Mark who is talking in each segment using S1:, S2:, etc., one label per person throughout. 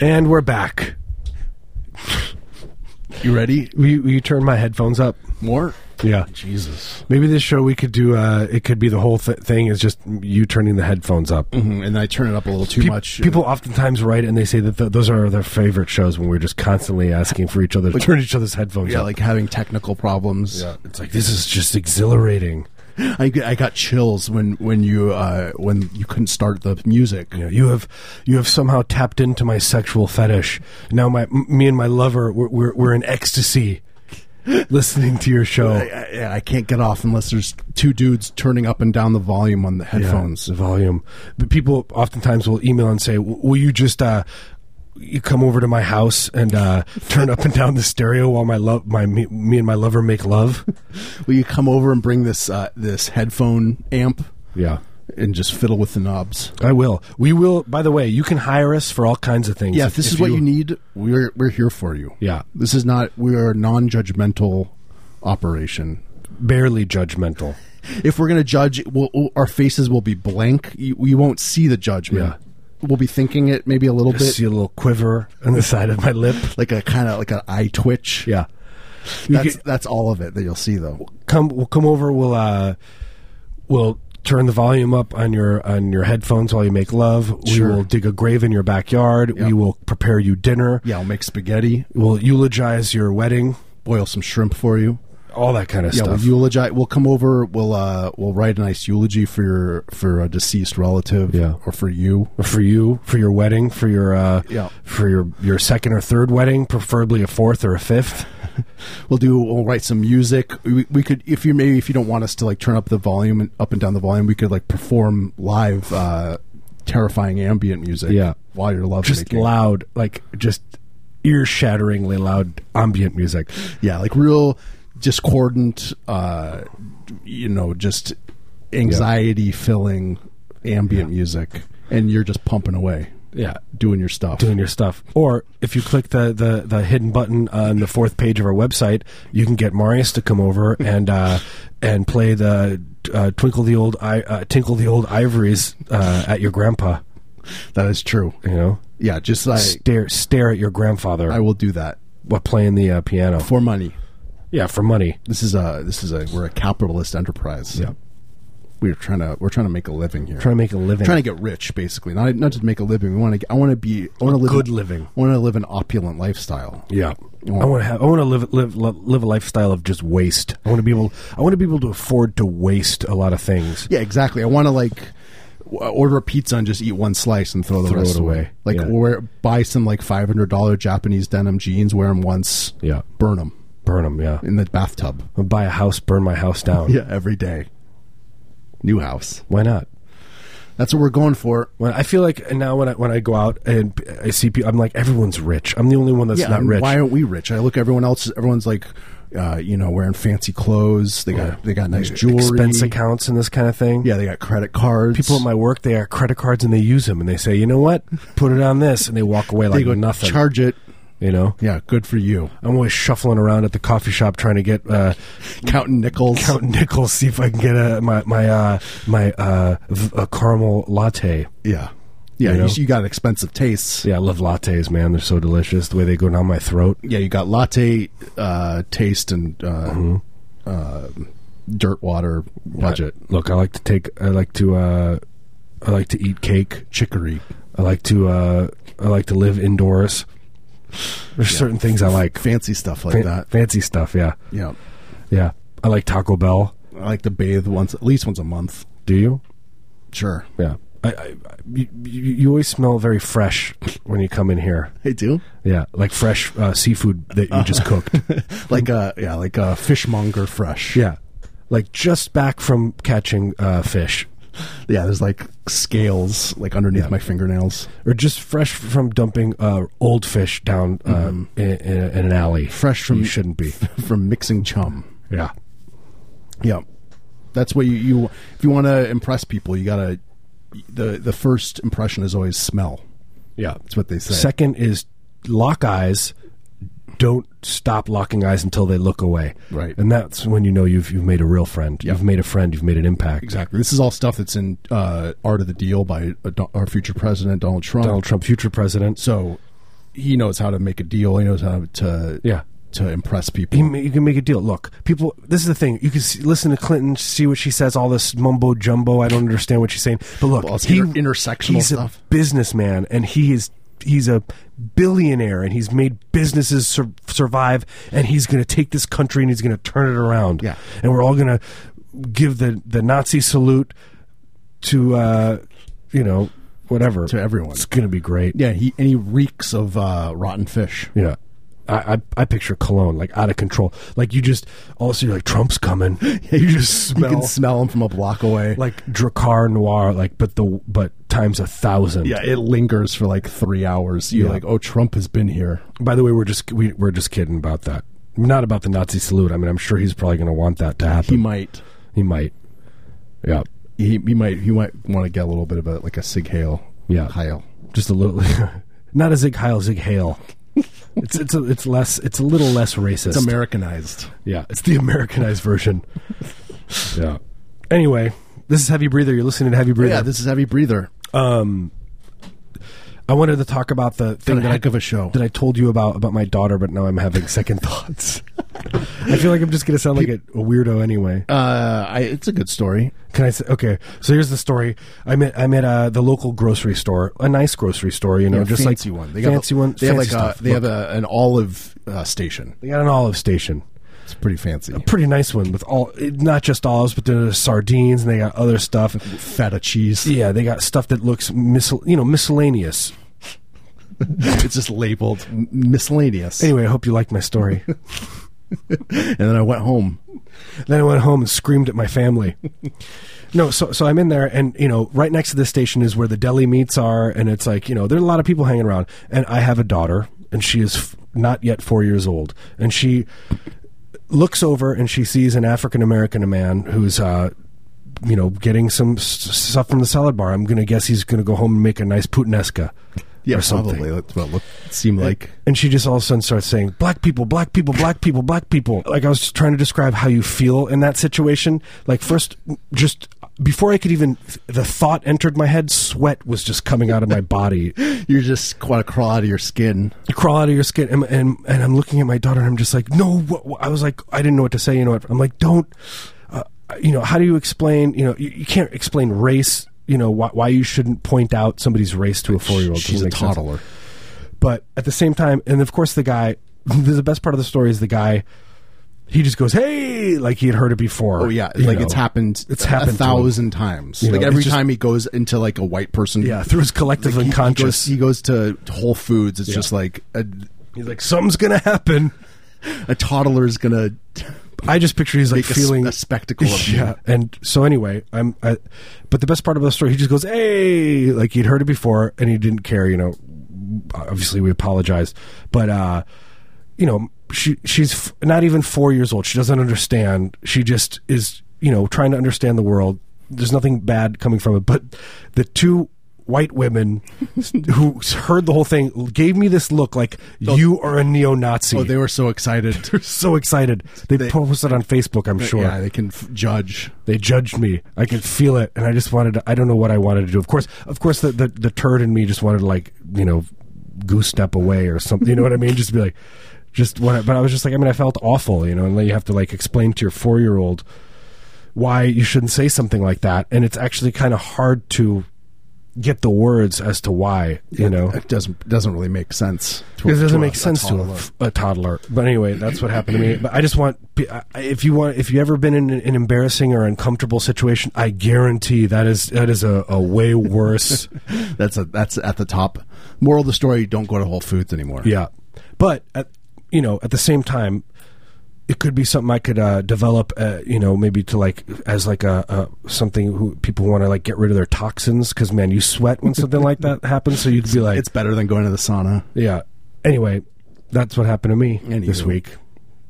S1: And we're back.
S2: You ready?
S1: Will you, will you turn my headphones up?
S2: More?
S1: Yeah.
S2: Jesus.
S1: Maybe this show we could do. Uh, it could be the whole th- thing is just you turning the headphones up.
S2: Mm, And I turn it up a little too
S1: Pe-
S2: much.
S1: People oftentimes write and they say that th- those are their favorite shows when we're just constantly asking for each other to turn each other's headphones
S2: yeah,
S1: up.
S2: like having technical problems.
S1: yeah, it's like this is just exhilarating.
S2: I, g- I got chills when when you uh, when you couldn't start the music.
S1: You, know, you have you have somehow tapped into my sexual fetish. Now my m- me and my lover we're we're, we're in ecstasy listening to your show.
S2: I, I, I can't get off unless there's two dudes turning up and down the volume on the
S1: Yeah,
S2: headphones.
S1: the volume. The people oftentimes will email and say, "W- "Will you just uh, you come over to my house and uh, turn up and down the stereo while my love, my me, me and my lover make love?"
S2: Will you come over and bring this uh, this headphone amp
S1: Yeah,
S2: and just fiddle with the knobs?
S1: I will. We will. By the way, you can hire us for all kinds of things.
S2: Yeah, if this is what you need, we're we're here for you.
S1: Yeah,
S2: This is not we are a non-judgmental operation.
S1: barely judgmental.
S2: If we're going to judge, we'll, we'll- our faces will be blank. You, we won't see the judgment.
S1: Yeah.
S2: We'll be thinking it maybe a little bit
S1: See a little quiver on the side of my lip.
S2: like a kind of like an eye twitch.
S1: Yeah, You
S2: That's
S1: can-
S2: that's all of it that you'll see though.
S1: come. We'll come over. We'll uh, we'll turn the volume up on your on your headphones while you make love.
S2: Sure.
S1: We will dig a grave in your backyard. We
S2: Yep.
S1: will prepare you dinner.
S2: Yeah, I'll make spaghetti,
S1: We'll eulogize your wedding.
S2: boil some shrimp for you.
S1: All that kind of
S2: Yeah,
S1: stuff.
S2: we'll eulogize. We'll come over. We'll uh, we'll write a nice eulogy for your for a deceased relative.
S1: Yeah.
S2: or for you.
S1: for you, for your wedding, for your uh,
S2: Yeah.
S1: for your your second or third wedding, preferably a fourth or a fifth.
S2: We'll do. We'll write some music. We, we could, if you maybe if you don't want us to like turn up the volume and up and down the volume, we could like perform live, uh, terrifying ambient music.
S1: Yeah.
S2: while you're love
S1: Just loud, like just ear shatteringly loud ambient music.
S2: Yeah, like real discordant. Uh, you know, just anxiety filling ambient music, and you're just pumping away,
S1: Yeah.
S2: doing your stuff.
S1: Doing your stuff, or if you click the, the, the hidden button on the fourth page of our website, you can get Marius to come over and uh, and play the uh, twinkle the old I, uh, tinkle the old ivories uh, at your grandpa.
S2: that is true.
S1: You know,
S2: Yeah, just like
S1: stare stare at your grandfather
S2: I will do that
S1: while playing the uh, piano.
S2: for money.
S1: yeah, for money.
S2: This is a this is a we're a capitalist enterprise.
S1: Yeah,
S2: we're trying to we're trying to make a living here.
S1: trying to make a living.
S2: trying to get rich, basically. Not not just make a living. We want to. I want to be. I want to live
S1: good
S2: an-
S1: living.
S2: I want to live an opulent lifestyle.
S1: yeah.
S2: want-
S1: I want to have. I want to live live li- live a lifestyle of just waste. I want to be able. I want to be able to afford to waste a lot of things.
S2: Yeah, exactly. I want to like w- order a pizza and just eat one slice and throw the
S1: Throw
S2: rest
S1: it away.
S2: Like
S1: Yeah.
S2: or buy some like five hundred dollar Japanese denim jeans, wear them once,
S1: Yeah,
S2: burn them
S1: burn them. Yeah,
S2: in the bathtub.
S1: I'll buy a house, burn my house down.
S2: Yeah, every day. New house.
S1: Why not?
S2: That's what we're going for.
S1: When I feel like now when I when I go out and I see people, I'm like everyone's rich. I'm the only one that's
S2: yeah,
S1: not
S2: and
S1: rich.
S2: Why aren't we rich? I look everyone else. Everyone's like, uh, you know, wearing fancy clothes. They got they got
S1: E-,
S2: nice jewelry.
S1: Expense accounts and this kind of thing.
S2: Yeah, they got credit cards.
S1: People at my work, they are credit cards and they use them and they say, you know what, put it on this, and they walk away like
S2: they go
S1: nothing.
S2: charge it.
S1: you know,
S2: Yeah, good for you.
S1: I'm always shuffling around at the coffee shop trying to get uh,
S2: Counting nickels.
S1: Count Nichols, see if I can get a my my uh, my uh, v- a caramel latte.
S2: yeah,
S1: You
S2: yeah. You,
S1: know?
S2: you got expensive tastes.
S1: Yeah, I love lattes, man. They're so delicious. The way they go down my throat.
S2: Yeah, you got latte uh, taste and uh,
S1: Mm-hmm.
S2: uh, dirt water budget.
S1: I- look, I like to take. I like to. Uh, I like to eat cake.
S2: Chicory.
S1: I like to. Uh, I like to live indoors. There's certain things I like.
S2: Fancy stuff like
S1: Fan-
S2: that.
S1: fancy stuff. Yeah,
S2: Yeah.
S1: yeah. I like Taco Bell.
S2: I like to bathe once, at least once a month.
S1: Do you?
S2: Sure.
S1: Yeah. I, I, I- you, you you always smell very fresh when you come in here.
S2: I do.
S1: Yeah, like fresh uh, seafood that you just cooked.
S2: Like a yeah, like a fishmonger fresh.
S1: Yeah, like just back from catching uh, fish,
S2: yeah. There's like scales like underneath
S1: Yeah.
S2: my fingernails.
S1: or just fresh from dumping uh, old fish down um, in, in, in an alley.
S2: Mm-hmm. Fresh from
S1: you shouldn't be.
S2: from mixing chum.
S1: Yeah,
S2: Yeah, that's what you, you if you want to impress people, you gotta the the first impression is always smell.
S1: yeah.
S2: That's what they say.
S1: Second is lock eyes. Don't stop locking eyes until they look away.
S2: Right.
S1: and that's when you know you've you've made a real friend. You've made a friend. You've made an impact.
S2: exactly. This is all stuff that's in uh, Art of the Deal by uh, Do- our future president Donald Trump.
S1: Donald Trump, future president.
S2: So he knows how to make a deal. He knows how to
S1: Yeah.
S2: to impress people.
S1: You, ma- you can make a deal. Look, people. This is the thing. You can see, listen to Clinton, see what she says. All this mumbo jumbo. I don't understand what she's saying. But look,
S2: Well, it's
S1: he,
S2: inter- intersectional
S1: he's
S2: stuff.
S1: a businessman, and he is he's a billionaire, and he's made businesses sur- survive, and he's going to take this country and he's going to turn it around.
S2: Yeah.
S1: and we're all going to give the the Nazi salute to uh, you know whatever
S2: To everyone.
S1: It's going to be great.
S2: yeah, he and he reeks of uh, rotten fish.
S1: Yeah. I, I, I picture cologne like out of control. Like you just also you're like Trump's coming. You just
S2: You
S1: smell
S2: can smell him from a block away.
S1: like Dracar Noir like but the but times a thousand.
S2: yeah, it lingers for like three hours. You're
S1: Yeah.
S2: like, oh, Trump has been here.
S1: By the way, we're just we, we're just kidding about that. Not about the Nazi salute. I mean, I'm sure he's probably going to want that to happen.
S2: He
S1: He,
S2: might.
S1: might. Yeah.
S2: He, he might he might want to get a little bit of a like a Sig Hale.
S1: Yeah.
S2: Heil.
S1: Just a little not a Zig Heil, Zig Hale. it's it's a, it's less it's a little less racist.
S2: It's Americanized.
S1: Yeah, it's the Americanized version. yeah. Anyway, this is Heavy Breather. You're listening to Heavy Breather.
S2: Yeah, this is heavy breather.
S1: um, I wanted to talk about the
S2: What
S1: thing
S2: a
S1: that I,
S2: heck of a show.
S1: that I told you about about my daughter, but now I'm having second thoughts. I feel like I'm just going to sound like a, a weirdo anyway.
S2: Uh, I, it's a good story.
S1: Can I say? Okay, so here's the story. I'm at I'm at uh, the local grocery store, a nice grocery store, you know,
S2: Yeah,
S1: just
S2: fancy
S1: like
S2: one. They got
S1: fancy
S2: a,
S1: one.
S2: They
S1: fancy
S2: have like
S1: stuff.
S2: a, they
S1: Look,
S2: have a, an olive uh, station.
S1: they got an olive station.
S2: It's pretty fancy.
S1: Pretty nice one with all, it- not just olives, but there's sardines and they got other stuff.
S2: Feta cheese.
S1: Yeah, they got stuff that looks miscel- you know miscellaneous.
S2: it's just labeled miscellaneous.
S1: Anyway, I hope you liked my story.
S2: And then I went home.
S1: then I went home and screamed at my family. no, so so I'm in there, and you know, right next to the station is where the deli meats are, and it's like you know, there are a lot of people hanging around, and I have a daughter, and she is f- not yet four years old, and she looks over and she sees an African American man who's. Uh, you know, getting some s- stuff from the salad bar. I'm going to guess he's going to go home and make a nice putanesca or something.
S2: probably. That's what it looked, seemed like.
S1: And she just all of a sudden starts saying, Black people, black people, black people, black people. Like I was just trying to describe how you feel in that situation. Like, first, just before I could even, the thought entered my head, sweat was just coming out of my body.
S2: You're just quite a crawl out of your skin.
S1: You crawl out of your skin. And, and, and I'm looking at my daughter and I'm just like, no, what, what-" I was like, I didn't know what to say. You know what? I'm like, don't, uh, you know, how do you explain, you know, you, you can't explain race, you know, why, why you shouldn't point out somebody's race to a four year old.
S2: She's a toddler.
S1: But at the same time, and of course, the guy, the best part of the story is the guy, he just goes, hey, like he had heard it before.
S2: Oh yeah,
S1: you
S2: like
S1: know.
S2: it's happened.
S1: It's happened
S2: a
S1: to him.
S2: thousand times.
S1: You
S2: like
S1: know,
S2: every
S1: it's just-
S2: time he goes into like a white person.
S1: Yeah, through his collective
S2: He- he goes-
S1: unconscious.
S2: He goes, to Whole Foods. It's just like a,
S1: he's like, something's going to happen.
S2: a toddler is gonna
S1: I just picture he's like
S2: make a s-
S1: feeling.
S2: a, spectacle of you.
S1: yeah, and so anyway, I'm. I, but the best part of the story, he just goes, "Hey," like he'd heard it before, and he didn't care. You know, obviously we apologized, but uh, you know, she she's f- not even four years old. She doesn't understand. She just is, you know, trying to understand the world. There's nothing bad coming from it, but the two white women who heard the whole thing gave me this look like you are a neo-Nazi.
S2: Oh, they were so excited.
S1: They're so excited. They, posted on Facebook, I'm sure.
S2: Yeah, they can f- judge.
S1: They judged me. I could feel it, and I just wanted to. I don't know what I wanted to do. Of course, of course, the the, the turd in me just wanted to like you know, goose step away or something. You know what I mean? Just be like, just what. But I was just like, I mean, I felt awful, you know. And then you have to like explain to your four year old why you shouldn't say something like that, and it's actually kind of hard to get the words as to why you know
S2: It doesn't doesn't really make sense. to-
S1: because it
S2: to
S1: doesn't
S2: a-
S1: make
S2: a
S1: sense to a,
S2: toddler.
S1: a toddler. But anyway, that's what happened to me. But I just want pe- I- if you want if you ever been in an, an embarrassing or uncomfortable situation, I guarantee that is that is a, a way worse.
S2: That's a that's at the top. Moral of the story: Don't go to Whole Foods anymore.
S1: yeah, but at, you know at the same time. It could be something I could uh, develop, uh, you know, maybe to like as like a, a something who people want to like get rid of their toxins because man, you sweat when something like that happens. So you could be like,
S2: it's better than going to the sauna.
S1: Yeah. Anyway, that's what happened to me
S2: Anywho.
S1: this week.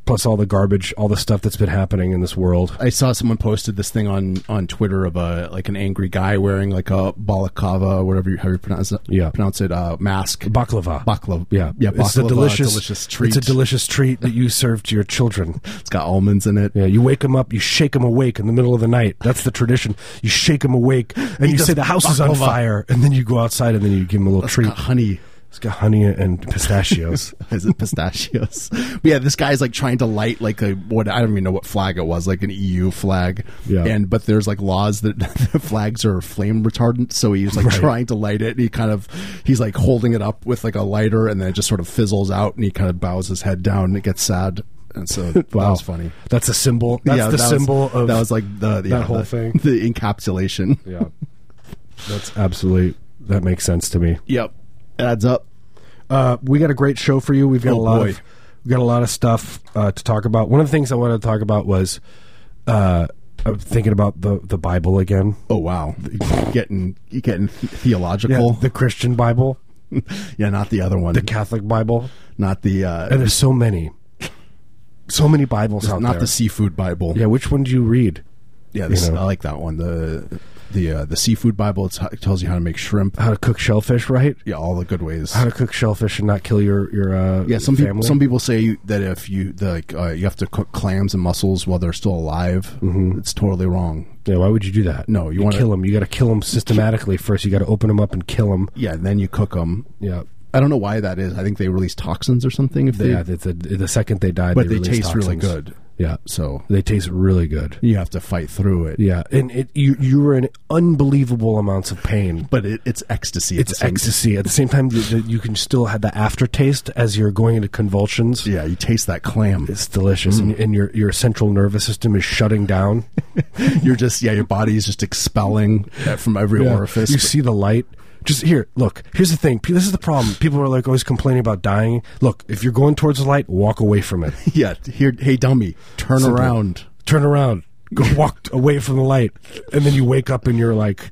S1: Plus all the garbage, all the stuff that's been happening in this world.
S2: I saw someone posted this thing on on Twitter of a like an angry guy wearing like a balakava, whatever you how you pronounce it,
S1: Yeah.
S2: pronounce it, uh, mask,
S1: Baklava.
S2: baklava,
S1: yeah,
S2: yeah,
S1: It's a
S2: baklava,
S1: delicious,
S2: delicious treat.
S1: It's a delicious treat that you serve to your children.
S2: it's got almonds in it.
S1: Yeah, you wake them up, you shake them awake in the middle of the night. That's the tradition. You shake them awake, and you
S2: does
S1: say the house is on
S2: baklava.
S1: fire, and then you go outside and then you give them a little treat.
S2: Got honey.
S1: It's got honey and pistachios.
S2: Is it pistachios? but yeah, this guy's like trying to light like a what I don't even know what flag it was, like an EU flag.
S1: Yeah.
S2: And but there's like laws that the flags are flame retardant, so he's like
S1: Right.
S2: trying to light it and he kind of he's like holding it up with like a lighter and then it just sort of fizzles out and he kind of bows his head down and it gets sad. And so that was funny.
S1: That's a symbol. That's
S2: Yeah,
S1: the
S2: that was-
S1: symbol of
S2: that was like the yeah,
S1: whole
S2: the-
S1: thing.
S2: the encapsulation.
S1: Yeah. That's absolutely that makes sense to me.
S2: Yep, adds up.
S1: Uh, we got a great show for you. We've got
S2: Oh,
S1: a lot
S2: boy.
S1: of we got a lot of stuff uh, to talk about. One of the things I wanted to talk about was uh, I'm thinking about the the Bible again.
S2: Oh wow, getting getting theological.
S1: the Christian Bible,
S2: Yeah, not the other one.
S1: the Catholic Bible,
S2: not the uh,
S1: and there's so many, so many Bibles out
S2: not
S1: there.
S2: the seafood Bible.
S1: yeah, which one do you read?
S2: yeah. This,
S1: you know.
S2: I like that one. The the uh, the seafood Bible. It's, it tells you how to make shrimp.
S1: How to cook shellfish, right?
S2: Yeah, all the good ways.
S1: How to cook shellfish and not kill your your uh,
S2: Yeah, some
S1: family.
S2: people some people say that if you the, like uh, you have to cook clams and mussels while they're still alive,
S1: Mm-hmm.
S2: it's totally wrong.
S1: yeah, why would you do that?
S2: No, you wanna-
S1: kill them. You got to kill them systematically first. You got to open them up and kill them.
S2: Yeah, and then you cook them.
S1: Yeah,
S2: I don't know why that is. I think they release toxins or something. If they,
S1: yeah. The, the, the second they die,
S2: but they,
S1: release
S2: taste really
S1: toxins.
S2: good.
S1: Yeah,
S2: So
S1: they taste really good.
S2: you have to fight through it.
S1: Yeah, and it you you were in unbelievable amounts of pain.
S2: But it, it's ecstasy. at the
S1: It's
S2: same
S1: ecstasy. At the same time, you, you can still have the aftertaste as you're going into convulsions.
S2: Yeah, you taste that clam.
S1: It's delicious, and, and your your central nervous system is shutting down.
S2: You're just yeah, your body is just expelling that from every orifice.
S1: You see the light. Just here, look. Here's the thing. P- This is the problem. People are like always complaining about dying. Look, if you're going towards the light, walk away from it.
S2: yeah, here, hey dummy, turn
S1: Simple.
S2: around.
S1: Turn around, go walk away from the light, and then you wake up and you're like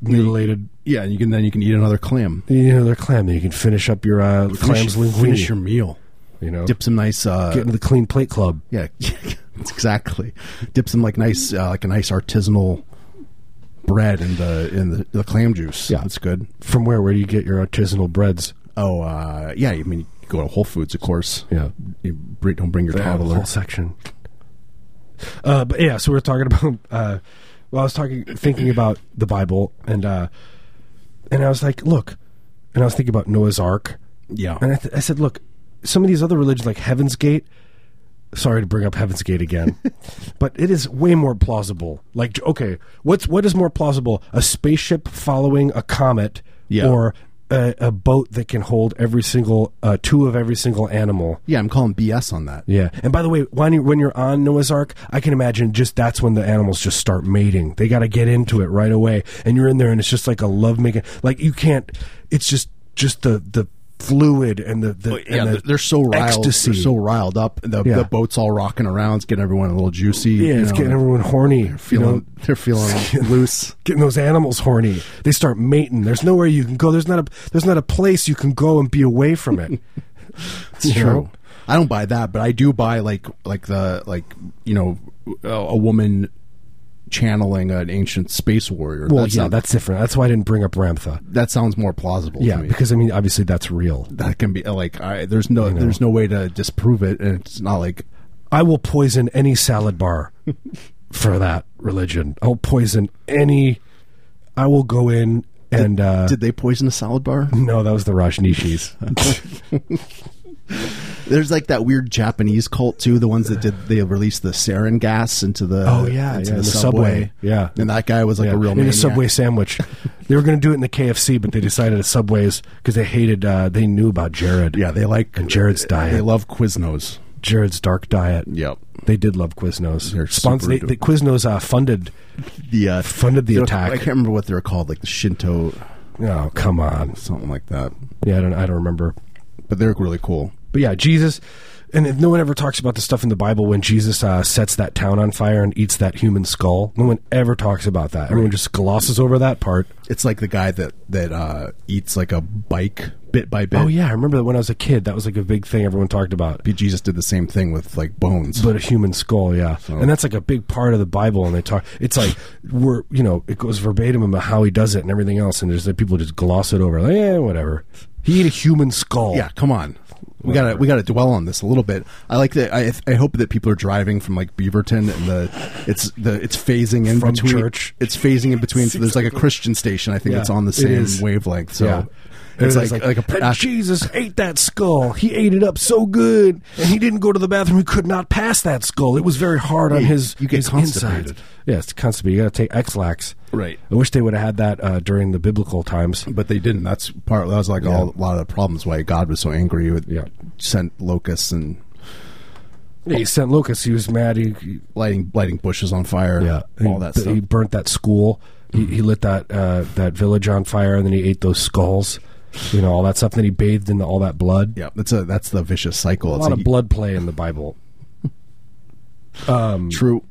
S1: mutilated.
S2: Yeah, and you can then you can eat another clam.
S1: You know, they're clam. and You can finish up your uh, clams
S2: finish,
S1: linguine.
S2: finish your meal.
S1: you know,
S2: Dip some nice. Uh,
S1: get into the clean plate club.
S2: yeah, exactly. Dip some like nice, uh, like a nice artisanal bread in the in the, the clam juice.
S1: Yeah.
S2: that's good.
S1: From where? Where do you get your artisanal breads?
S2: Oh uh, yeah, I mean you go to Whole Foods, of course.
S1: Yeah,
S2: You bring, don't bring your
S1: They have a
S2: toddler.
S1: whole section. Uh, but yeah, so we were talking about. Uh, well, I was talking, thinking about the Bible, and uh, and I was like, look, and I was thinking about Noah's Ark,
S2: Yeah,
S1: and I, th- I said, look, some of these other religions like Heaven's Gate. Sorry to bring up Heaven's Gate again, but it is way more plausible. Like, okay, what's what is more plausible? A spaceship following a comet,
S2: Yeah.
S1: or a, a boat that can hold every single uh, two of every single animal?
S2: yeah. I'm calling BS on that.
S1: Yeah, and by the way, when you when you're on Noah's Ark, I can imagine just that's when the animals just start mating. They got to get into it right away, and you're in there, and it's just like a love making. Like you can't. It's just just the the fluid and the, the
S2: yeah,
S1: and
S2: they're,
S1: the
S2: they're so riled,
S1: ecstasy.
S2: they're so riled up. The,
S1: Yeah.
S2: the boat's all rocking around, it's getting everyone a little juicy.
S1: yeah,
S2: you
S1: it's
S2: know,
S1: getting everyone horny.
S2: feeling,
S1: you know,
S2: they're feeling loose.
S1: getting those animals horny. They start mating. There's nowhere you can go. There's not a there's not a place you can go and be away from it.
S2: It's
S1: You know?
S2: I don't buy that, but I do buy like like the like you know a, a woman channeling an ancient space warrior.
S1: Well,
S2: That's
S1: yeah,
S2: not-
S1: that's different. That's why I didn't bring up Ramtha.
S2: that sounds more plausible.
S1: Yeah,
S2: to me.
S1: because I mean, obviously that's real.
S2: that can be like I, there's no there's no way to disprove it, and it's not like
S1: I will poison any salad bar for that religion. I'll poison any. I will go in and uh,
S2: did they poison a salad bar?
S1: no, that was the Rajneeshis.
S2: There's like that weird Japanese cult too. The ones that did they released the sarin gas into the
S1: Oh, yeah,
S2: into
S1: yeah,
S2: the,
S1: the
S2: subway.
S1: subway. Yeah.
S2: and that guy was like
S1: Yeah,
S2: a real
S1: in a
S2: maniac.
S1: Subway sandwich. they were going to do it in the KFC, but they decided at Subways because they hated. Uh, they knew about Jared.
S2: Yeah, they like
S1: And Jared's
S2: They
S1: diet.
S2: love Quiznos.
S1: Jared's dark diet.
S2: Yep.
S1: They did love Quiznos.
S2: They're
S1: Spons-
S2: super
S1: they, they, Quiznos uh, funded
S2: The uh,
S1: funded the
S2: they're-
S1: attack.
S2: I can't remember what they're called, like the Shinto,
S1: Oh come on!
S2: something like that.
S1: Yeah, I don't. I don't remember.
S2: But they're really cool.
S1: But yeah, Jesus, and if no one ever talks about the stuff in the Bible when Jesus uh, sets that town on fire and eats that human skull. No one ever talks about that. Everyone just glosses over that part.
S2: It's like the guy that that uh, eats like a bike bit by bit.
S1: Oh yeah, I remember that when I was a kid. That was like a big thing everyone talked about.
S2: Jesus did the same thing with like bones.
S1: But a human skull, yeah, and that's like a big part of the Bible. And they talk. It's like we're you know it goes verbatim about how he does it and everything else. And there's like people just gloss it over. Like, eh, whatever. He ate a human skull.
S2: yeah, come on. We gotta we gotta dwell on this a little bit. I like that. I, I hope that people are driving from like Beaverton and the it's the it's phasing in
S1: From
S2: between
S1: church.
S2: It's phasing in between. So there's like a Christian station. I think
S1: Yeah,
S2: it's on the
S1: it
S2: same
S1: is.
S2: wavelength. So
S1: Yeah. It's
S2: like- like a pr-
S1: "And "Ah, Jesus ate that skull. He ate it up so good, and he didn't go to the bathroom. He could not pass that skull. It was very hard on
S2: Yeah,
S1: his
S2: you get
S1: his
S2: constipated.
S1: insides. Yeah, it's constipated. You got to take X-Lax.
S2: Right.
S1: I wish they would have had that uh, during the biblical times.
S2: But they didn't. That's part. That was like all, a lot of the problems why God was so angry. With
S1: Yeah.
S2: sent locusts and
S1: He sent locusts. He was mad. He, he-
S2: lighting lighting bushes on fire. all
S1: he,
S2: that
S1: bu-
S2: stuff.
S1: He burnt that school. He, he lit that uh, that village on fire, and then he ate those skulls. You know all that stuff. And then he bathed in all that blood.
S2: yeah, that's a that's the vicious cycle.
S1: a
S2: It's
S1: lot
S2: like
S1: of blood play in the Bible.
S2: True.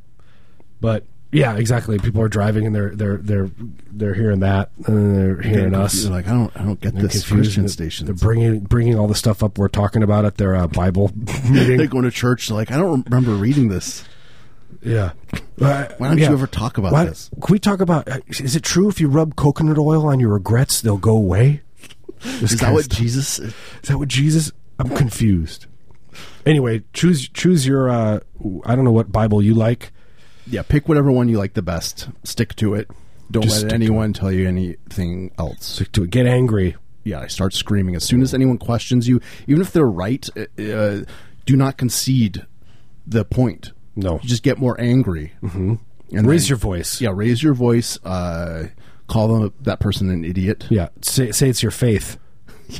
S1: But yeah, exactly. People are driving and they're they're they're they're hearing that and then they're hearing
S2: They're
S1: us.
S2: like I don't I don't get
S1: They're
S2: this
S1: confused.
S2: Christian
S1: They're-
S2: station.
S1: They're bringing bringing all the stuff up we're talking about at their uh, Bible meeting.
S2: They're going to church. Like I don't remember reading this.
S1: yeah. Why
S2: Why don't you ever talk about
S1: Why-
S2: this?
S1: Can we talk about? uh, Is it true if you rub coconut oil on your regrets, they'll go away? This kind
S2: Is that
S1: of
S2: what
S1: stuff.
S2: Jesus?
S1: Is that what Jesus? I'm confused. Anyway, choose choose your. Uh, I don't know what Bible you like.
S2: Yeah, pick whatever one you like the best. Stick to it. Don't
S1: Just stick
S2: let
S1: to
S2: anyone tell you anything else.
S1: Stick to it. Get angry.
S2: Yeah, I start screaming as soon as anyone questions you, even if they're right. uh, Uh, do not concede the point.
S1: No.
S2: You just get more angry. Mm-hmm. And
S1: Raise
S2: then-
S1: your voice.
S2: yeah, raise your voice. Uh, call them, that person an idiot.
S1: Yeah, say, say it's your faith.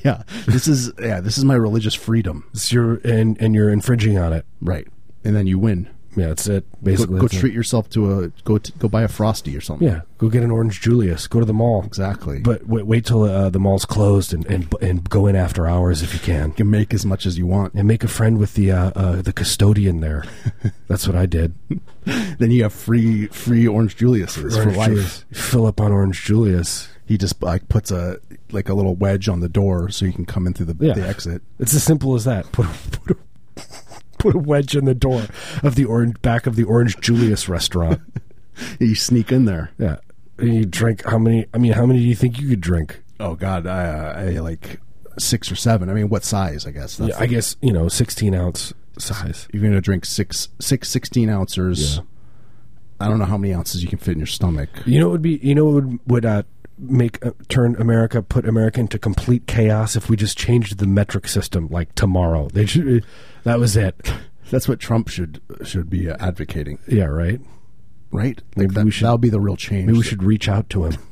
S2: Yeah, this is yeah, this is my religious freedom.
S1: It's your and and you're infringing on it.
S2: Right, and then you win.
S1: Yeah, that's it.
S2: Go,
S1: Basically,
S2: go
S1: that's it.
S2: treat yourself to a go t go buy a frosty or something.
S1: Yeah, go get an orange Julius. Go to the mall.
S2: exactly.
S1: But wait, wait till uh, the mall's closed and, and and go in after hours if you can,
S2: you can make as much as you want.
S1: and make a friend with the uh, uh, the custodian there. That's what I did.
S2: Then you have free free orange Julius's
S1: Orange
S2: for life.
S1: Julius. Fill up on orange Julius.
S2: He just like puts a like a little wedge on the door so you can come in through the,
S1: Yeah.
S2: the exit.
S1: It's as simple as that. Put a, put a, put a wedge in the door of the orange back of the orange Julius restaurant.
S2: You sneak in there.
S1: yeah, and you drink how many? I mean, how many do you think you could drink?
S2: Oh God, I, I like six or seven. I mean, what size? I guess. That's
S1: Yeah, I guess you know, sixteen ounce size.
S2: you're gonna drink six six sixteen ouncers.
S1: Yeah.
S2: I don't know how many ounces you can fit in your stomach.
S1: You know, what would be you know what would would uh, make uh, turn America put America into complete chaos if we just changed the metric system like tomorrow. They should, that was it.
S2: That's what Trump should should be advocating,
S1: Yeah, right.
S2: right?
S1: Maybe
S2: Like that,
S1: we should-
S2: that'll be the real change.
S1: Maybe we should reach out to him.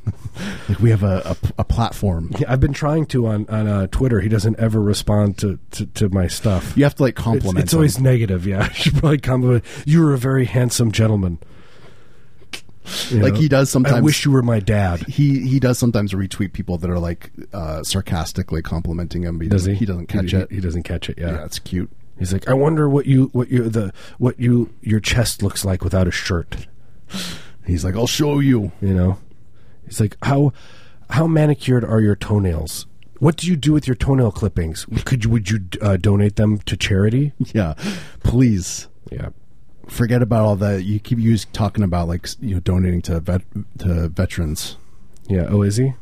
S2: Like we have a, a, a platform.
S1: Yeah, I've been trying to on on uh, Twitter. He doesn't ever respond to to, to my stuff.
S2: You have to like
S1: It's,
S2: compliment.
S1: it's always negative. Yeah, I should probably compliment. You were a very handsome gentleman. You
S2: him. like
S1: know?
S2: he does sometimes.
S1: I wish you were my dad.
S2: he he does sometimes retweet people that are like uh, sarcastically complimenting him. but
S1: Does he?
S2: He doesn't catch
S1: he,
S2: it.
S1: He, doesn't catch it.
S2: yeah, it's cute.
S1: He's like, I wonder what you what you the what you your chest looks like without a shirt.
S2: He's like, I'll show you.
S1: You know, he's like, how how manicured are your toenails? What do you do with your toenail clippings? Could you would you uh, donate them to charity?
S2: Yeah, please
S1: Yeah,
S2: forget about all that. You keep you talking about like s- you know donating to vet to veterans.
S1: yeah. Oh, is he?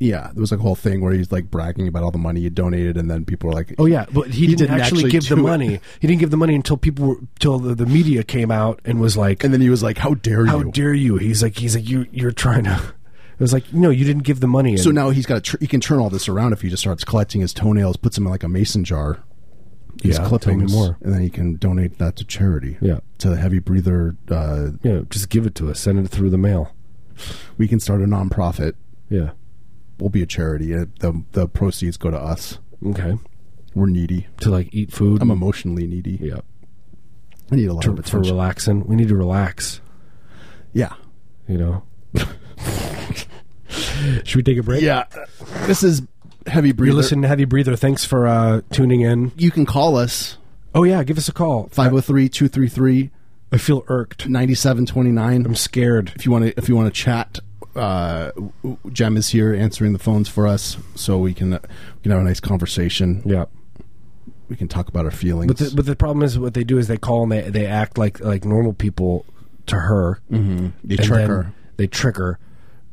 S2: Yeah, there was like a whole thing where he's like bragging about all the money he donated, and then people were like,
S1: Oh yeah, but he, didn't,
S2: didn't
S1: actually,
S2: actually
S1: give the
S2: do it.
S1: money. He didn't give the money until people were, till the, the media came out and was like,
S2: and then he was like, "How dare
S1: "How
S2: you?"
S1: dare you?" He's like, he's like, you you're trying to. It was like, no, you didn't give the money. And
S2: so now he's got to tr- he can turn all this around if he just starts collecting his toenails, puts them in like a mason jar.
S1: yeah,
S2: His
S1: tell me
S2: clippings,
S1: more.
S2: and then he can donate that to charity.
S1: Yeah.
S2: to the heavy breather. Uh,
S1: Yeah, just give it to us. Send it through the mail.
S2: we can start a nonprofit.
S1: Yeah.
S2: We'll be a charity. Uh, The the proceeds go to us.
S1: Okay.
S2: We're needy.
S1: To like eat food.
S2: I'm emotionally needy.
S1: yeah.
S2: I need a lot
S1: To,
S2: of
S1: for
S2: attention.
S1: relaxing, we need to relax.
S2: yeah,
S1: You know. Should we take a break?
S2: yeah. This is heavy breather.
S1: You're listening to Heavy Breather. Thanks for uh, tuning in.
S2: You can call us
S1: Oh yeah, give us a call.
S2: 503-233-9729
S1: I feel irked. I'm scared.
S2: if you want to if you want to chat uh jem is here answering the phones for us so we can uh, we can have a nice conversation
S1: Yeah.
S2: we can talk about our feelings
S1: But the, but the problem is what they do is they call and they they act like like normal people to her. Mm-hmm.
S2: they trick
S1: then
S2: her
S1: They trick her,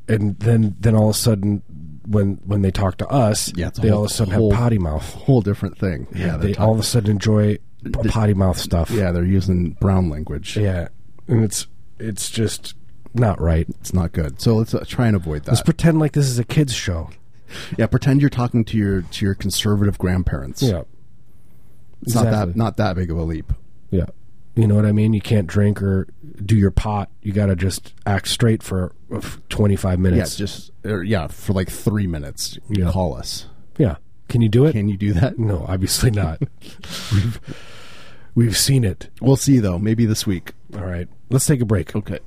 S1: and then then all of a sudden, when when they talk to us,
S2: Yeah, it's a
S1: they
S2: whole-
S1: all of a sudden
S2: whole-
S1: have potty mouth.
S2: whole different thing yeah
S1: they
S2: they're
S1: all of a sudden enjoy p- potty mouth stuff.
S2: yeah they're using brown language
S1: yeah, and it's it's just not right.
S2: it's not good so let's uh, try and avoid that
S1: Let's pretend like this is a kids show.
S2: yeah, pretend you're talking to your to your conservative grandparents.
S1: Yeah.
S2: it's not that not that big of a leap.
S1: Yeah. You know what I mean? You can't drink or do your pot. You got to just act straight for uh, f- 25
S2: Yeah,
S1: minutes.
S2: just or, yeah for like three minutes.
S1: Yeah.
S2: Call us.
S1: Yeah. Can you do it?
S2: Can you do that?
S1: No, obviously not. we've, we've seen it.
S2: We'll see though. Maybe this week.
S1: All right. Let's take a break.
S2: Okay.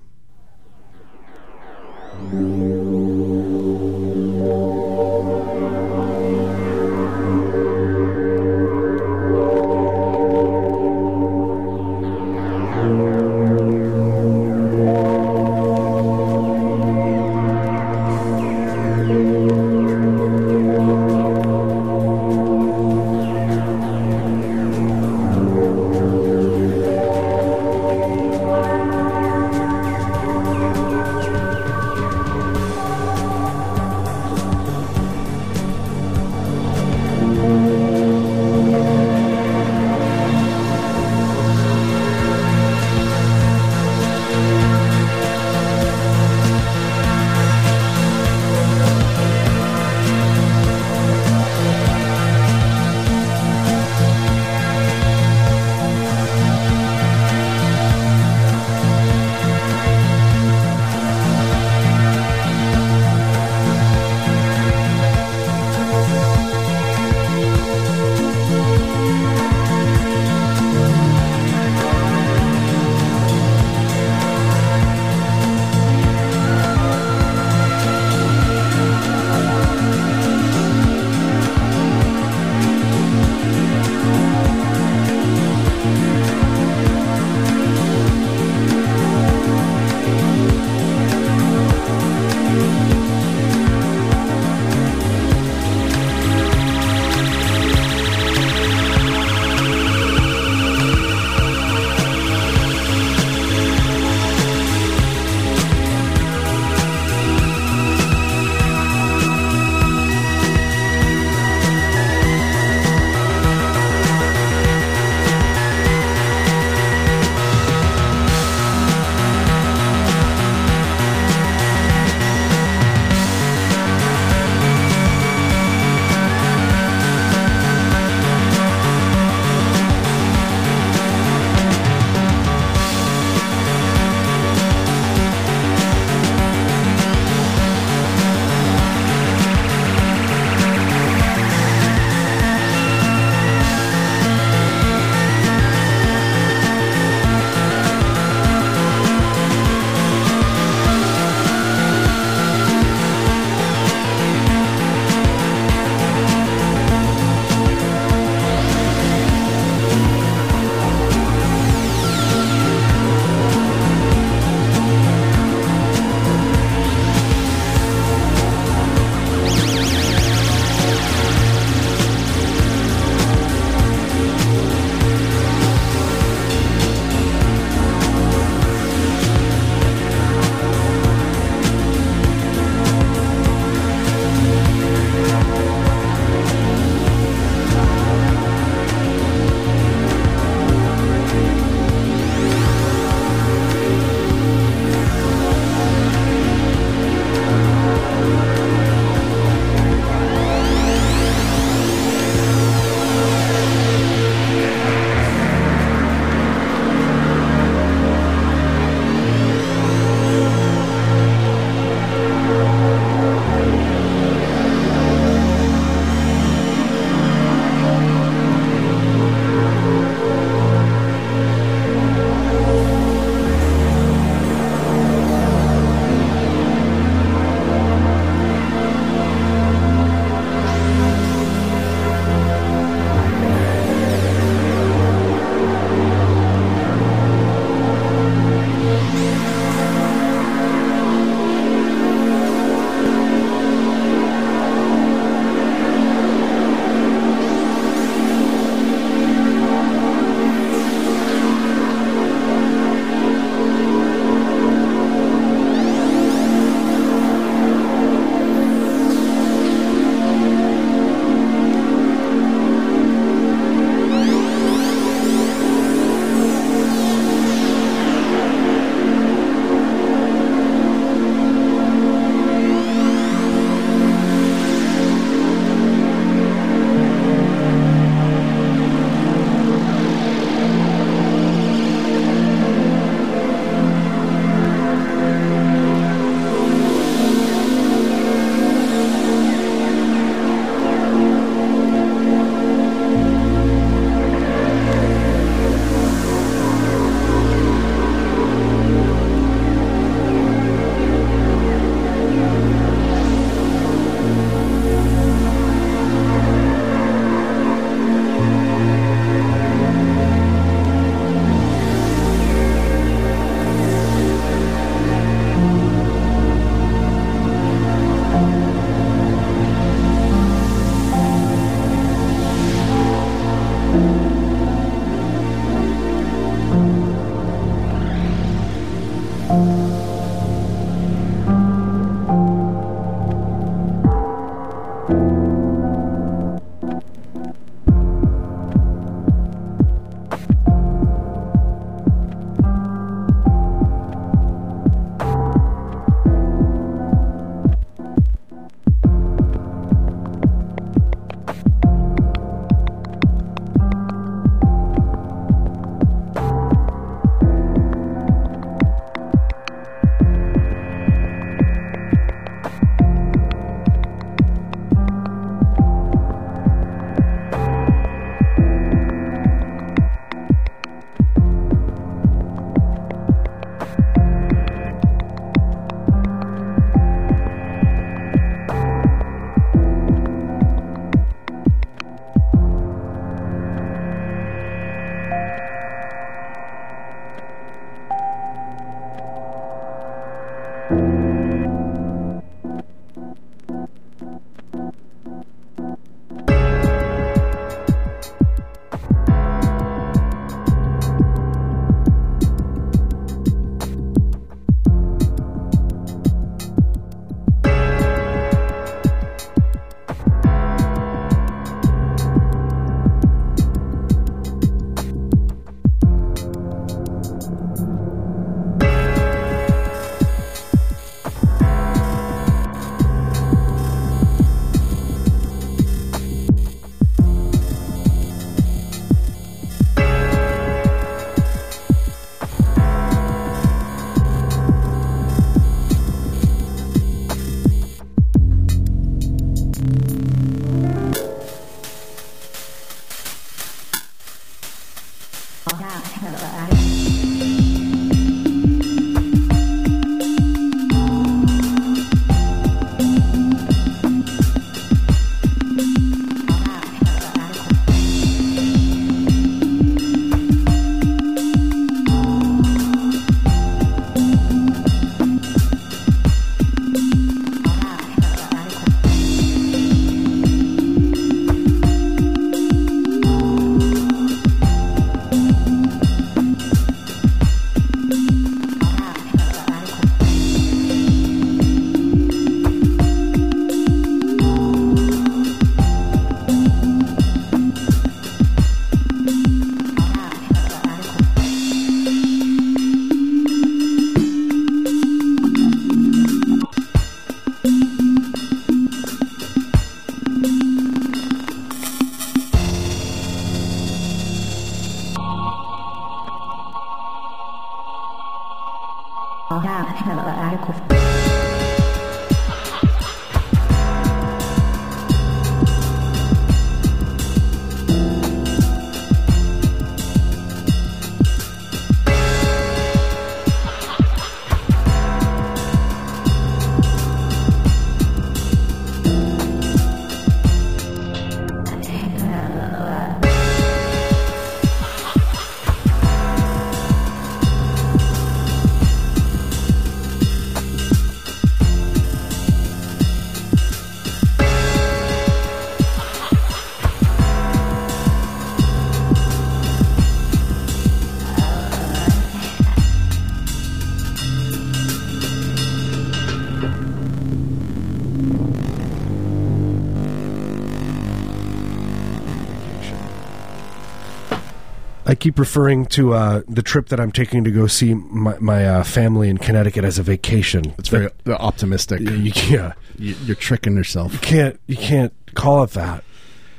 S1: I keep referring to uh, the trip that I'm taking to go see my, my uh, family in Connecticut as a vacation.
S2: It's very optimistic.
S1: You, you can't,
S2: You- You're tricking yourself.
S1: you can't, you can't call it that.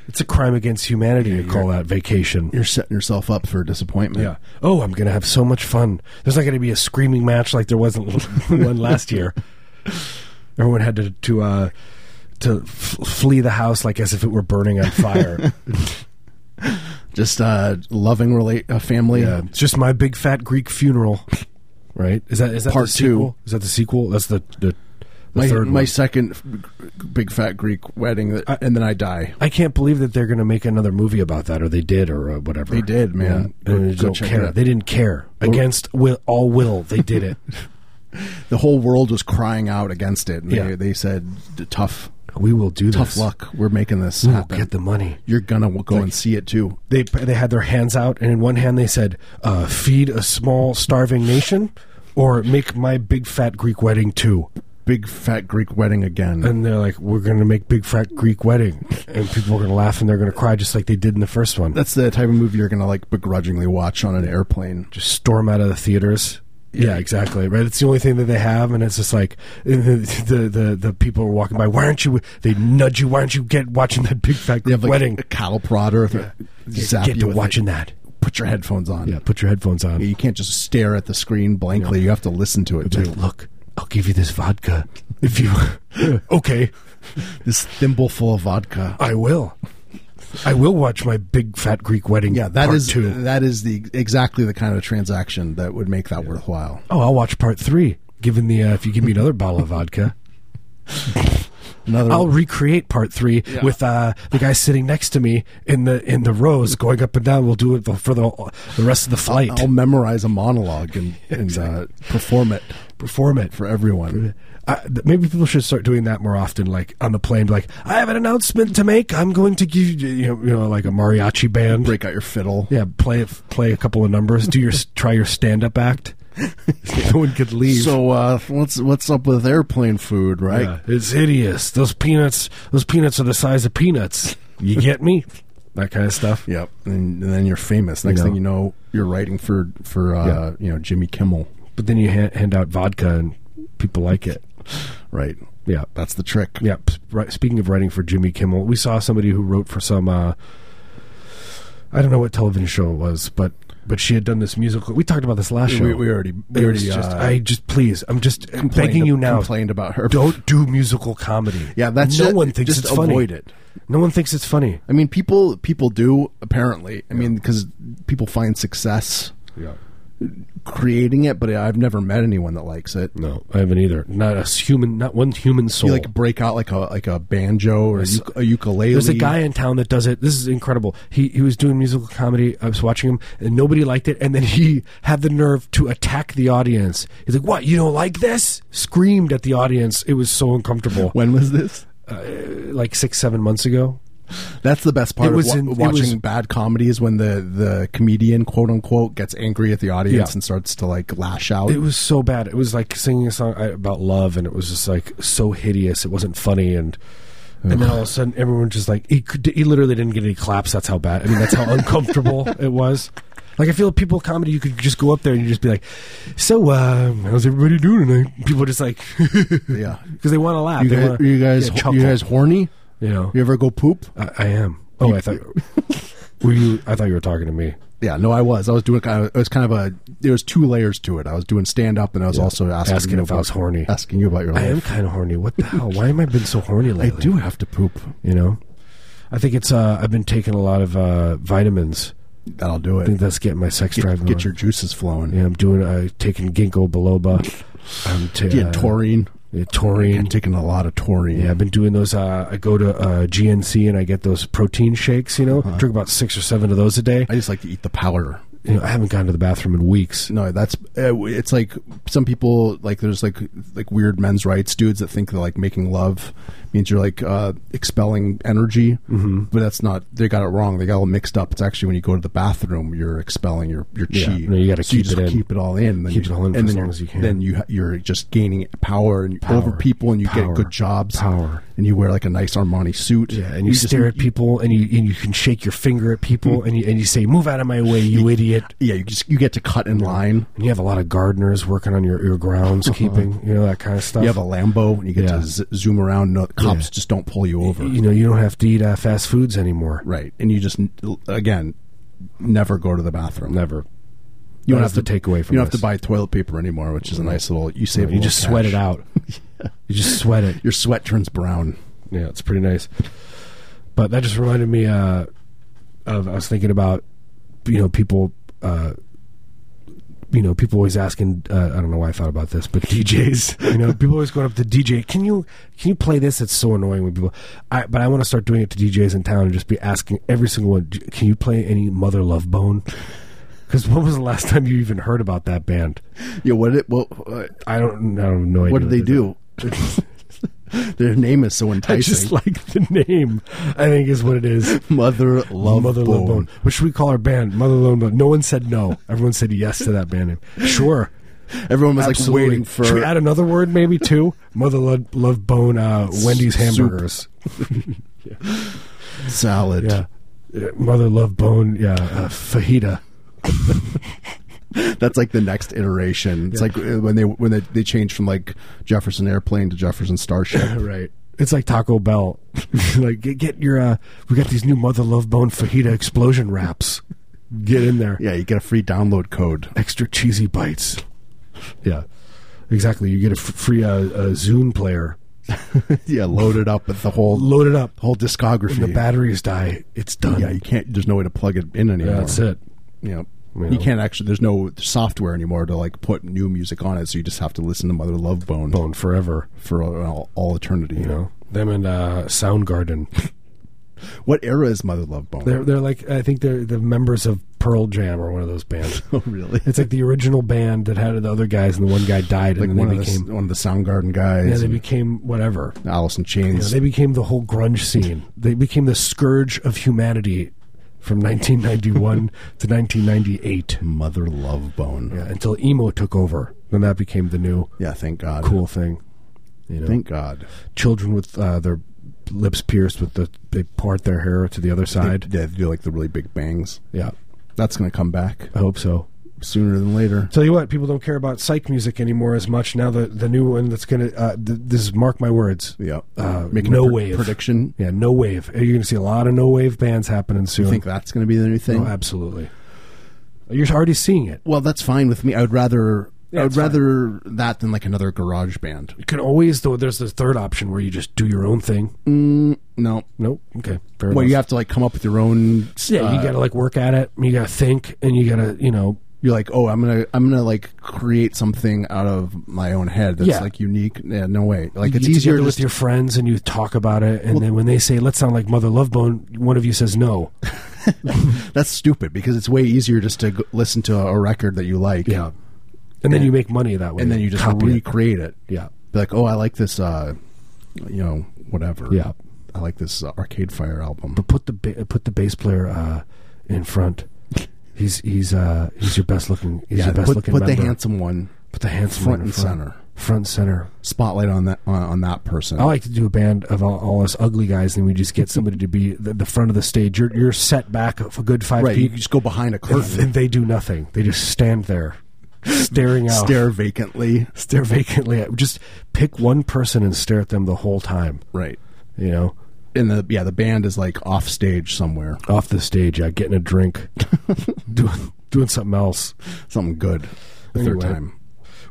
S1: It's a crime against humanity to call that vacation.
S2: You're setting yourself up for disappointment.
S1: Yeah. Oh, I'm gonna have so much fun. There's not gonna be a screaming match like there wasn't one last year. Everyone had to to uh, to f- flee the house like as if it were burning on fire.
S2: Just uh, loving relate a family.
S1: yeah. It's just my big fat Greek funeral. Right? Is that is that
S2: Part
S1: the
S2: two.
S1: sequel? Is that the sequel? That's the the, the
S2: My,
S1: third
S2: my
S1: one.
S2: second f- big fat Greek wedding, that, and then I die.
S1: I can't believe that they're going to make another movie about that, or they did, or uh, whatever.
S2: They did, man.
S1: Yeah. And they
S2: Go
S1: don't
S2: check it
S1: care.
S2: out.
S1: They didn't care. Against will, all will, they did it.
S2: The whole world was crying out against it. And
S1: Yeah.
S2: they, they said, "Tough,
S1: we will do
S2: tough
S1: this.
S2: luck. We're making this
S1: We'll
S2: happen.
S1: get the money.
S2: You're gonna w- go and see it too."
S1: They they had their hands out, and in one hand they said, uh, "Feed a small starving nation, or make my big fat Greek wedding too."
S2: Big fat Greek wedding again.
S1: And they're like, "We're going to make big fat Greek wedding," and people are going to laugh and they're going to cry just like they did in the first one.
S2: That's the type of movie you're gonna like begrudgingly watch on an airplane.
S1: just storm out of the theaters. Yeah, exactly. Right. It's the only thing that they have, and it's just like the the the, the people are walking by. Why aren't you? They nudge you. Why aren't you get watching that big fat
S2: They have like
S1: wedding?
S2: a cattle prod or yeah.
S1: Get, get to watching that.
S2: Put your headphones on.
S1: Yeah, put your headphones on.
S2: You can't just stare at the screen blankly. You have to listen to it
S1: Like,
S2: too.
S1: look, I'll give you this vodka if you. okay,
S2: This thimbleful of vodka.
S1: I will. I will watch my big fat Greek wedding.
S2: Yeah, that
S1: part
S2: is uh,
S1: two.
S2: that is the exactly the kind of transaction that would make that worthwhile.
S1: Oh, I'll watch part three. Given the uh, if you give me another bottle of vodka.
S2: Another
S1: I'll recreate part three
S2: Yeah.
S1: with uh, the guy sitting next to me in the in the rows going up and down. We'll do it
S2: Oh,
S1: for the the rest of the flight.
S2: I'll memorize a monologue and, and uh, perform it.
S1: perform it.
S2: for everyone.
S1: I, th- maybe people should start doing that more often, like on the plane. Like, I have an announcement to make. I'm going to give you, you know, you know like a mariachi band.
S2: Break out your fiddle.
S1: Yeah, play play a couple of numbers. Do your try your stand up act. no one could leave.
S2: So uh, what's what's up with airplane food, right?
S1: Yeah, it's hideous. Those peanuts. Those peanuts are the size of peanuts. You get me? that kind of stuff.
S2: Yep, and, and then you're famous. Next
S1: know.
S2: thing you know, you're writing for for uh,
S1: Yeah.
S2: you know Jimmy Kimmel,
S1: But then you hand, hand out vodka and people like it.
S2: right?
S1: Yeah.
S2: That's the trick.
S1: Yeah. p- Right, speaking of writing for Jimmy Kimmel, we saw somebody who wrote for some. Uh, I don't know what television show it was, but but she had done this musical. We talked about this last show.
S2: We, we already we
S1: It
S2: already
S1: was just,
S2: uh,
S1: I just please, I'm just
S2: complained-
S1: begging you now.
S2: complained about her.
S1: Don't do musical comedy.
S2: Yeah, that's
S1: no
S2: it.
S1: one thinks
S2: Just
S1: it's funny.
S2: avoid it.
S1: No one thinks it's funny.
S2: I mean, people people do apparently. I mean, because people find success
S1: Yeah.
S2: creating it, but I've never met anyone that likes it.
S1: No, I haven't either. Not a human, not one human soul.
S2: You like break out like a like a banjo or a, uk- a ukulele.
S1: There's a guy in town that does it. This is incredible. He he was doing musical comedy. I was watching him, and nobody liked it. And then he had the nerve to attack the audience. He's like, "What? You don't like this?" Screamed at the audience. It was so uncomfortable. Uh,
S2: When was this?
S1: Like six, seven months ago.
S2: That's the best part
S1: It was
S2: of
S1: in-
S2: wa-
S1: it
S2: watching
S1: was-
S2: bad comedy is when the the comedian quote unquote gets angry at the audience
S1: Yeah.
S2: and starts to like lash out.
S1: It was so bad. It was like singing a song uh, about love, and it was just like so hideous. It wasn't funny, and and then all of a sudden, everyone just like he could, he literally didn't get any claps. That's how bad. I mean, that's how uncomfortable it was. Like I feel people comedy, you could just go up there and you just be like, "So, uh, how's everybody doing tonight?" People just like because
S2: yeah.
S1: they want to laugh.
S2: You
S1: they
S2: guys,
S1: wanna,
S2: you guys,
S1: yeah, chuckle,
S2: you guys horny?
S1: you know.
S2: You ever go poop?
S1: I, I am. Oh, I thought were you? I thought you were talking to me.
S2: Yeah, no, I was. I was doing kind of. It was kind of a. There was two layers to it. I was doing stand up, and I was also asking,
S1: Asking
S2: you
S1: if I
S2: about-
S1: was horny.
S2: Asking you about your
S1: I
S2: life.
S1: am kind of horny. What the hell? Why am I been so horny
S2: I
S1: lately?
S2: do have to poop.
S1: you know i think it's uh i've been taking a lot of uh vitamins
S2: That'll do
S1: i think
S2: it.
S1: that's getting my sex drive
S2: Get,
S1: going.
S2: get your juices flowing.
S1: yeah i'm doing uh taking ginkgo biloba i'm ta-
S2: Yeah,
S1: uh,
S2: taurine.
S1: yeah, taurine
S2: I'm taking a lot of taurine.
S1: yeah i've been doing those uh i go to uh gnc and i get those protein shakes you know drink about six or seven of those a day
S2: Uh-huh. I just like to eat the powder.
S1: you know i haven't gone to the bathroom in weeks
S2: No, that's uh, it's like some people like there's like like weird men's rights dudes that think that like making love means you're like uh, expelling energy, mm-hmm. but that's not. They got it wrong. They got all mixed up. It's actually when you go to the bathroom, you're expelling your your
S1: Yeah.
S2: chi.
S1: No, you gotta
S2: so you
S1: keep
S2: just
S1: it in.
S2: keep it all in. Then
S1: Keep
S2: you,
S1: it all in for
S2: and
S1: as
S2: then
S1: long
S2: you're-
S1: as you can.
S2: Then you ha- you're just gaining power and
S1: Power.
S2: over people, and you
S1: Power.
S2: get good jobs.
S1: Power.
S2: and you wear like a nice Armani suit.
S1: yeah, and you,
S2: just-
S1: stare at people, and you and you can shake your finger at people, and you and you say, "Move out of my way, you idiot!"
S2: Yeah, you just you get to cut in line.
S1: And you have a lot of gardeners working on your your grounds, keeping you know that kind of stuff.
S2: Uh-huh. You have a Lambo, and you get
S1: Yeah.
S2: to z- zoom around. No, cops
S1: Yeah.
S2: just don't pull you over.
S1: you know you don't have to eat uh, fast foods anymore
S2: Right. And you just again never go to the bathroom.
S1: never
S2: You don't
S1: That's
S2: have to
S1: the takeaway from
S2: You don't have
S1: this. Mm-hmm.
S2: to buy toilet paper anymore, which is a nice little. You save. a
S1: you
S2: little
S1: just sweat
S2: cash.
S1: it out you just sweat it
S2: Your sweat turns brown.
S1: yeah it's pretty nice but that just reminded me uh of i was thinking about you know people uh you know, people always asking. Uh, I don't know why I thought about this, but DJs. You know, people always going up to DJ. Can you can you play this? It's so annoying when people. I but I want to start doing it to DJs in town and just be asking every single one. "Do- Can you play any Mother Love Bone? Because when was the last time you even heard about that band?
S2: Yeah. What? It, well, uh,
S1: I don't. I don't know.
S2: what do they do? Their name is so enticing.
S1: I just like the name. I think is what it is.
S2: Mother Love
S1: Mother
S2: Bone.
S1: Love Bone. What should we call our band? Mother Love Bone. No one said no. Everyone said yes to that band name. Sure.
S2: Everyone was
S1: Absolutely.
S2: like waiting for.
S1: Should we add another word maybe too? Mother Love, Love Bone uh, Wendy's
S2: soup.
S1: hamburgers.
S2: salad.
S1: Yeah. Yeah, Mother Love Bone, yeah, uh, fajita.
S2: That's like the next iteration. It's like uh, when they when they, they change from like Jefferson Airplane to Jefferson Starship.
S1: Right. It's like Taco Bell. like get, get your uh, we got these new Mother Love Bone fajita explosion wraps. Get in there.
S2: yeah, you get a free download code.
S1: extra cheesy bites. Yeah, exactly. You get a f- free uh, uh, Zune player.
S2: Yeah, load it up with the whole
S1: Load it up.
S2: whole discography.
S1: When the batteries die, it's done.
S2: yeah, you can't. There's no way to plug it in anymore.
S1: that's it.
S2: You know,
S1: Yeah.
S2: you can't actually. There's no software anymore to like put new music on it. So you just have to listen to Mother Love Bone
S1: Bone forever.
S2: for all, all eternity.
S1: You know them and uh, Soundgarden.
S2: what era is Mother Love Bone?
S1: They're they're like I think they're the members of Pearl Jam or one of those bands.
S2: Oh, really?
S1: It's like the original band that had the other guys, and the one guy died,
S2: Like
S1: and then
S2: one
S1: they
S2: of, the,
S1: became
S2: one of the Soundgarden guys,
S1: yeah, they
S2: and
S1: became whatever.
S2: Alice in
S1: You know,
S2: Chains.
S1: they became the whole grunge scene. They became the scourge of humanity from 1991 to 1998
S2: Mother Love Bone.
S1: yeah, until emo took over. Then that became the new
S2: Yeah, thank God.
S1: cool thing. You know,
S2: Thank God.
S1: children with uh, their lips pierced with the they part their hair to the other
S2: They,
S1: side.
S2: they do like the really big bangs.
S1: yeah,
S2: That's going to come back
S1: I hope so.
S2: sooner than later.
S1: Tell you what, people don't care about psych music anymore as much now. The the new one that's gonna uh, th- this is mark my words.
S2: Yeah.
S1: Uh,
S2: Making
S1: no
S2: a pr-
S1: wave.
S2: prediction.
S1: Yeah, no wave. You're gonna see a lot of no wave bands happening soon.
S2: You think that's going to be the new thing?
S1: Oh, absolutely. You're already seeing it.
S2: well, that's fine with me. I would rather
S1: Yeah,
S2: I would
S1: it's fine.
S2: rather that than like another garage band.
S1: You can always though. There's the third option where you just do your own thing.
S2: No.
S1: Nope. Okay. Fair
S2: Mm. Well,
S1: enough.
S2: you have to like come up with your own.
S1: yeah, you
S2: uh,
S1: got to like work at it. You got to think, and you got to you know
S2: You're like, oh, I'm gonna, I'm gonna like create something out of my own head that's
S1: Yeah.
S2: like unique. Yeah, no way. Like it's
S1: you get
S2: easier
S1: together
S2: to
S1: with
S2: just
S1: your friends and you talk about it, and then when they say let's sound like Mother Love Bone, one of you says no.
S2: That's stupid because it's way easier just to go, listen to a record that you like.
S1: Yeah, and then
S2: And-
S1: you make money that way,
S2: And then you just
S1: Copy it.
S2: recreate it.
S1: Yeah,
S2: Be like, oh, I like this, uh, you know, whatever.
S1: Yeah.
S2: I like this uh, Arcade Fire album.
S1: but put the ba- put the bass player uh, in front. He's he's uh, he's your best looking. He's your best
S2: put,
S1: looking.
S2: put the
S1: member.
S2: handsome one
S1: Put the handsome
S2: front
S1: one
S2: and
S1: in front.
S2: center.
S1: Front and center.
S2: Spotlight on that on, on that person.
S1: I like to do a band of all, all us ugly guys, and we just get somebody to be the, the front of the stage. You're you're set back a good five
S2: right, you
S1: feet,
S2: just go behind a
S1: and,
S2: curtain,
S1: and they do nothing. They just stand there, staring out.
S2: stare vacantly.
S1: stare vacantly at just pick one person and stare at them the whole time
S2: Right.
S1: you know
S2: And the yeah, the band is like off stage somewhere,
S1: off the stage yeah getting a drink doing doing something else
S2: something good. The
S1: Anyway.
S2: third time.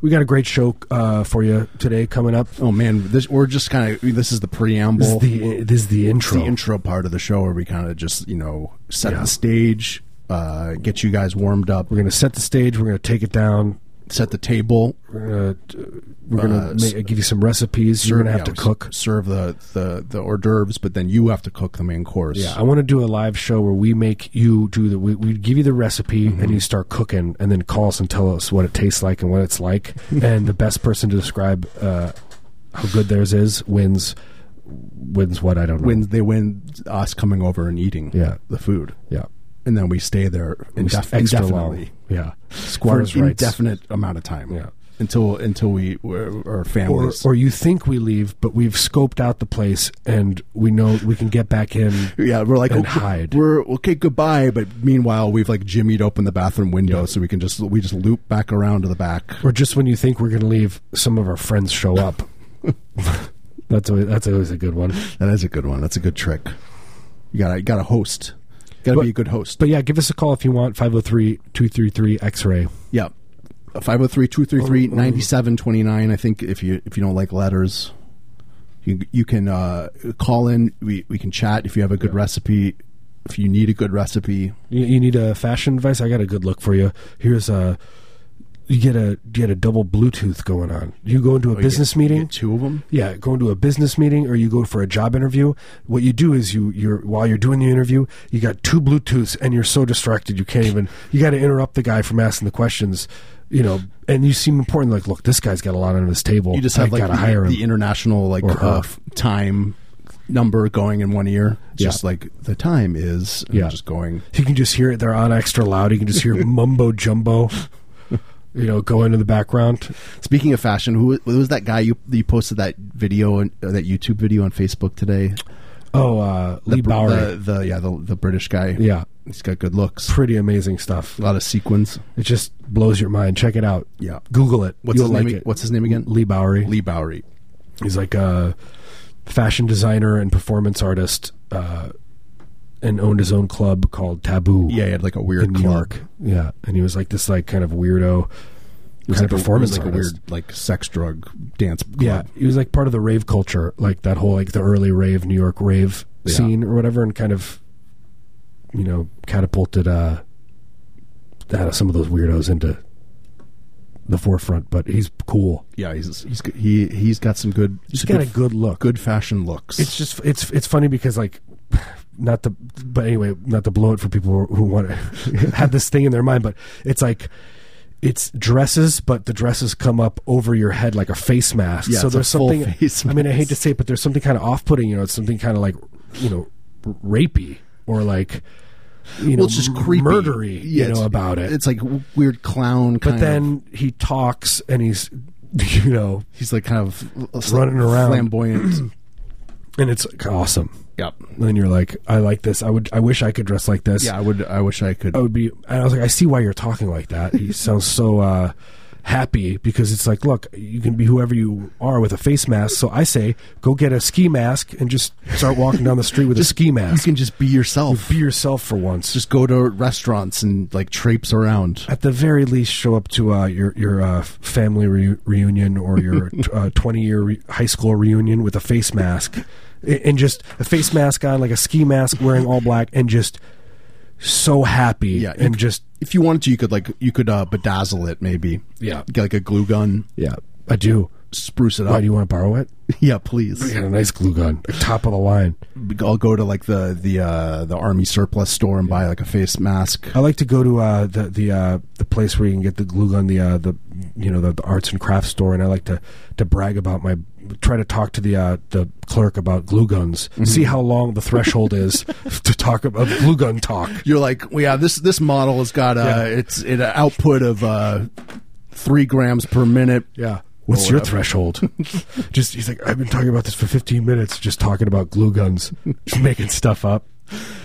S1: we got a great show uh, for you today coming up
S2: Oh man, this we're just kind of this is the preamble.
S1: this is the this is the
S2: It's
S1: intro
S2: the intro part of the show where we kind of just you know set
S1: Yeah.
S2: the stage uh, get you guys warmed up
S1: we're gonna set the stage we're gonna take it down
S2: set the table
S1: we're gonna we're gonna
S2: Uh,
S1: ma- give you some recipes you're gonna have to
S2: yeah,
S1: cook
S2: serve the, the the hors d'oeuvres but then you have to cook the main course
S1: yeah i want to do a live show where we make you do the we, we give you the recipe and you start cooking and then call us and tell us what it tastes like and what it's like and the best person to describe uh, how good theirs is wins wins what i don't know
S2: when they win us coming over and eating
S1: Yeah.
S2: the food
S1: yeah
S2: and then we stay there indef- indefinitely
S1: yeah
S2: for an
S1: squatters rights
S2: indefinite amount of time
S1: Yeah.
S2: until until we we're, our
S1: or,
S2: families
S1: or you think we leave but we've scoped out the place and we know we can get back in
S2: yeah, we're like
S1: and
S2: okay,
S1: hide.
S2: We're okay, goodbye. But meanwhile, we've like jimmied open the bathroom window, so we can just we just loop back around to the back.
S1: or just when you think we're going to leave some of our friends show up that's always, that's always a good one
S2: That is a good one. That's a good trick. You gotta you gotta host. Gotta
S1: But-
S2: be a good host.
S1: But yeah, give us a call if you want 503-233-X-ray.
S2: yeah. 503-233-9729 I think if you if you don't like letters you you can uh, call in we, we can chat if you have a good recipe if you need a good recipe
S1: You, you need a fashion advice? I got a good look for you. Here's a you get a you get a double Bluetooth going on. You go into a
S2: Oh, You
S1: business
S2: get- you
S1: meeting.
S2: get two of them
S1: yeah, go into a business meeting or you go for a job interview. What you do is you you're while you're doing the interview, you got two Bluetooths and you're so distracted you can't even you got to interrupt the guy from asking the questions. You know, and you seem important. Like, look, this guy's got a lot on his table.
S2: you just have
S1: I
S2: like
S1: gotta
S2: the,
S1: hire him.
S2: the international like
S1: Or her.
S2: uh, f- time number going in one ear It's
S1: Yeah.
S2: just like the time is and
S1: Yeah.
S2: just going
S1: You can just hear it. They're on extra loud. You can just hear mumbo jumbo, you know, go into the background.
S2: Speaking of fashion, who who was that guy you you posted that video on- uh, that YouTube video on Facebook today?
S1: Oh, uh, Lee
S2: the,
S1: Bowery.
S2: the, the- yeah, the, the British guy.
S1: yeah.
S2: he's got good looks,
S1: Pretty amazing stuff.
S2: a lot of sequins.
S1: It just blows your mind. Check it out.
S2: Yeah,
S1: Google it.
S2: what's
S1: You'll
S2: his
S1: like
S2: name?
S1: it.
S2: What's his name again?
S1: Lee Bowery.
S2: Lee Bowery.
S1: He's like a fashion designer and performance artist uh, and owned his own club called Taboo.
S2: Yeah, he had like a
S1: In
S2: weird
S1: New
S2: club.
S1: York. Yeah. And he was like this like kind of weirdo
S2: It was
S1: kind
S2: like
S1: of
S2: a-
S1: performance
S2: it was like
S1: artist.
S2: a weird like sex drug dance. Club.
S1: Yeah, he was like part of the rave culture, like that whole like the early rave New York rave
S2: Yeah.
S1: scene or whatever, and kind of you know catapulted uh, that, some of those weirdos into the forefront. But he's cool.
S2: yeah, he's he's g- he he's got some good
S1: He's
S2: some
S1: got a
S2: good,
S1: good look.
S2: good fashion looks.
S1: It's just it's it's funny because like not the but anyway, not to blow it for people who want to have this thing in their mind, but it's like it's dresses, but the dresses come up over your head like a face mask.
S2: Yeah,
S1: so
S2: it's a
S1: there's
S2: full
S1: something.
S2: face
S1: I mean, I hate
S2: mask.
S1: to say it, but there's something kind of off-putting. You know, it's something kind of like you know, r- rapey or like you know,
S2: well, it's just creepy,
S1: murdery. you
S2: Yeah,
S1: know
S2: it's-
S1: about it.
S2: It's like w- weird clown. Kind
S1: but then he talks and he's you know,
S2: of, he's like kind of
S1: Running around.
S2: flamboyant.
S1: and it's awesome.
S2: yep.
S1: And then you're like, I like this. I would. I wish I could dress like this.
S2: Yeah, I would. I wish I could.
S1: I would be. And I was like, I see why you're talking like that. He sounds so uh, happy because it's like, look, you can be whoever you are with a face mask. So I say, go get a ski mask and just start walking down the street with a ski
S2: you
S1: mask.
S2: can just be yourself.
S1: be yourself for once.
S2: just go to restaurants and like traipse around.
S1: at the very least, show up to uh, your your uh, family re- reunion or your twenty year re- high school reunion with a face mask, A- and just a face mask on, like a ski mask, wearing all black, and just so happy,
S2: Yeah, you
S1: and
S2: c-
S1: just
S2: If you wanted to, you could like you could uh, bedazzle it maybe.
S1: Yeah.
S2: get like a glue gun,
S1: yeah, I do.
S2: spruce it
S1: Why
S2: up.
S1: Oh, do you want to borrow it?
S2: yeah, please.
S1: Got a nice glue gun, top of the line.
S2: I'll go to like the the uh, the army surplus store and buy like a face mask.
S1: I like to go to uh, the the uh, the place where you can get the glue gun, the uh, the you know the, the arts and crafts store, and I like to to brag about my try to talk to the uh, the clerk about glue guns, see how long the threshold is to talk about glue gun talk.
S2: You're like, well, yeah, this this model has got a
S1: Yeah.
S2: it's an output of uh, three grams per minute.
S1: Yeah. What's your
S2: Or whatever.
S1: threshold? just he's like, I've been talking about this for 15 minutes, just talking about glue guns, just making stuff up.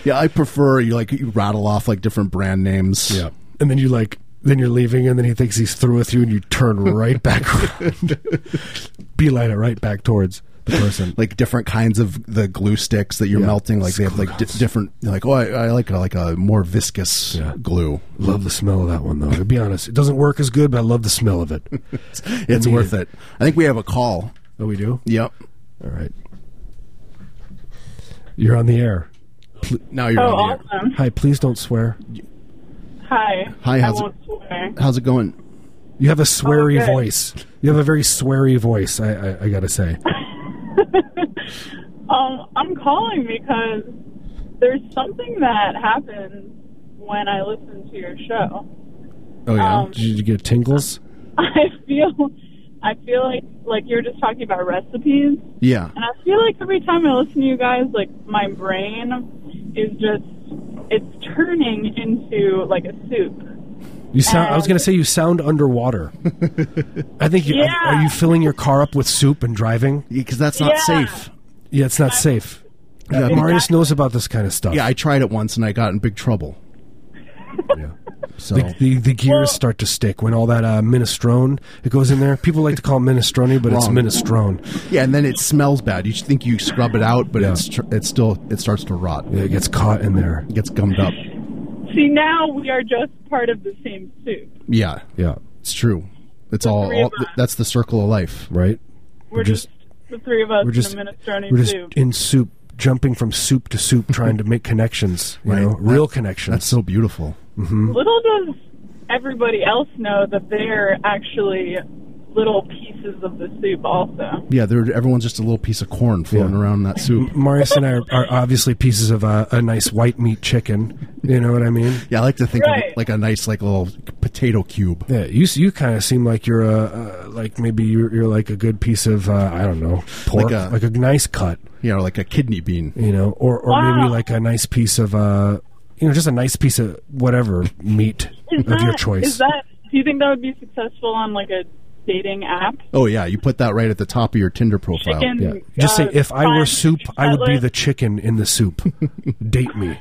S2: Yeah, I prefer you like you rattle off like different brand names.
S1: And then you like, then you're leaving, and then he thinks he's through with you, and you turn right back around, beeline it right back towards the person.
S2: like different kinds of the glue sticks that you're
S1: Yeah.
S2: melting. Like they have like di- different like oh I, I like a, like a more viscous
S1: Yeah.
S2: glue.
S1: Love the smell of that one, though. To be honest, it doesn't work as good, but I love the smell of it.
S2: It's worth it. I think we have a call.
S1: Oh, we do?
S2: Yep.
S1: All right. You're on the air.
S2: Now you're
S3: Oh,
S2: on the air.
S3: awesome.
S1: Hi, please don't swear.
S3: Hi.
S2: Hi, how's
S3: I
S2: it-
S3: won't swear.
S2: How's it going?
S1: You have a sweary
S3: Oh, good.
S1: voice. You have a very sweary voice, I, I, I gotta say.
S3: Um, I'm calling because there's something that happens when I listen to your show.
S1: Oh, yeah?
S3: Um,
S1: Did you get tingles?
S3: I feel, I feel like like you were just talking about recipes,
S2: Yeah.
S3: and I feel like every time I listen to you guys, like my brain is just it's turning into like a soup.
S1: You sound. I was
S3: um,
S1: gonna say you sound underwater. I think you.
S3: Yeah.
S1: Are you filling your car up with soup and driving?
S2: Because that's not
S3: Yeah.
S2: safe.
S1: Yeah, it's not safe.
S2: Yeah,
S1: Uh,
S2: Mar-
S1: Marius knows about this kind of stuff.
S2: yeah, I tried it once and I got in big trouble.
S1: Yeah.
S2: So
S1: The, the, the gears
S3: Well-
S1: start to stick when all that uh, minestrone it goes in there. People like to call it minestrone, but it's
S2: Wrong.
S1: minestrone.
S2: yeah, and then it smells bad. You think you scrub it out, but
S1: Yeah.
S2: it's tr- it still it starts to rot.
S1: It gets caught in there.
S2: It gets gummed up.
S3: See, now we are just part of the same soup.
S2: Yeah,
S1: Yeah,
S2: it's true. It's all,
S3: three of
S2: all
S3: us.
S2: that's the circle of life.
S1: right.
S3: We're just, the three of us
S1: we're just
S3: in a minestrone
S1: we're just
S3: soup.
S1: in soup, jumping from soup to soup, trying to make connections. You
S2: Right.
S1: know, real
S2: That-
S1: connections.
S2: That's so beautiful.
S3: Little does everybody else know that they're actually little pieces of the soup, also.
S2: Yeah, they're, everyone's just a little piece of corn floating
S1: Yeah.
S2: around in that soup.
S1: Marius and I are, are obviously pieces of uh, a nice white meat chicken. You know what I mean?
S2: Yeah, I like to think of it
S3: Right.
S2: like a nice like little potato cube.
S1: Yeah, you you kind of seem like you're a uh, like maybe you're, you're like a good piece of uh, I don't know pork,
S2: a-
S1: like a nice cut.
S2: You know, like a kidney bean.
S1: you know, or or
S3: Wow.
S1: maybe like a nice piece of uh, you know, just a nice piece of whatever meat
S3: Is
S1: of your
S3: that-
S1: choice.
S3: Is that? Do you think that would be successful on like a dating app?
S2: Oh yeah, you put that right at the top of your Tinder profile.
S3: Chicken.
S1: yeah. Just say
S3: uh,
S1: if I were
S3: fine
S1: soup, I would be
S3: cutlet."
S1: the chicken in the soup. Date me.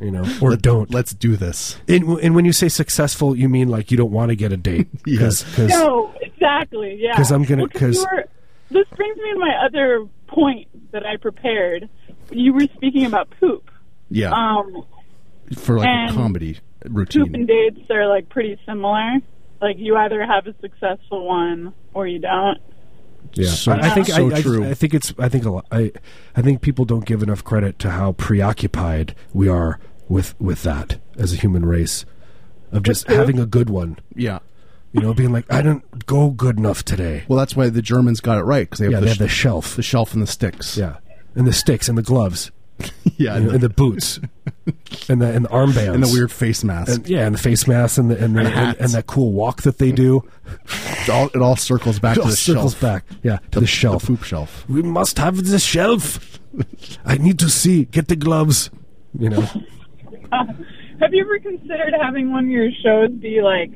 S1: You know, or don't.
S2: Let's do this.
S1: and, and when you say successful, you mean like you don't want to get a date because
S3: No, exactly. Yeah.
S1: 'Cause I'm gonna-
S3: Well,
S1: 'cause-
S3: you were- this brings me to my other point that I prepared. You were speaking about poop.
S2: Yeah,
S3: Um,
S2: for like a
S3: and
S2: comedy
S3: poop and
S2: routine.
S3: dates are like pretty similar. Like you either have a successful one or you don't.
S1: yeah.
S2: So-
S1: I, I think
S2: so
S1: I, I,
S2: true.
S1: I think it's I think a lot, I I think people don't give enough credit to how preoccupied we are with with that as a human race of just
S3: poop?
S1: having a good one.
S2: Yeah.
S1: You know, being like, I didn't go good enough today.
S2: Well, that's why the Germans got it right because they have,
S1: Yeah,
S2: the,
S1: they have the
S2: sh-
S1: shelf.
S2: the shelf and the sticks.
S1: Yeah, and the sticks and the gloves.
S2: yeah,
S1: and, and the boots and the and the armbands
S2: and the weird face mask.
S1: And- yeah, and the face mask and the, and, the,
S2: And
S1: and,
S2: hats.
S1: and that cool walk that they do.
S2: it, all, it all circles back
S1: It
S2: to
S1: all
S2: the
S1: circles
S2: shelf.
S1: back, yeah, to the, shelf.
S2: the poop shelf.
S1: we must have the shelf. I need to see. Get the gloves. You know,
S3: Have you ever considered having one of your shows be like,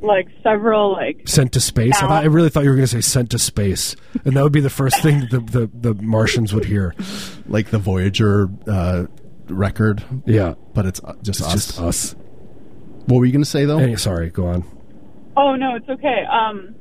S3: like several like?
S1: sent to space. I, thought, I really thought you were going to say sent to space, and that would be the first thing that the, the the Martians would hear.
S2: Like the Voyager uh, record.
S1: Yeah,
S2: But it's uh, just us.
S1: just us.
S2: What were you going to say, though?
S1: Any, sorry, go on.
S3: Oh no, it's okay. Um,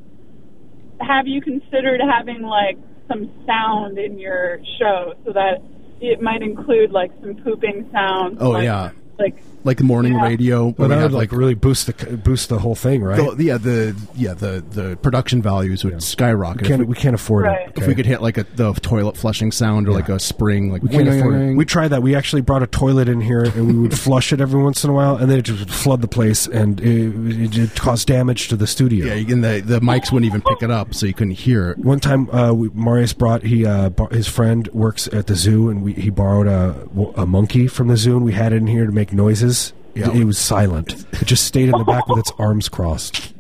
S3: have you considered having like some sound in your show so that it might include like some pooping sounds?
S2: Oh,
S3: like-
S2: yeah.
S3: Like
S2: like the morning
S3: Yeah.
S2: radio. where
S1: Well,
S2: we
S1: that
S2: have,
S1: would like really boost the boost the whole thing, right?
S2: the, yeah, the yeah the the production values would skyrocket.
S1: can't,
S2: if, we,
S1: we can't afford
S3: Right.
S1: it.
S2: if we could hit like a the toilet flushing sound or like a spring, like
S1: we can't afford it. We tried that. We actually brought a toilet in here, and we would flush it every once in a while, and then it just would flood the place, and it, it, it caused damage to the studio.
S2: yeah, and the the mics wouldn't even pick it up, so you couldn't hear it.
S1: One time, uh, we, Marius brought he uh, bar- his friend works at the zoo, and we, he borrowed a, a monkey from the zoo, and we had it in here to make noises.
S2: Yeah.
S1: It, it was silent. It just stayed in the back with its arms crossed,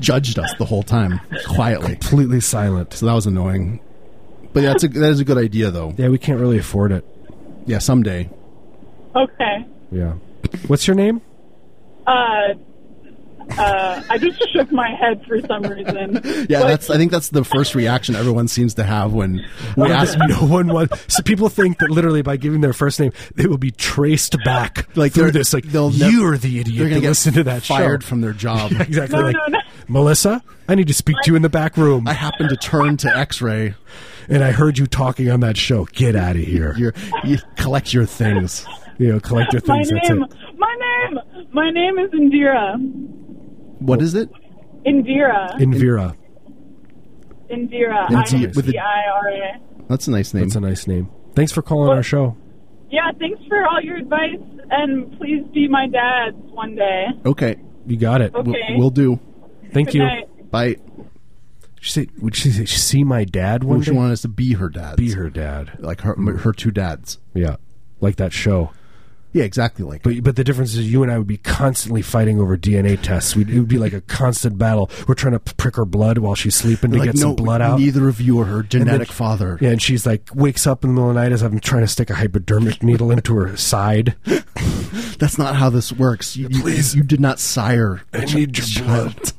S2: Judged us the whole time quietly,
S1: completely silent.
S2: so that was annoying. But yeah, that's a that is a good idea though.
S1: Yeah, we can't really afford it.
S2: Yeah, someday.
S3: okay.
S1: Yeah. What's your name?
S3: Uh, uh, I just shook my head for some reason.
S2: Yeah,
S3: But-
S2: that's I think that's the first reaction everyone seems to have when we ask
S1: no one wants. So people think that literally by giving their first name, they will be traced back
S2: Like,
S1: through
S2: they're-
S1: this. Like
S2: they'll nev-
S1: you are the
S2: they're
S1: idiot
S2: going
S1: that
S2: to get
S1: listened to that
S2: fired
S1: show.
S2: from their job.
S1: exactly.
S3: No,
S1: like,
S3: no, no.
S1: Melissa, I need to speak to you in the back room.
S2: I happened to turn to X-ray.
S1: and I heard you talking on that show. Get out of here.
S2: Your, you collect your things.
S1: you know, collect your
S3: my
S1: things. That's
S3: name,
S1: it.
S3: my name, my name is Indira.
S2: What is it?
S3: Indira.
S1: Invira.
S3: Indira.
S2: Indi- with the-
S3: I-N-D-I-R-A.
S2: That's a nice name.
S1: That's a nice name. Thanks for calling our show.
S3: Yeah, thanks for all your advice, and please be my dad's one day.
S2: okay,
S1: You got it.
S3: Okay.
S2: we'll, we'll do.
S1: Thank
S3: Good
S1: you.
S3: night.
S2: Bye.
S1: She say, would she say, see my dad one
S2: What
S1: day?
S2: she wanted us to be her dads.
S1: Be her dad.
S2: Like her, her two dads.
S1: Yeah. Like that show.
S2: Yeah, exactly. Like
S1: But, but the difference is you and I would be constantly fighting over DNA tests. We'd, it would be like a constant battle. We're trying to prick her blood while she's sleeping to
S2: like,
S1: get some blood out.
S2: Neither of you are her
S1: And then
S2: genetic
S1: she-
S2: father.
S1: Yeah, and she's like wakes up in the middle of the night as I'm trying to stick a hypodermic needle into her side.
S2: That's not how this works. You, you-
S1: Please.
S2: you did not sire.
S1: I
S2: a
S1: need your
S2: child.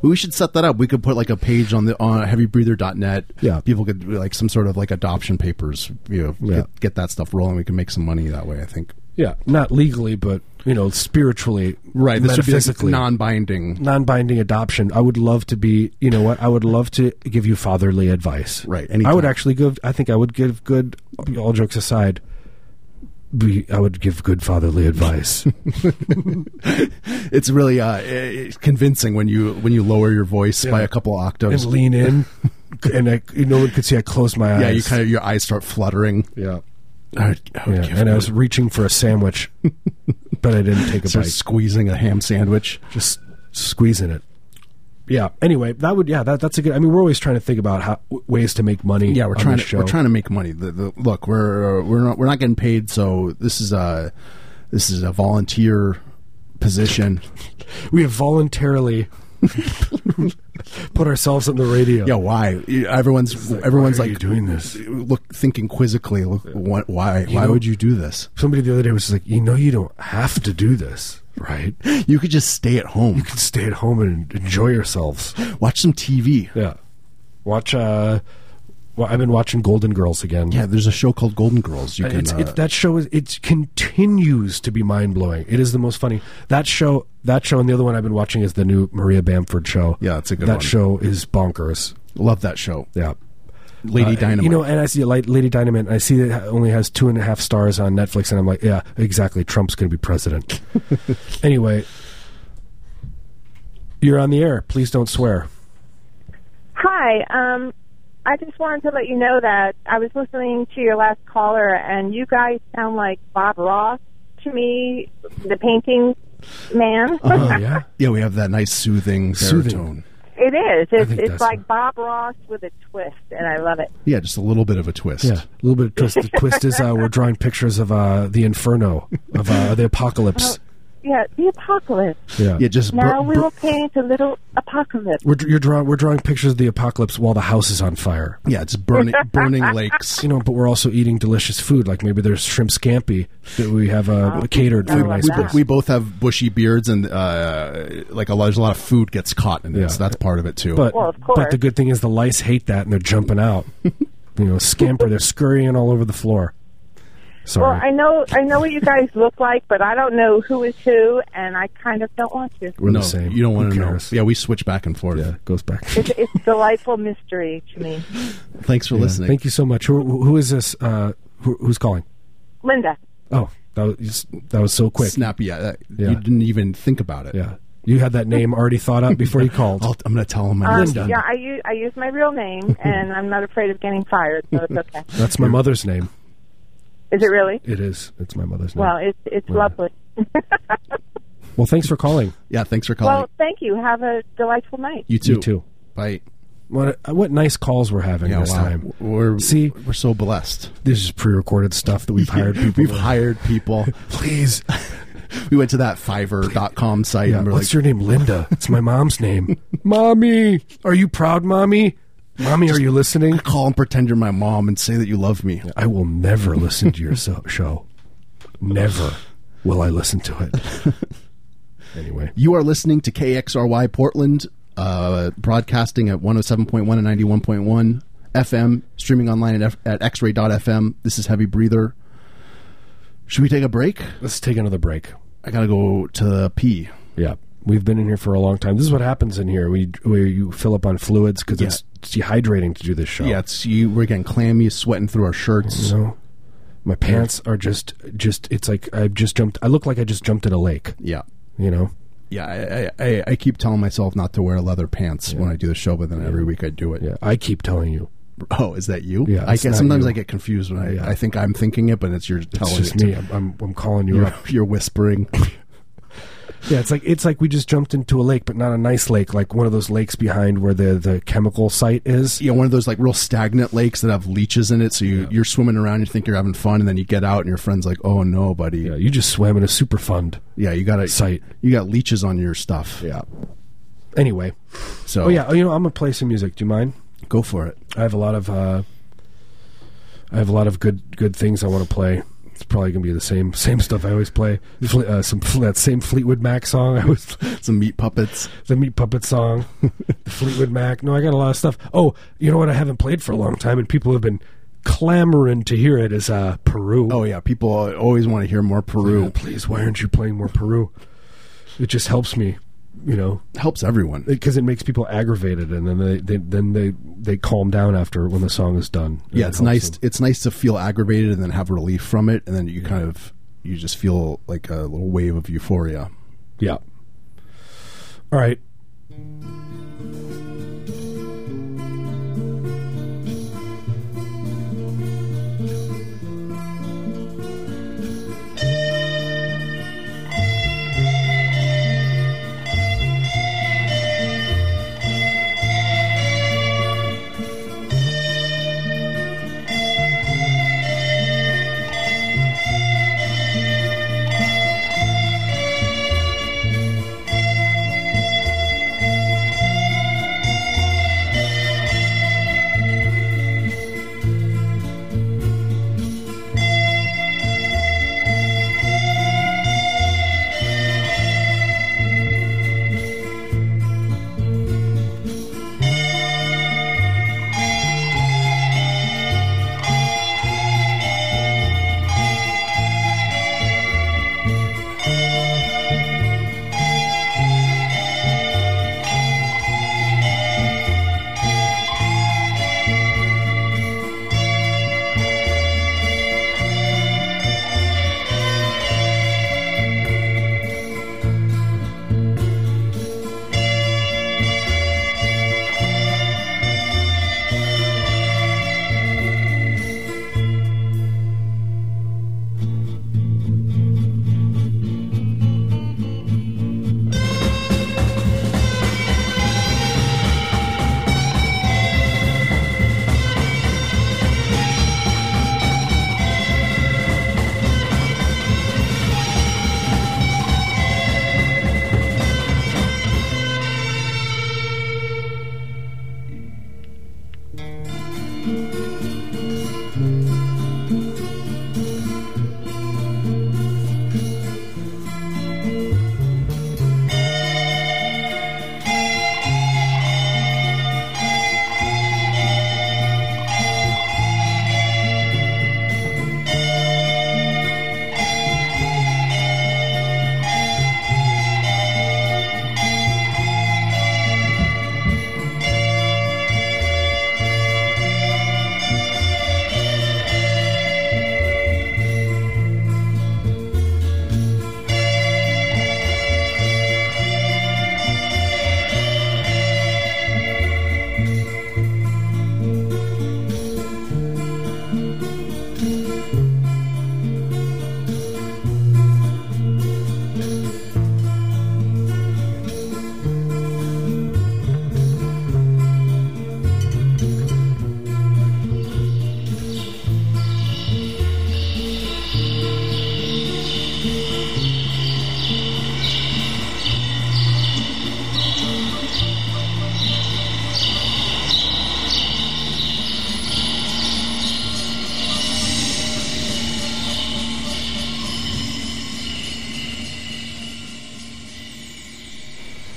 S2: We should set that up. We could put like a page on the on heavybreather.net.
S1: Yeah.
S2: people could do, like some sort of like adoption papers. You know,
S1: Yeah.
S2: get, get that stuff rolling. We could make some money that way. I think.
S1: Yeah, not legally, but you know, spiritually,
S2: This would be like
S1: metaphysically,
S2: non-binding.
S1: non-binding adoption. I would love to be, you know, what I would love to give you fatherly advice.
S2: Right,
S1: I would
S2: anytime.
S1: actually give. I think I would give good. All jokes aside, be, I would give good fatherly advice.
S2: It's really uh, it's convincing when you when you lower your voice by a couple
S1: and
S2: octaves.
S1: lean in, and I, no one could see. I closed my eyes.
S2: yeah, you kind of your eyes start fluttering.
S1: yeah,
S2: I would, I would
S1: yeah.
S2: give
S1: And I
S2: it-
S1: was reaching for a sandwich, but I didn't take a
S2: start
S1: bite.
S2: squeezing a ham sandwich.
S1: just squeezing it. Yeah. Anyway, that would yeah that that's a good. I mean, we're always trying to think about how w- ways to make money.
S2: Yeah, we're
S1: on
S2: trying
S1: this
S2: to
S1: show.
S2: we're trying to make money. The, the, look, we're uh, we're not we're not getting paid, so this is a this is a volunteer position.
S1: We have voluntarily put ourselves on the radio.
S2: yeah, why? Everyone's everyone's
S1: why are
S2: like
S1: you doing this?
S2: Look, thinking quizzically. Look, what, why? why
S1: know-
S2: would you do this?
S1: Somebody the other day was just like, you know, you don't have to do this, right? You
S2: You could just stay at home,
S1: can stay at home and enjoy yourselves.
S2: watch some TV.
S1: Yeah. Watch. uh well, I've been watching Golden Girls again.
S2: Yeah, there's a show called Golden Girls. You can
S1: it's,
S2: uh,
S1: it's, that show is it continues to be mind blowing. It is the most funny that show. That show and the other one I've been watching is the new Maria Bamford show.
S2: Yeah, it's a good
S1: That
S2: one.
S1: show is bonkers.
S2: uh, love that show,
S1: Yeah,
S2: Lady
S1: Uh,
S2: Dynamite.
S1: You know, and I see like Lady Dynamite. and I see that it only has two and a half stars on Netflix, and I'm like, yeah, exactly. Trump's going to be president. anyway, you're on the air. Please don't swear.
S4: Hi. Um, I just wanted to let you know that I was listening to your last caller, and you guys sound like Bob Ross to me, the painting man.
S1: Oh yeah,
S2: yeah, we have that nice soothing
S1: Soothing.
S2: baritone.
S4: It is. It's,
S1: think
S4: it's
S1: that's
S4: like Bob Ross with a twist, and I love it.
S2: Yeah, just a little bit of a twist.
S1: Yeah, a little bit of twist. The twist is uh, we're drawing pictures of uh, the inferno, of uh, the apocalypse.
S4: Yeah, the apocalypse.
S1: Yeah,
S2: Yeah, just
S4: Now
S2: bur-
S4: we
S2: bur-
S4: will paint a little apocalypse.
S1: we're dr- you're drawing we're drawing pictures of the apocalypse while the house is on fire.
S2: yeah, it's burning burning lakes.
S1: You know, but we're also eating delicious food. Like maybe there's shrimp scampi that we have
S4: Oh,
S1: uh, catered
S4: I
S1: for a
S4: love
S1: nice
S2: we,
S4: that.
S1: place.
S2: we both have bushy beards and uh, like a lot, there's a lot of food gets caught in it.
S1: Yeah.
S2: So that's part of it too.
S1: But
S4: Well, of
S1: but
S4: course.
S1: the good thing is the lice hate that and they're jumping out. you know, scamper. They're scurrying all over the floor.
S4: Well,
S1: Sorry,
S4: I know I know what you guys look like, but I don't know who is who, and I kind of don't want to.
S1: we're
S2: no,
S1: the same.
S2: you don't
S1: Who
S2: want to know.
S1: cares?
S2: Yeah, we switch back and forth.
S1: Yeah, goes back.
S4: It's, it's a delightful mystery to me.
S2: Thanks for listening.
S1: Thank you so much. Who, who is this? Uh, who, who's calling?
S4: Linda,
S1: Oh, that was that was so quick.
S2: Snappy. Yeah, that,
S1: Yeah.
S2: you didn't even think about it.
S1: Yeah, you had that name already thought up before you called.
S2: I'll, I'm going to tell him.
S4: um,
S2: My name.
S4: yeah, I use I use my real name, and I'm not afraid of getting fired, so it's okay.
S1: That's my mother's name.
S4: Is it really?
S1: It is. It's my mother's name.
S4: Well,
S1: Well,
S4: it's it's
S1: Yeah.
S4: lovely.
S1: thanks for calling.
S2: yeah, thanks for calling.
S4: Well, thank you. Have a delightful night.
S2: you too.
S1: You too.
S2: Bye.
S1: What what nice calls we're having
S2: Yeah,
S1: this
S2: wow.
S1: time.
S2: We're
S1: See?
S2: we're so blessed.
S1: This is pre-recorded stuff that we've hired people.
S2: We've hired people.
S1: Please,
S2: we went to that Fiverr.com site
S1: yeah,
S2: and we're
S1: what's
S2: like,
S1: your name, Linda? It's my mom's name. mommy, are you proud, mommy? Mommy, are you listening?
S2: call and pretend you're my mom and say that you love me.
S1: I will never listen to your so- show. Never will I listen to it. Anyway,
S2: You are listening to KXRY Portland, uh, broadcasting at 107.1 and 91.1 FM, streaming online at, F- at xray.fm. This is Heavy Breather. Should we take a break?
S1: let's take another break.
S2: I got to go to the pee.
S1: Yeah, we've been in here for a long time. This is what happens in here. We we you fill up on fluids because it's dehydrating to do this show.
S2: Yeah, it's you. We're getting clammy, sweating through our shirts.
S1: you know, my pants are just just. It's like I've just jumped. I look like I just jumped in a lake.
S2: Yeah.
S1: You know,
S2: Yeah, I, I, I, I keep telling myself not to wear leather pants when I do the show, but then every week I do it.
S1: yeah. I keep telling you,
S2: Oh, is that you?
S1: Yeah,
S2: I
S1: it's
S2: get
S1: not
S2: sometimes
S1: you.
S2: I get confused when I,
S1: Yeah.
S2: I think I'm thinking it, but it's you're
S1: it's
S2: telling
S1: just
S2: it to
S1: me. I'm, I'm I'm calling you
S2: You're,
S1: up.
S2: you're whispering.
S1: Yeah, it's like it's like we just jumped into a lake, but not a nice lake, like one of those lakes behind where the the chemical site is.
S2: you know, one of those like real stagnant lakes that have leeches in it. So you, you're swimming around, you think you're having fun, and then you get out, and your friend's like, "Oh no, buddy,
S1: Yeah,
S2: yeah,
S1: you just swam in a super fund.
S2: you got to
S1: Sight.
S2: you got leeches on your stuff."
S1: Yeah. Anyway,
S2: So
S1: oh yeah, oh, you know I'm gonna play some music. Do you mind?
S2: go for it.
S1: I have a lot of uh, I have a lot of good good things I want to play. It's probably gonna be the same same stuff I always play. Fle- uh, some that same Fleetwood Mac song. I was
S2: Some meat puppets.
S1: the Meat Puppet song, the Fleetwood Mac. No, I got a lot of stuff. Oh, you know what? I haven't played for a long time, and people have been clamoring to hear it. Is uh, Peru?
S2: Oh yeah, people always want to hear more Peru.
S1: please, why aren't you playing more Peru? It just helps me, you know,
S2: Helps everyone.
S1: because it makes people aggravated, and then they, they then they they calm down after when the song is done.
S2: yeah,
S1: It
S2: it's
S1: helps
S2: nice.
S1: them.
S2: It's nice to feel aggravated and then have relief from it, and then you kind of you just feel like a little wave of euphoria.
S1: Yeah. All right.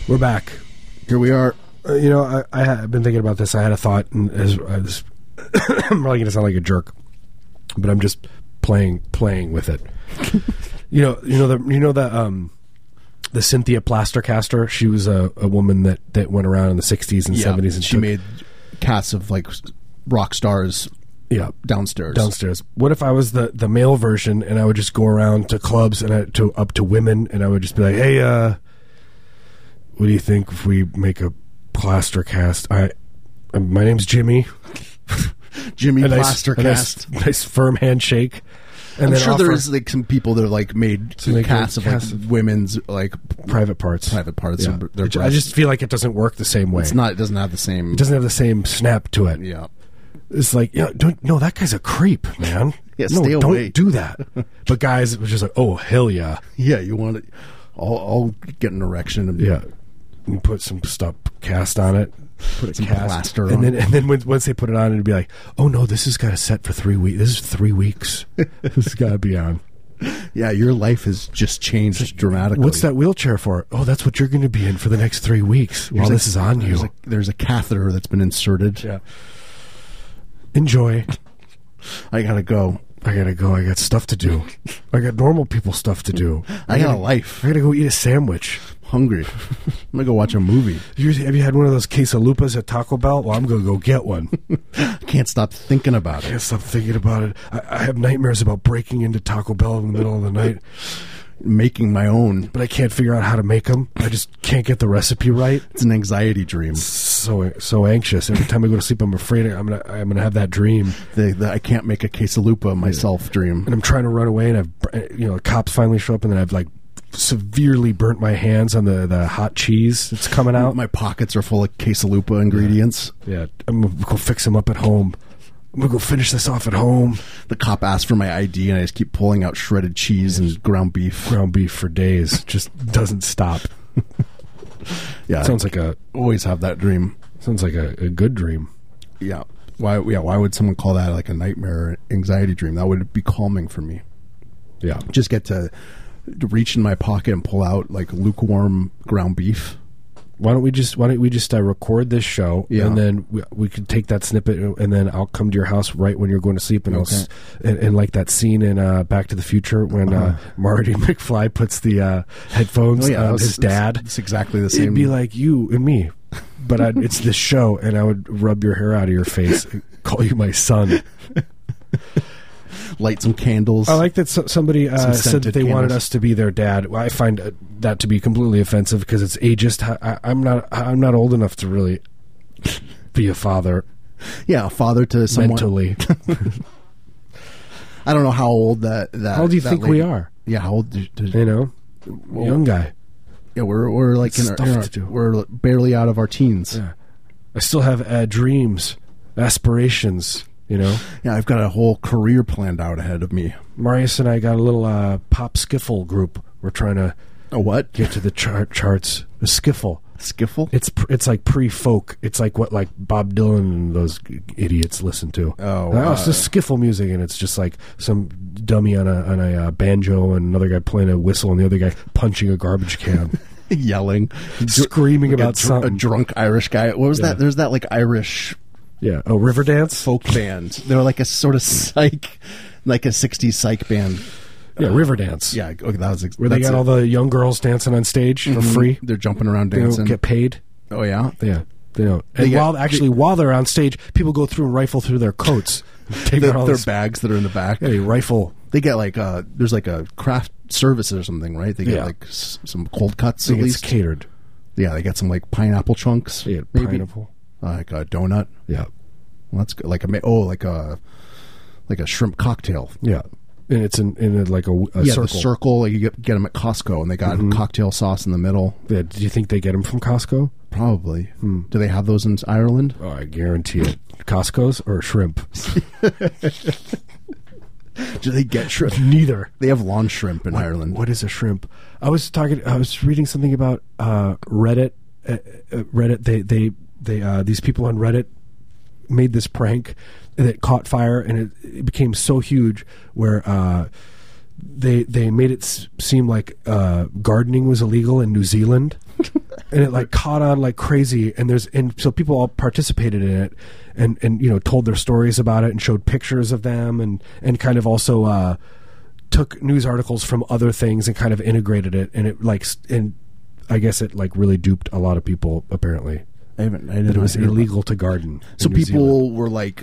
S1: We're back.
S2: Here we are.
S1: Uh, you know, I, I have been thinking about this. I had a thought, and as, I was, I'm probably going to sound like a jerk, but I'm just playing playing with it. you know, you know the you know the um the Cynthia Plastercaster. She was a, a woman that that went around in the 60s and 70s, and
S2: she
S1: took-
S2: made casts of like rock stars
S1: yeah
S2: downstairs.
S1: downstairs. What if I was the the male version and I would just go around to clubs and I, to up to women and I would just be like, "Hey, uh, what do you think if we make a plaster cast?" I, I my name's Jimmy.
S2: Jimmy
S1: A nice,
S2: Plaster
S1: a nice-
S2: cast.
S1: nice firm handshake. And
S2: I'm
S1: then
S2: sure there
S1: offer
S2: is like some people that are like made
S1: So they
S2: casts
S1: can
S2: of like
S1: cast-
S2: women's like
S1: private parts.
S2: private parts.
S1: Yeah.
S2: Of their
S1: It- I just feel like it doesn't work the same way.
S2: it's not. It doesn't have the same.
S1: It doesn't have the same snap to it.
S2: yeah.
S1: It's like, you know, don't, no, that guy's a creep, man.
S2: Yeah,
S1: no,
S2: stay
S1: don't
S2: away.
S1: do that. But guys, it was just like, oh hell yeah.
S2: Yeah. You want to? I'll, I'll get an erection. And
S1: Yeah, and put some stuff cast on it. Put
S2: Some plaster
S1: and
S2: on
S1: then
S2: it.
S1: and then when, once they put it on, it'd be like, oh no, this has got to set for three weeks. This is three weeks. this has got to be on.
S2: Yeah. Your life has just changed dramatically.
S1: What's that wheelchair for? Oh, that's what you're going to be in for the next three weeks while
S2: There's a-
S1: this is on you.
S2: There's a, there's a catheter that's been inserted.
S1: yeah. Enjoy.
S2: I gotta go.
S1: I gotta go. I got stuff to do. I got normal people stuff to do.
S2: I got a life.
S1: I gotta go eat a sandwich.
S2: Hungry. I'm gonna go watch a movie.
S1: You, have you had one of those quesalupas at Taco Bell? Well, I'm gonna go get one.
S2: I can't stop thinking about it.
S1: can't stop thinking about it. I, I have nightmares about breaking into Taco Bell in the middle of the night,
S2: Making my own.
S1: but I can't figure out how to make them. I just can't get the recipe right.
S2: It's an anxiety dream.
S1: So so anxious. Every time I go to sleep, I'm afraid I'm gonna I'm gonna have that dream.
S2: The, the I can't make a quesalupa myself
S1: And
S2: dream.
S1: I'm trying to run away, and I've you know cops finally show up, and then I've like severely burnt my hands on the the hot cheese that's coming out.
S2: My pockets are full of quesalupa ingredients.
S1: Yeah, I'm gonna go fix them up at home. I'm gonna go finish this off at home.
S2: The cop asks for my ID, and I just keep pulling out shredded cheese and ground beef.
S1: Ground beef for days just doesn't stop.
S2: Yeah,
S1: Sounds like a
S2: I always have that dream.
S1: sounds like a, a good dream.
S2: Yeah. Why? Yeah. Why would someone call that like a nightmare or anxiety dream? That would be calming for me.
S1: Yeah.
S2: Just get to to reach in my pocket and pull out like lukewarm ground beef.
S1: why don't we just why don't we just uh, record this show
S2: Yeah.
S1: and then we, we could take that snippet and then I'll come to your house right when you're going to sleep and I'll s- and, and like that scene in uh, Back to the Future when uh,
S2: Uh-huh.
S1: Marty McFly puts the uh, headphones on
S2: it's-
S1: his dad.
S2: It's, it's exactly the same.
S1: It'd be like you and me, but I'd, it's this show and I would rub your hair out of your face, and call you my son.
S2: light some candles.
S1: I like that so- somebody uh, said
S2: Some
S1: that
S2: scented
S1: they wanted
S2: candles.
S1: us to be their dad. Well, I find uh, that to be completely offensive because it's ageist. I, I- I'm not. I'm not old enough to really be a father
S2: yeah, a father to someone.
S1: mentally.
S2: I don't know how old that. that
S1: How old do you
S2: that
S1: think we
S2: lady-
S1: are?
S2: Yeah, how old? Do, do-
S1: You know, young guy.
S2: yeah, we're we're like in our,
S1: Stuff
S2: in our-
S1: to do.
S2: we're barely out of our teens. Yeah.
S1: I still have uh, dreams, aspirations. You know,
S2: I've got a whole career planned out ahead of me.
S1: Marius and I got a little uh, pop skiffle group. We're trying to
S2: A what?
S1: get to the chart charts. A skiffle.
S2: skiffle.
S1: It's pr- it's like pre folk. It's like what like Bob Dylan and those g- idiots listen to.
S2: Oh,
S1: And, it's just skiffle music, and it's just like some dummy on a on a uh, banjo and another guy playing a whistle, and the other guy punching a garbage can,
S2: yelling,
S1: screaming
S2: Like
S1: about
S2: a, dr- a
S1: something.
S2: drunk Irish guy. What was that? There's that like Irish
S1: yeah, oh river dance.
S2: folk band. They were like a sort of psych, like a '60s psych band.
S1: Yeah, river dance.
S2: Yeah, okay, that was ex-
S1: where they got all the young girls dancing on stage for free.
S2: They're jumping around
S1: They
S2: Mm-hmm. dancing.
S1: don't get paid.
S2: oh yeah,
S1: Yeah, they don't. And
S2: They get-
S1: while actually while they're on stage, people go through and rifle through their coats, take
S2: their,
S1: out all
S2: their
S1: this-
S2: bags that are in the back.
S1: Yeah, they rifle.
S2: They get like uh, there's like a craft service or something, right? They get
S1: Yeah.
S2: like s- some cold cuts
S1: It
S2: at
S1: gets
S2: least.
S1: catered.
S2: yeah, they got some like pineapple chunks.
S1: They
S2: Yeah,
S1: get
S2: maybe
S1: pineapple.
S2: like a donut.
S1: Yeah,
S2: Well, that's good. like a ma- oh like a like a shrimp cocktail.
S1: yeah, and it's in in a, like a, a
S2: yeah,
S1: circle. Mm-hmm.
S2: the circle. Like you get, get them at Costco, and they got cocktail sauce in the middle.
S1: Yeah, do you think they get them from Costco?
S2: Probably.
S1: Hmm.
S2: Do they have those in Ireland?
S1: Oh, I guarantee it. Costco's or shrimp?
S2: Do they get shrimp?
S1: Neither.
S2: They have lawn shrimp in Ireland.
S1: What is a shrimp? I was talking. I was reading something about uh, Reddit. Uh, uh, Reddit. They they they uh, these people on Reddit made this prank that caught fire and it, it became so huge where uh, they they made it s- seem like uh, gardening was illegal in New Zealand. and it like caught on like crazy and there's and so people all participated in it and and you know told their stories about it and showed pictures of them and and kind of also uh took news articles from other things and kind of integrated it and it like s- and i guess it like really duped a lot of people apparently
S2: I haven't. I
S1: that
S2: didn't
S1: it was
S2: hear about-
S1: illegal to garden in
S2: So
S1: New Zealand.
S2: people were like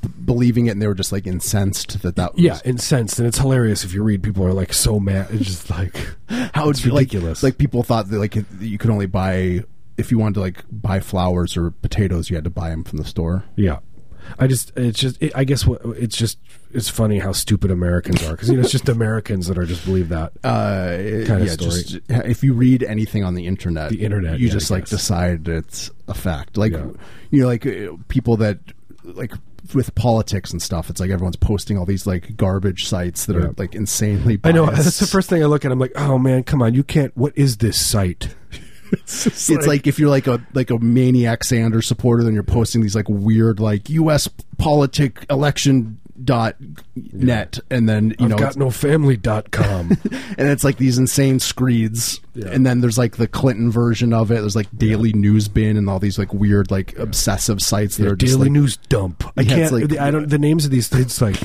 S2: b- believing it, and they were just like incensed that that was
S1: yeah incensed and it's hilarious if you read people are like so mad it's just like
S2: how
S1: it's
S2: like-
S1: ridiculous.
S2: Like, people thought that like you could only buy if you wanted to like buy flowers or potatoes, you had to buy them from the store.
S1: Yeah. I just, it's just, it, I guess what it's just, it's funny how stupid Americans are because you know it's just Americans that are just believe that.
S2: Uh,
S1: Kinda
S2: yeah,
S1: story.
S2: just if you read anything on the internet,
S1: The internet,
S2: you
S1: yeah,
S2: just
S1: I
S2: like
S1: guess.
S2: decide it's a fact. Like
S1: Yeah.
S2: you know, like uh, people that like with politics and stuff, it's like everyone's posting all these like garbage sites that
S1: Yeah.
S2: are like insanely.
S1: I
S2: Biased.
S1: know that's the first thing I look at. I'm like, oh man, come on, you can't. What is this site?
S2: it's like, if you're like a like a maniac Sanders supporter, then you're posting these like weird like U.S. politic election dot net, and then you
S1: I've
S2: know,
S1: got
S2: it's,
S1: no family.com.
S2: and it's like these insane screeds,
S1: Yeah.
S2: and then there's like the Clinton version of it. There's like Daily News Bin and all these like weird like obsessive sites that
S1: Their
S2: are just
S1: daily
S2: like,
S1: news dump. I
S2: Yeah, it's
S1: can't.
S2: like-
S1: I don't. The names of these things like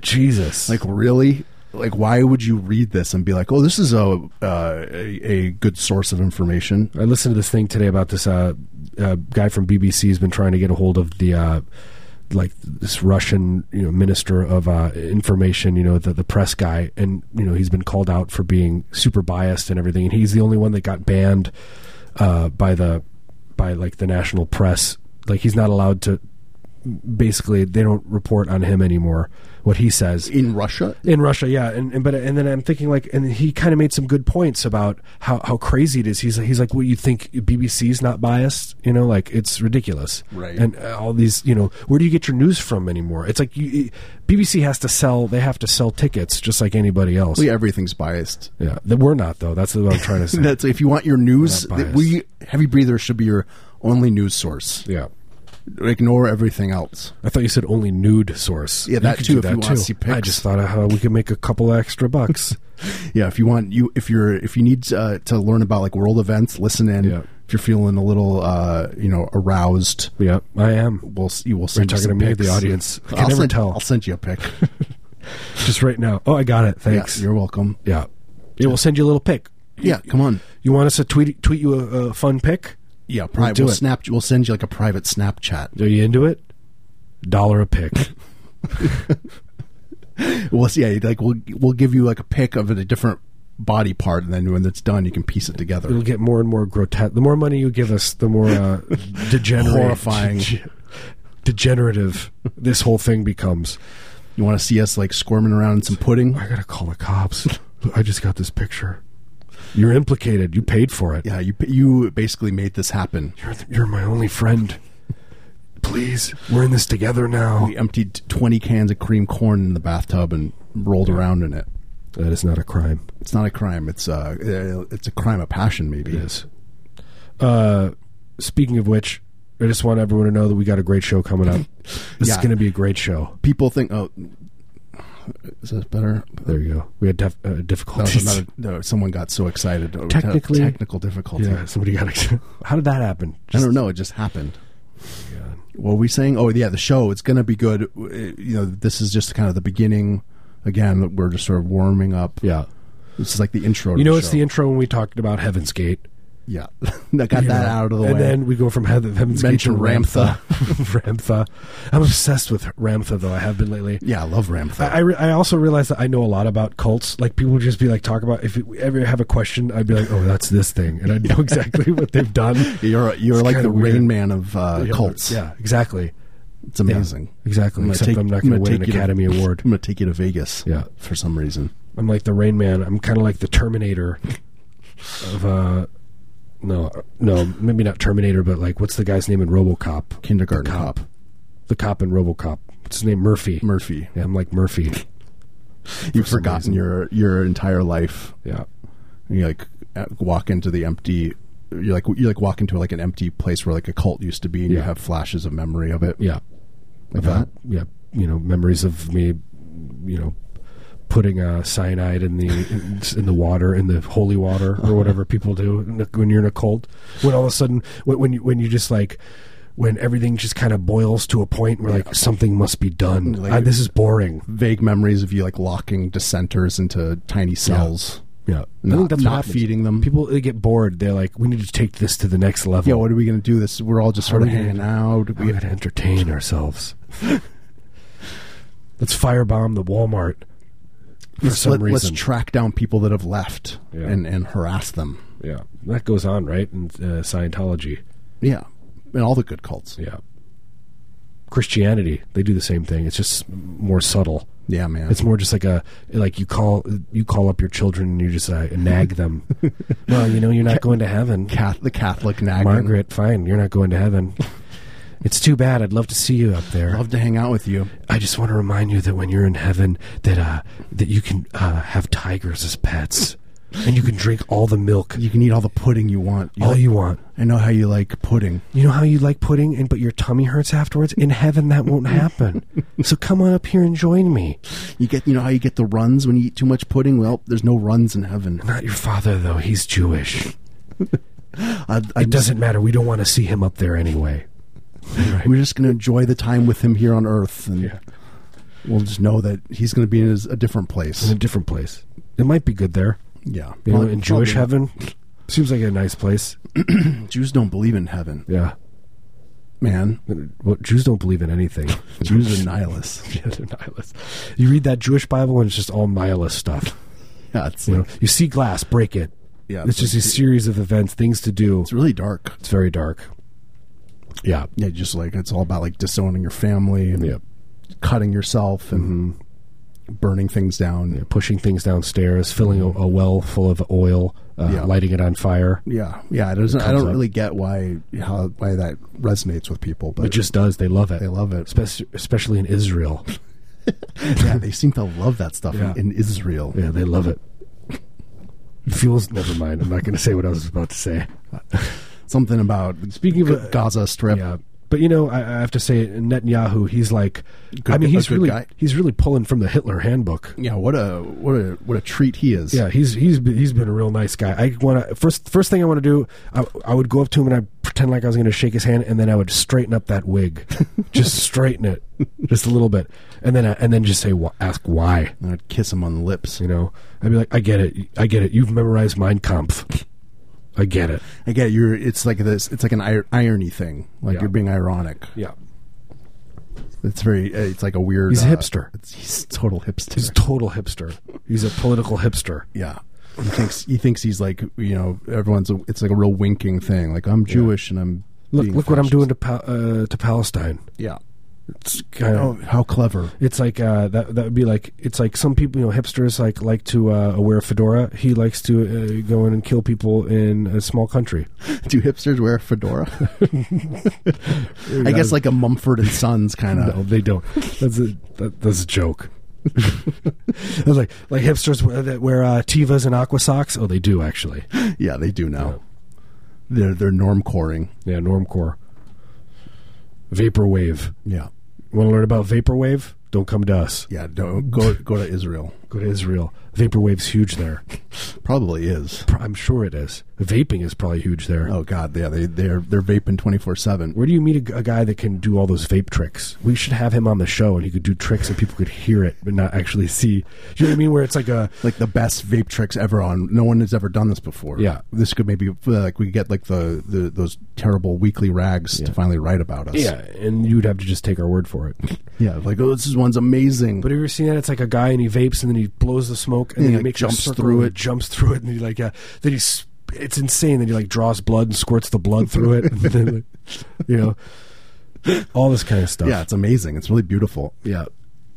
S1: Jesus.
S2: like really. Like, why would you read this and be like, "Oh, this is a uh, a, a good source of information"?
S1: I listened to this thing today about this uh, uh, guy from BBC has been trying to get a hold of the uh, like this Russian you know minister of uh, information, you know the the press guy, and you know he's been called out for being super biased and everything, and he's the only one that got banned uh, by the by like the national press. Like he's not allowed to. Basically, they don't report on him anymore. What he says
S2: In Russia,
S1: in Russia, yeah, and, and but and then I'm thinking like, and he kind of made some good points about how, how crazy it is. He's like, he's like, well, you think BBC's not biased? You know, like it's ridiculous,
S2: Right.
S1: And uh, all these, you know, where do you get your news from anymore? It's like you, BBC has to sell; they have to sell tickets just like anybody else.
S2: Really, everything's biased.
S1: yeah. That we're not though. That's what I'm trying to say.
S2: That's if you want your news.
S1: We're not
S2: that We heavy breathers should be your only news source.
S1: yeah.
S2: Ignore everything else.
S1: I thought you said only nude source.
S2: Yeah, that
S1: could
S2: too,
S1: do
S2: if you wanna see
S1: I
S2: pics.
S1: just thought of how we could make a couple extra bucks.
S2: Yeah, if you want you if you're if you need uh, to learn about like world events, listen in.
S1: Yeah.
S2: If you're feeling a little uh, you know aroused,
S1: yeah, I am.
S2: we'll s- you will send
S1: talking
S2: you some
S1: to me or
S2: pics.
S1: the audience? I can
S2: I'll
S1: never
S2: send-
S1: tell.
S2: I'll send you a pic.
S1: Just right now. Oh, I got it.
S2: yeah,
S1: Thanks.
S2: you're welcome.
S1: Yeah. Yeah, we'll send you a little pic.
S2: Yeah, come on.
S1: You want us to tweet tweet you a, a fun pic?
S2: Yeah,
S1: We'll
S2: private.
S1: do
S2: We'll,
S1: it.
S2: snap. We'll send you like a private Snapchat.
S1: Are you into it? Dollar a pic.
S2: We'll see. Yeah, like we'll we'll give you like a pic of a different body part, and then when it's done, you can piece it together.
S1: It'll get more and more grotesque. The more money you give us, the more uh, degenerate,
S2: Horrifying.
S1: degenerative this whole thing becomes.
S2: You want to see us like squirming around in some pudding?
S1: I gotta call the cops. Look, I just got this picture. You're implicated. You paid for it.
S2: Yeah, you you basically made this happen.
S1: You're, th- you're my only friend. Please, we're in this together now.
S2: We emptied twenty cans of cream corn in the bathtub and rolled around in it.
S1: That is not a crime.
S2: It's not a crime. It's uh, uh, it's a crime of passion. Maybe
S1: Yes. Uh, speaking of which, I just want everyone to know that we got a great show coming up. This is
S2: Yeah.
S1: going to be a great show.
S2: People think, oh, is this better?
S1: There you go. We had def- uh,
S2: That was
S1: difficulties.
S2: another, no, someone got so excited. over te-
S1: Technically-
S2: technical difficulty.
S1: yeah, somebody got. How did that happen?
S2: I don't know. It just happened. What were we saying? Oh, yeah, the show. It's going to be good. Uh, You know, this is just kind of the beginning. Again, we're just sort of warming up.
S1: Yeah.
S2: This is like the intro. to
S1: You know,
S2: the
S1: it's
S2: show.
S1: the intro when we talked about Heaven's Gate.
S2: Yeah, that got that out of the
S1: and
S2: way.
S1: then we go from Heaven, Heaven's Gate to
S2: Mention
S1: Ramtha. Ramtha. I'm obsessed with Ramtha, though. I have been lately.
S2: yeah, I love Ramtha.
S1: I, I re- I also realize that I know a lot about cults. Like people would just be like talk about if you ever have a question, I'd be like, "Oh, that's this thing," and I know exactly what they've done.
S2: you're you're
S1: It's
S2: like
S1: kinda
S2: the
S1: weird.
S2: Rain Man of uh,
S1: Yeah,
S2: cults.
S1: Yeah, exactly.
S2: it's amazing.
S1: exactly.
S2: gonna
S1: Except I'm not gonna
S2: gonna
S1: win an
S2: take you to-
S1: Academy Award.
S2: I'm going to take you to Vegas.
S1: Yeah.
S2: for some reason.
S1: I'm like the Rain Man. I'm kind of like the Terminator of uh, no, no, maybe not Terminator, but like what's the guy's name in RoboCop?
S2: Kindergarten
S1: The
S2: cop.
S1: The cop in RoBocop. What's his name? Murphy.
S2: Murphy.
S1: yeah, I'm like Murphy.
S2: You've
S1: some reason.
S2: forgotten your your entire life.
S1: Yeah.
S2: And you like uh, walk into the empty. You like you like walk into like an empty place where like a cult used to be, and you
S1: Yeah.
S2: have flashes of memory of it.
S1: Yeah.
S2: like
S1: about
S2: that.
S1: yeah, you know, memories of me, you know, putting uh, cyanide in the in the water in the holy water
S2: Uh-huh.
S1: or whatever people do when you're in a cult. When all of a sudden, when when you, when you just like. When everything just kind of boils to a point where like something must be done.
S2: Like-
S1: Uh, this is boring.
S2: Vague memories of you like locking dissenters into tiny cells.
S1: Yeah, I
S2: Not-
S1: think that's
S2: not
S1: what happens.
S2: feeding them.
S1: People they get bored. They're like, we need to take this to the next level.
S2: Yeah, what are we going to do? This we're all just sort of
S1: we gonna-
S2: hanging out.
S1: we
S2: We,
S1: got to entertain ourselves. Let's firebomb the Walmart for some
S2: let,
S1: reason.
S2: us track down people that have left
S1: Yeah.
S2: and and harass them.
S1: Yeah, that goes on, right? In uh, Scientology,
S2: Yeah, and all the good cults.
S1: yeah, Christianity, they do the same thing. It's just more subtle.
S2: Yeah, man.
S1: It's more just like a like you call you call up your children and you just uh, nag them. well, you know, you're not going to heaven,
S2: Cath- the Catholic nagging.
S1: Margaret. Fine, you're not going to heaven. It's too bad. I'd love to see you up there.
S2: Love to hang out with you.
S1: I just want to remind you that when you're in heaven, that uh, that you can uh, have tigers as pets, and you can drink all the milk,
S2: You can eat all the pudding you want. You
S1: all
S2: like-
S1: you want.
S2: I know how you like pudding.
S1: You know how you like pudding, and but your tummy hurts afterwards. In heaven, that won't happen. so come on up here and join me.
S2: You get, you know how you get the runs when you eat too much pudding. Well, there's no runs in heaven.
S1: Not your father, though. He's Jewish.
S2: I, I
S1: It doesn't matter. We don't want to see him up there anyway.
S2: We're just going to enjoy the time with him here on Earth, and
S1: Yeah.
S2: we'll just know that he's going to be in his, a different
S1: In
S2: place.
S1: a different place. It might be good there.
S2: Yeah,
S1: Mm-hmm. You know,
S2: Well,
S1: in Jewish
S2: probably-
S1: heaven, seems like a nice place.
S2: Jews don't believe in heaven,
S1: Yeah.
S2: man.
S1: Well, Jews don't believe in anything.
S2: Jews are nihilists.
S1: yeah, they're nihilists. You read that Jewish Bible, and it's just all nihilist stuff.
S2: Yeah, it's
S1: You know,
S2: like-
S1: you see glass, break it.
S2: yeah,
S1: It's just a series of events, things to do.
S2: it's really dark.
S1: It's very dark. Yeah.
S2: Yeah, just like it's all about like disowning your family and
S1: Yep.
S2: cutting yourself and burning things down.
S1: They're pushing things downstairs, filling a, a well full of oil, uh,
S2: Mm-hmm. Yeah.
S1: lighting it on fire.
S2: Yeah, yeah. It doesn't, I
S1: comes
S2: don't
S1: up.
S2: really get why how why that resonates with people, but
S1: It just does. They love it.
S2: they love it.
S1: Spec- especially in Israel.
S2: yeah, they seem to love that stuff
S1: Yeah.
S2: in, in Israel.
S1: Yeah, they love it. Fuels. Never mind. I'm not going to say what I was about to say.
S2: Something about
S1: Speaking of,
S2: G-
S1: uh,
S2: Gaza Strip.
S1: Yeah, but you know, I, I have to say, Netanyahu. He's like,
S2: Good-
S1: I mean,
S2: a
S1: he's
S2: good
S1: really
S2: guy.
S1: he's really pulling from the Hitler Handbook.
S2: Yeah, what a what a what a treat he is.
S1: Yeah, he's he's been, he's been a real nice guy. I want to first first thing I want to do. I, I would go up to him and I pretend like I was going to shake his hand, and then I would straighten up that wig, just straighten it just a little bit, and then I, and then just say wh- ask why.
S2: And I'd kiss him on the lips.
S1: You know, I'd be like, I get it, I get it. You've memorized Mein Kampf. I get it.
S2: I get it, you're. It's like this. It's like an ir- irony thing. Like
S1: Yeah.
S2: you're being ironic.
S1: Yeah,
S2: It's very. uh, It's like a weird.
S1: He's a
S2: uh,
S1: hipster.
S2: It's, he's a total hipster.
S1: he's a total hipster. He's a political hipster.
S2: yeah. He thinks he thinks he's like you know everyone's. A, it's like a real winking thing. Like I'm Jewish and I'm.
S1: Look,
S2: being
S1: look what I'm
S2: fascist.
S1: doing to pa- uh, to Palestine.
S2: Yeah.
S1: It's kind of
S2: Oh, how clever!
S1: It's like uh, that. That would be like it's like some people, you know, hipsters like like to uh, wear a fedora. He likes to uh, go in and kill people in a small country.
S2: Do hipsters wear a fedora? I guess like a Mumford and Sons kind of.
S1: No, they don't. That's a that, that's a joke. That's like like hipsters wear, that wear uh, tivas and aqua socks. Oh, they do actually.
S2: Yeah, they do now. They're they're norm coring.
S1: Yeah, normcore. Vaporwave.
S2: Yeah,
S1: Want to learn about vaporwave? Don't come to us.
S2: yeah. Don't go go to Israel.
S1: Go to Israel. Vaporwave's huge there.
S2: Probably is.
S1: Pro- I'm sure it is. Vaping is probably huge there.
S2: Oh God, yeah. They they're they're vaping twenty four seven.
S1: Where do you meet a, g- a guy that can do all those vape tricks? We should have him on the show, and he could do tricks, and people could hear it, but not actually see. Do you know what I mean? Where it's like a
S2: Like the best vape tricks ever on. No one has ever done this before.
S1: Yeah.
S2: this could maybe uh, like we could get like the, the those terrible weekly rags to finally write about us.
S1: yeah, and you'd have to just take our word for it.
S2: yeah. Like oh, this one's amazing.
S1: But have you ever seen that? It's like a guy and he vapes and then he blows the smoke and,
S2: And
S1: then
S2: it
S1: he makes a
S2: jumps
S1: circle
S2: through
S1: and
S2: it.
S1: jumps through it, and he like uh, then he s it's insane. Then he like draws blood and squirts the blood through it, and then, like, you know, all this kind of stuff.
S2: yeah, it's amazing. It's really beautiful.
S1: yeah.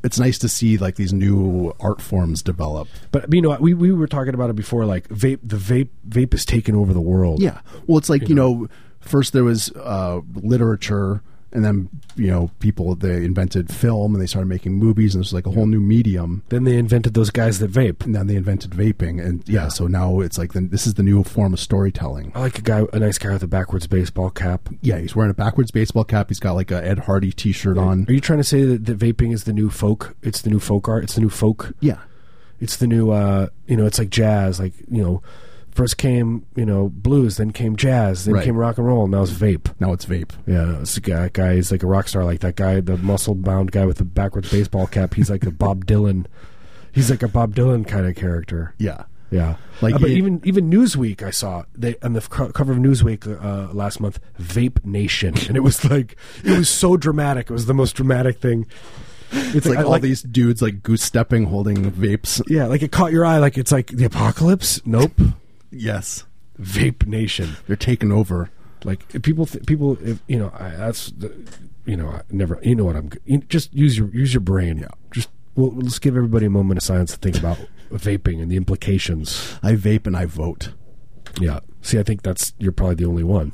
S2: It's nice to see like these new art forms develop.
S1: But you know, we we were talking about it before. Like vape, the vape vape has taken over the world.
S2: Yeah. Well, it's like, you know, first there was uh, literature and then, you know, people, they invented film and they started making movies and there's like a whole new medium.
S1: Then they invented those guys that vape.
S2: And then they invented vaping. And yeah, so now it's like, the, this is the new form of storytelling.
S1: I like a guy, a nice guy with a backwards baseball cap.
S2: Yeah. He's wearing a backwards baseball cap. He's got like a Ed Hardy t-shirt on.
S1: Are you trying to say that, that vaping is the new folk? It's the new folk art. It's the new folk.
S2: Yeah.
S1: It's the new, uh, you know, it's like jazz. Like you know, first came you know blues, then came jazz, then
S2: Right.
S1: came rock and roll, and now it's vape.
S2: Now it's vape.
S1: Yeah, it's a guy, guy. He's like a rock star. Like that guy, the muscle bound guy with the backwards baseball cap. He's like a Bob Dylan. He's like a Bob Dylan kind of character.
S2: Yeah.
S1: Yeah,
S2: Like
S1: Uh, but
S2: it-
S1: even even Newsweek, I saw they on the co- cover of Newsweek uh, last month, Vape Nation, and it was like it was so dramatic. It was the most dramatic thing.
S2: It's like
S1: I
S2: all
S1: like-
S2: these dudes like goose stepping, holding vapes.
S1: Yeah, like it caught your eye. Like it's like the apocalypse. Nope,
S2: Yes.
S1: Vape Nation.
S2: They're taking over.
S1: Like if people, th- people, if, you know, I, that's the, you know, I never. You know what I'm. g- you- Just use your use your brain. Yeah, just well, let's give everybody a moment of silence to think about vaping and the implications.
S2: I vape and I vote.
S1: Yeah. See, I think that's you're probably the only one.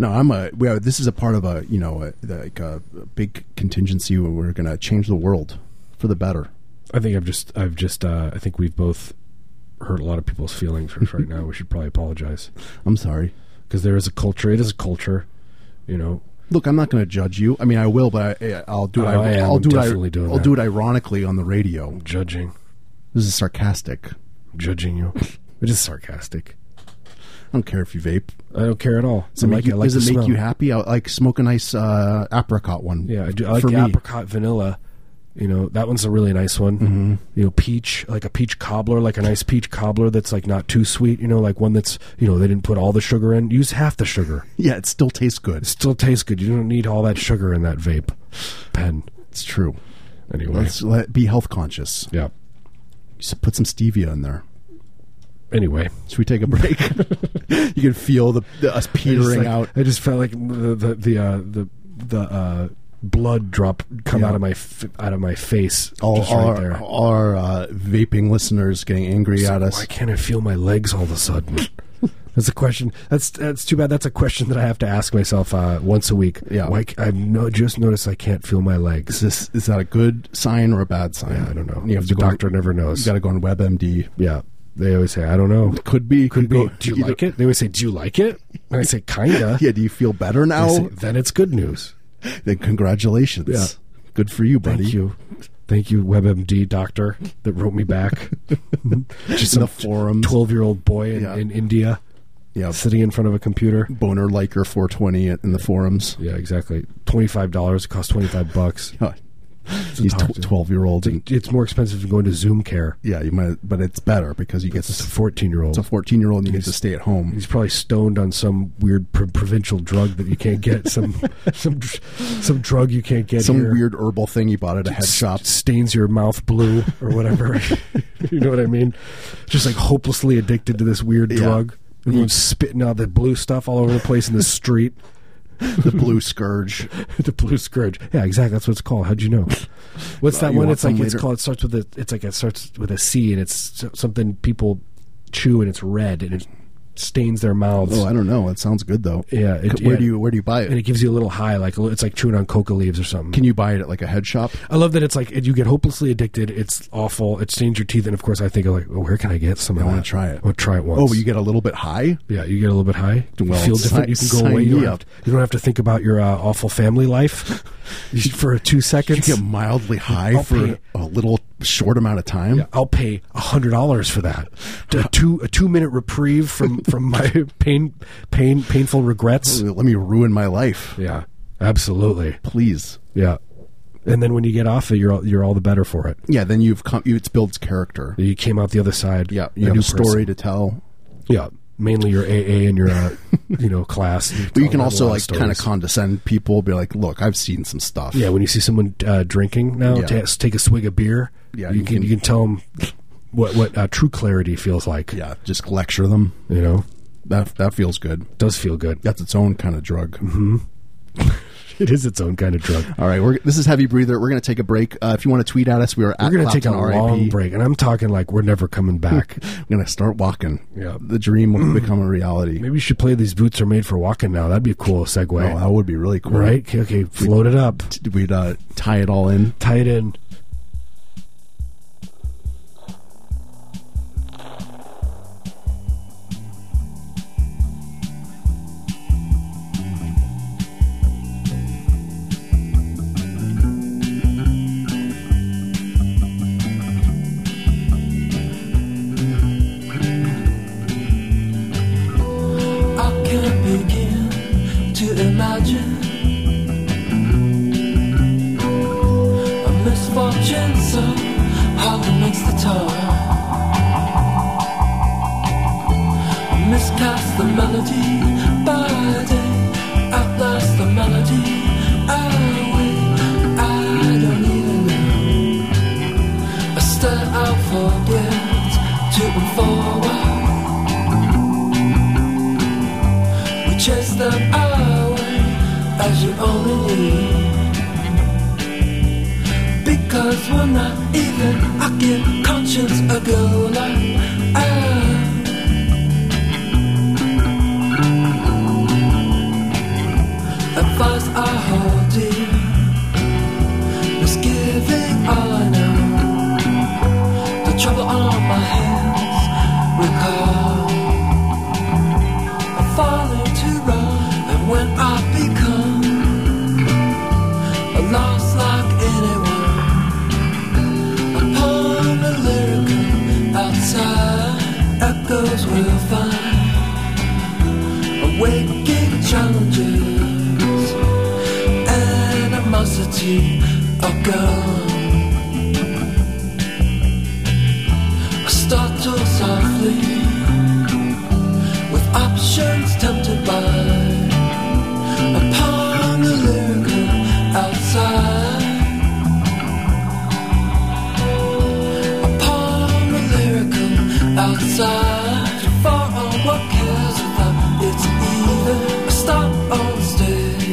S2: No, I'm a. We are, this is a part of a you know a, like a, a big contingency where we're going to change the world for the better.
S1: I think I've just I've just uh, I think we've both hurt a lot of people's feelings for- right now. We should probably apologize
S2: I'm sorry.
S1: because there is a culture. It is a culture, you know.
S2: Look, I'm not going to judge you. I mean, I will, but I, I'll do it.
S1: Oh, I am
S2: will do
S1: definitely
S2: it.
S1: doing
S2: I'll
S1: that.
S2: do it ironically on the radio.
S1: Judging,
S2: This is sarcastic.
S1: judging you. It is sarcastic.
S2: I don't care if you vape.
S1: I don't care at all.
S2: Does it
S1: I
S2: make,
S1: like
S2: you,
S1: I like
S2: does
S1: the
S2: it make
S1: smell.
S2: you happy? I like smoke a nice uh, apricot one.
S1: Yeah, I, do, I like
S2: for
S1: the
S2: me.
S1: apricot vanilla. You know that one's a really nice one. Mm-hmm. You know, peach like a peach cobbler, like a nice peach cobbler that's like not too sweet. You know, like one that's you know they didn't put all the sugar in. Use half the sugar.
S2: Yeah, it still tastes good.
S1: It still tastes good. You don't need all that sugar in that vape pen.
S2: It's true.
S1: Anyway,
S2: Let's let, be health conscious.
S1: yeah.
S2: Just put some stevia in there.
S1: Anyway,
S2: Should we take a break? you can feel the, the us
S1: I just,
S2: petering
S1: like-
S2: out.
S1: I just felt like the the the uh, the, the uh, blood drop come
S2: Yeah.
S1: out of my f- out of my face
S2: all,
S1: just
S2: all
S1: right
S2: our,
S1: there.
S2: all our, uh, vaping listeners getting angry at us.
S1: Why can't I feel my legs all of a sudden? That's a question. That's that's too bad. That's a question that I have to ask myself uh, once a week.
S2: Yeah.
S1: Why c- I've no, just noticed I can't feel my
S2: Is
S1: legs.
S2: this is that a good sign or a bad sign?
S1: Yeah, I don't know.
S2: You have
S1: the
S2: to go
S1: doctor never
S2: You
S1: knows.
S2: got to go on WebMD.
S1: yeah, they always say I don't know.
S2: Could be. Could,
S1: Go,
S2: go-
S1: do you
S2: either-
S1: like it? They always say, "Do you like it?" And I say, "Kinda."
S2: Yeah. Do you feel better
S1: They
S2: now?
S1: say, then it's good news.
S2: Then congratulations.
S1: Yeah.
S2: Good for you, buddy.
S1: Thank you. Thank you, WebMD doctor that wrote me back. Just
S2: In the forums.
S1: 12 year old boy in,
S2: Yeah.
S1: in India
S2: Yeah.
S1: sitting in front of a computer.
S2: Boner liker 420 at- in the forums.
S1: Yeah, exactly. $25. It costs 25 bucks.
S2: Huh. He's
S1: talk
S2: tw-
S1: to-
S2: 12 year old. and-
S1: It's more expensive than going to Zoom Care.
S2: Yeah. You might, but it's better because you get
S1: It's a
S2: to,
S1: 14 year
S2: it's a
S1: old.
S2: 14 year old and you get to stay at home.
S1: He's probably stoned on some weird pro- provincial drug that you can't get. Some some dr- some drug you can't get
S2: Some
S1: here.
S2: weird herbal thing you bought at a head shop.
S1: stains your mouth blue or whatever. you know what I mean? Just like hopelessly addicted to this weird
S2: Yeah.
S1: drug. Everyone's spitting out the blue stuff all over the place in the street.
S2: the blue scourge.
S1: the blue scourge. Yeah, exactly. That's what it's called. How'd you know? What's
S2: Uh,
S1: that
S2: you
S1: one?
S2: want
S1: It's like
S2: some
S1: it's
S2: later?
S1: called. It starts with a. It's like it starts with a C, and it's s- something people chew, and it's red, and it stains their mouths.
S2: Oh, I don't know. It sounds good though.
S1: Yeah, it-
S2: where
S1: yeah.
S2: do you where do you buy
S1: and
S2: it?
S1: it gives you a little high, like a li- it's like chewing on coca leaves or something.
S2: Can you buy it at like a head shop?
S1: I love that it's like you get hopelessly addicted. It's awful. It stains your teeth, and of course, I think like, oh, where can I get some?
S2: I
S1: of
S2: wanna
S1: that?
S2: try it.
S1: I want to try it once.
S2: Oh, but you get a little bit high.
S1: yeah, you get a little bit high. You
S2: Well,
S1: feel different.
S2: sign-
S1: you can go
S2: sign
S1: away. You
S2: me
S1: don't, have
S2: up.
S1: to, you don't have to think about your uh, awful family life You- for two
S2: You
S1: seconds.
S2: get mildly high
S1: I'll
S2: for
S1: pay-
S2: a little short amount of time.
S1: Yeah, I'll pay hundred dollars for that. A two a two minute reprieve from from my pain pain painful regrets.
S2: Let me ruin my life,
S1: Yeah, absolutely.
S2: please.
S1: Yeah, and then when you get off it, you're all, you're all the better for it.
S2: Yeah, then you've come. You, it builds character.
S1: You came out the other side.
S2: Yeah,
S1: a
S2: you have
S1: new
S2: a story
S1: person.
S2: to tell.
S1: Yeah, mainly your AA and your uh, you know class.
S2: But you can also like kind
S1: kind
S2: of condescend people. Be like, look, I've seen some stuff.
S1: yeah. When you see someone uh, drinking now,
S2: Yeah.
S1: ta- take a swig of beer.
S2: Yeah,
S1: you,
S2: you
S1: can,
S2: can-
S1: you can tell them what what uh, true clarity feels like.
S2: yeah. Just lecture them.
S1: You know,
S2: That that feels good.
S1: does feel good.
S2: That's its own kind of drug.
S1: Mm-hmm. It is its own kind of drug.
S2: All right, we're, this is heavy breather. We're going to take a break. Uh, if you want to tweet at us, we are at
S1: We're gonna take a
S2: Clapton
S1: long
S2: RIP.
S1: break, and I'm talking like we're never coming back.
S2: I'm going to start walking.
S1: Yeah. Mm.
S2: the dream will become a reality.
S1: Maybe you should play these boots are made for walking now. That'd be a cool segue,
S2: Oh, that would be really cool.
S1: right? Okay, okay, float it up,
S2: We'd uh, tie it all in.
S1: tie it in.
S5: I can't begin to imagine a misfortune so hard to mix the tone. I miscast the melody by day, outlast the melody. I wait, I don't even know. I stare out for words to unfold. We chase them away as you only need. Because we're not even, I give conscience a go like ah. Advice I hold dear, misgiving all I know. The trouble on my hands, recall falling to run and when I become a lost like anyone upon the lyrical outside echoes will find awaking challenges animosity are gone I startle softly with options tempted by upon the lyrical outside upon the lyrical outside you fall on what cares about it's even a stop on stage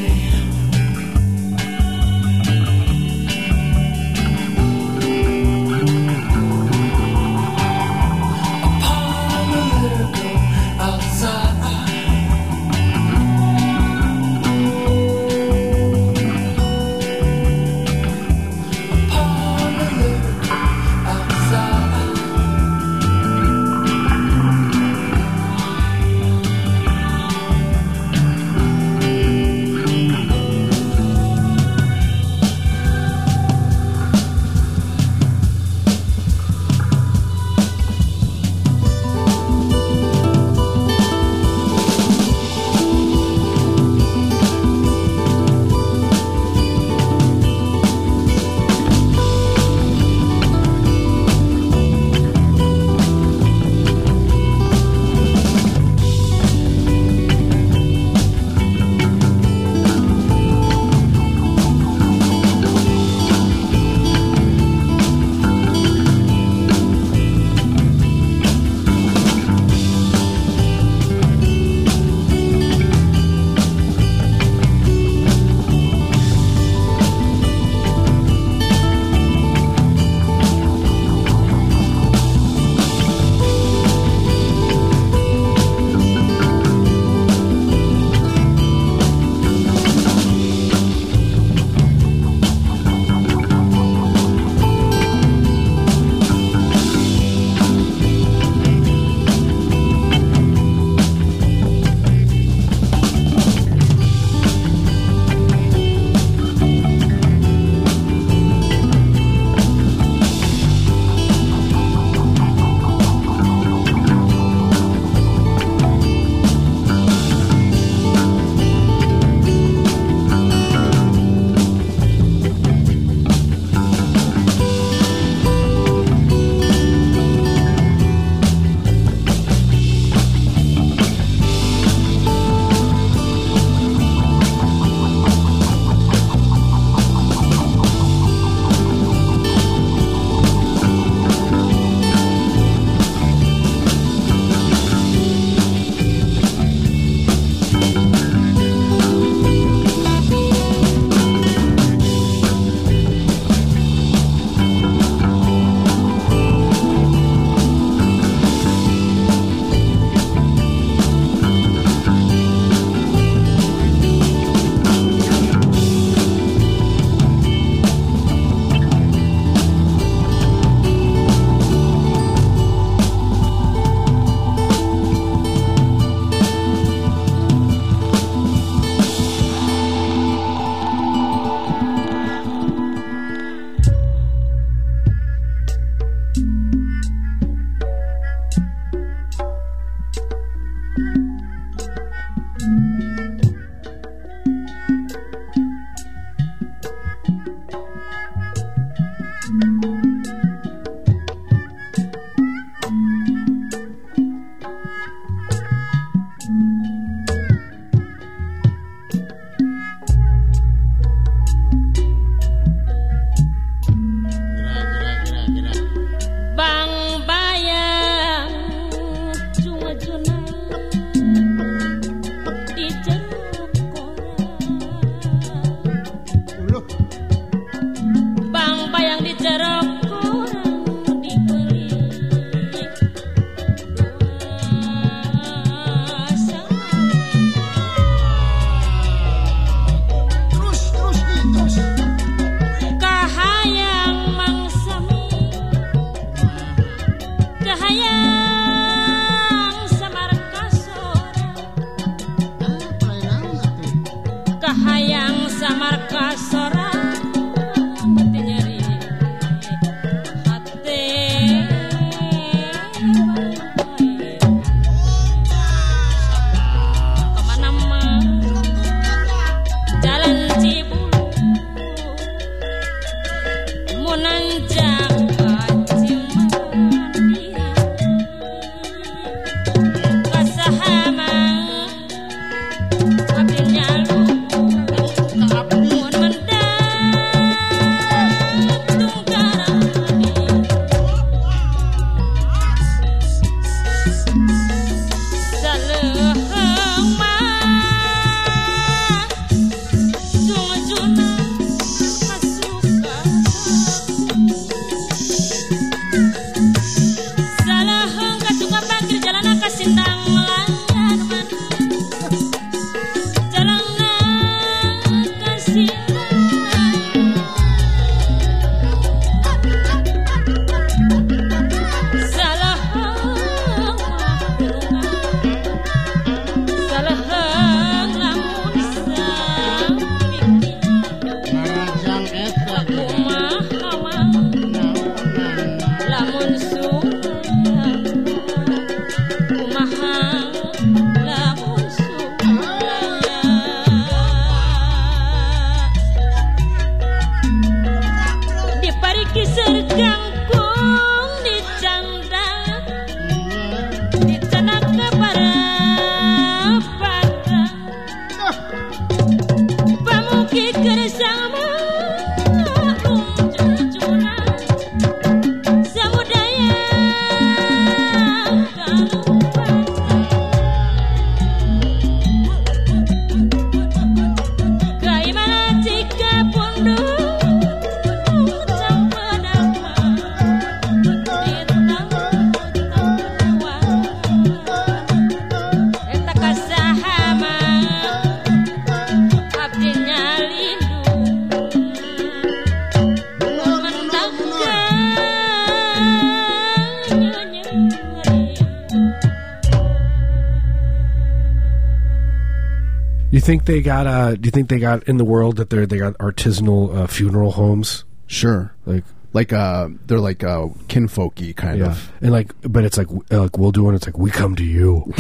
S1: think they got? Uh, do you think they got in the world that they they got artisanal uh, funeral homes?
S2: Sure.
S1: Like
S2: Like uh, they're like uh, kinfolky kind
S1: yeah,
S2: of.
S1: and like, but it's like uh, like we'll do it. It's like we come to you.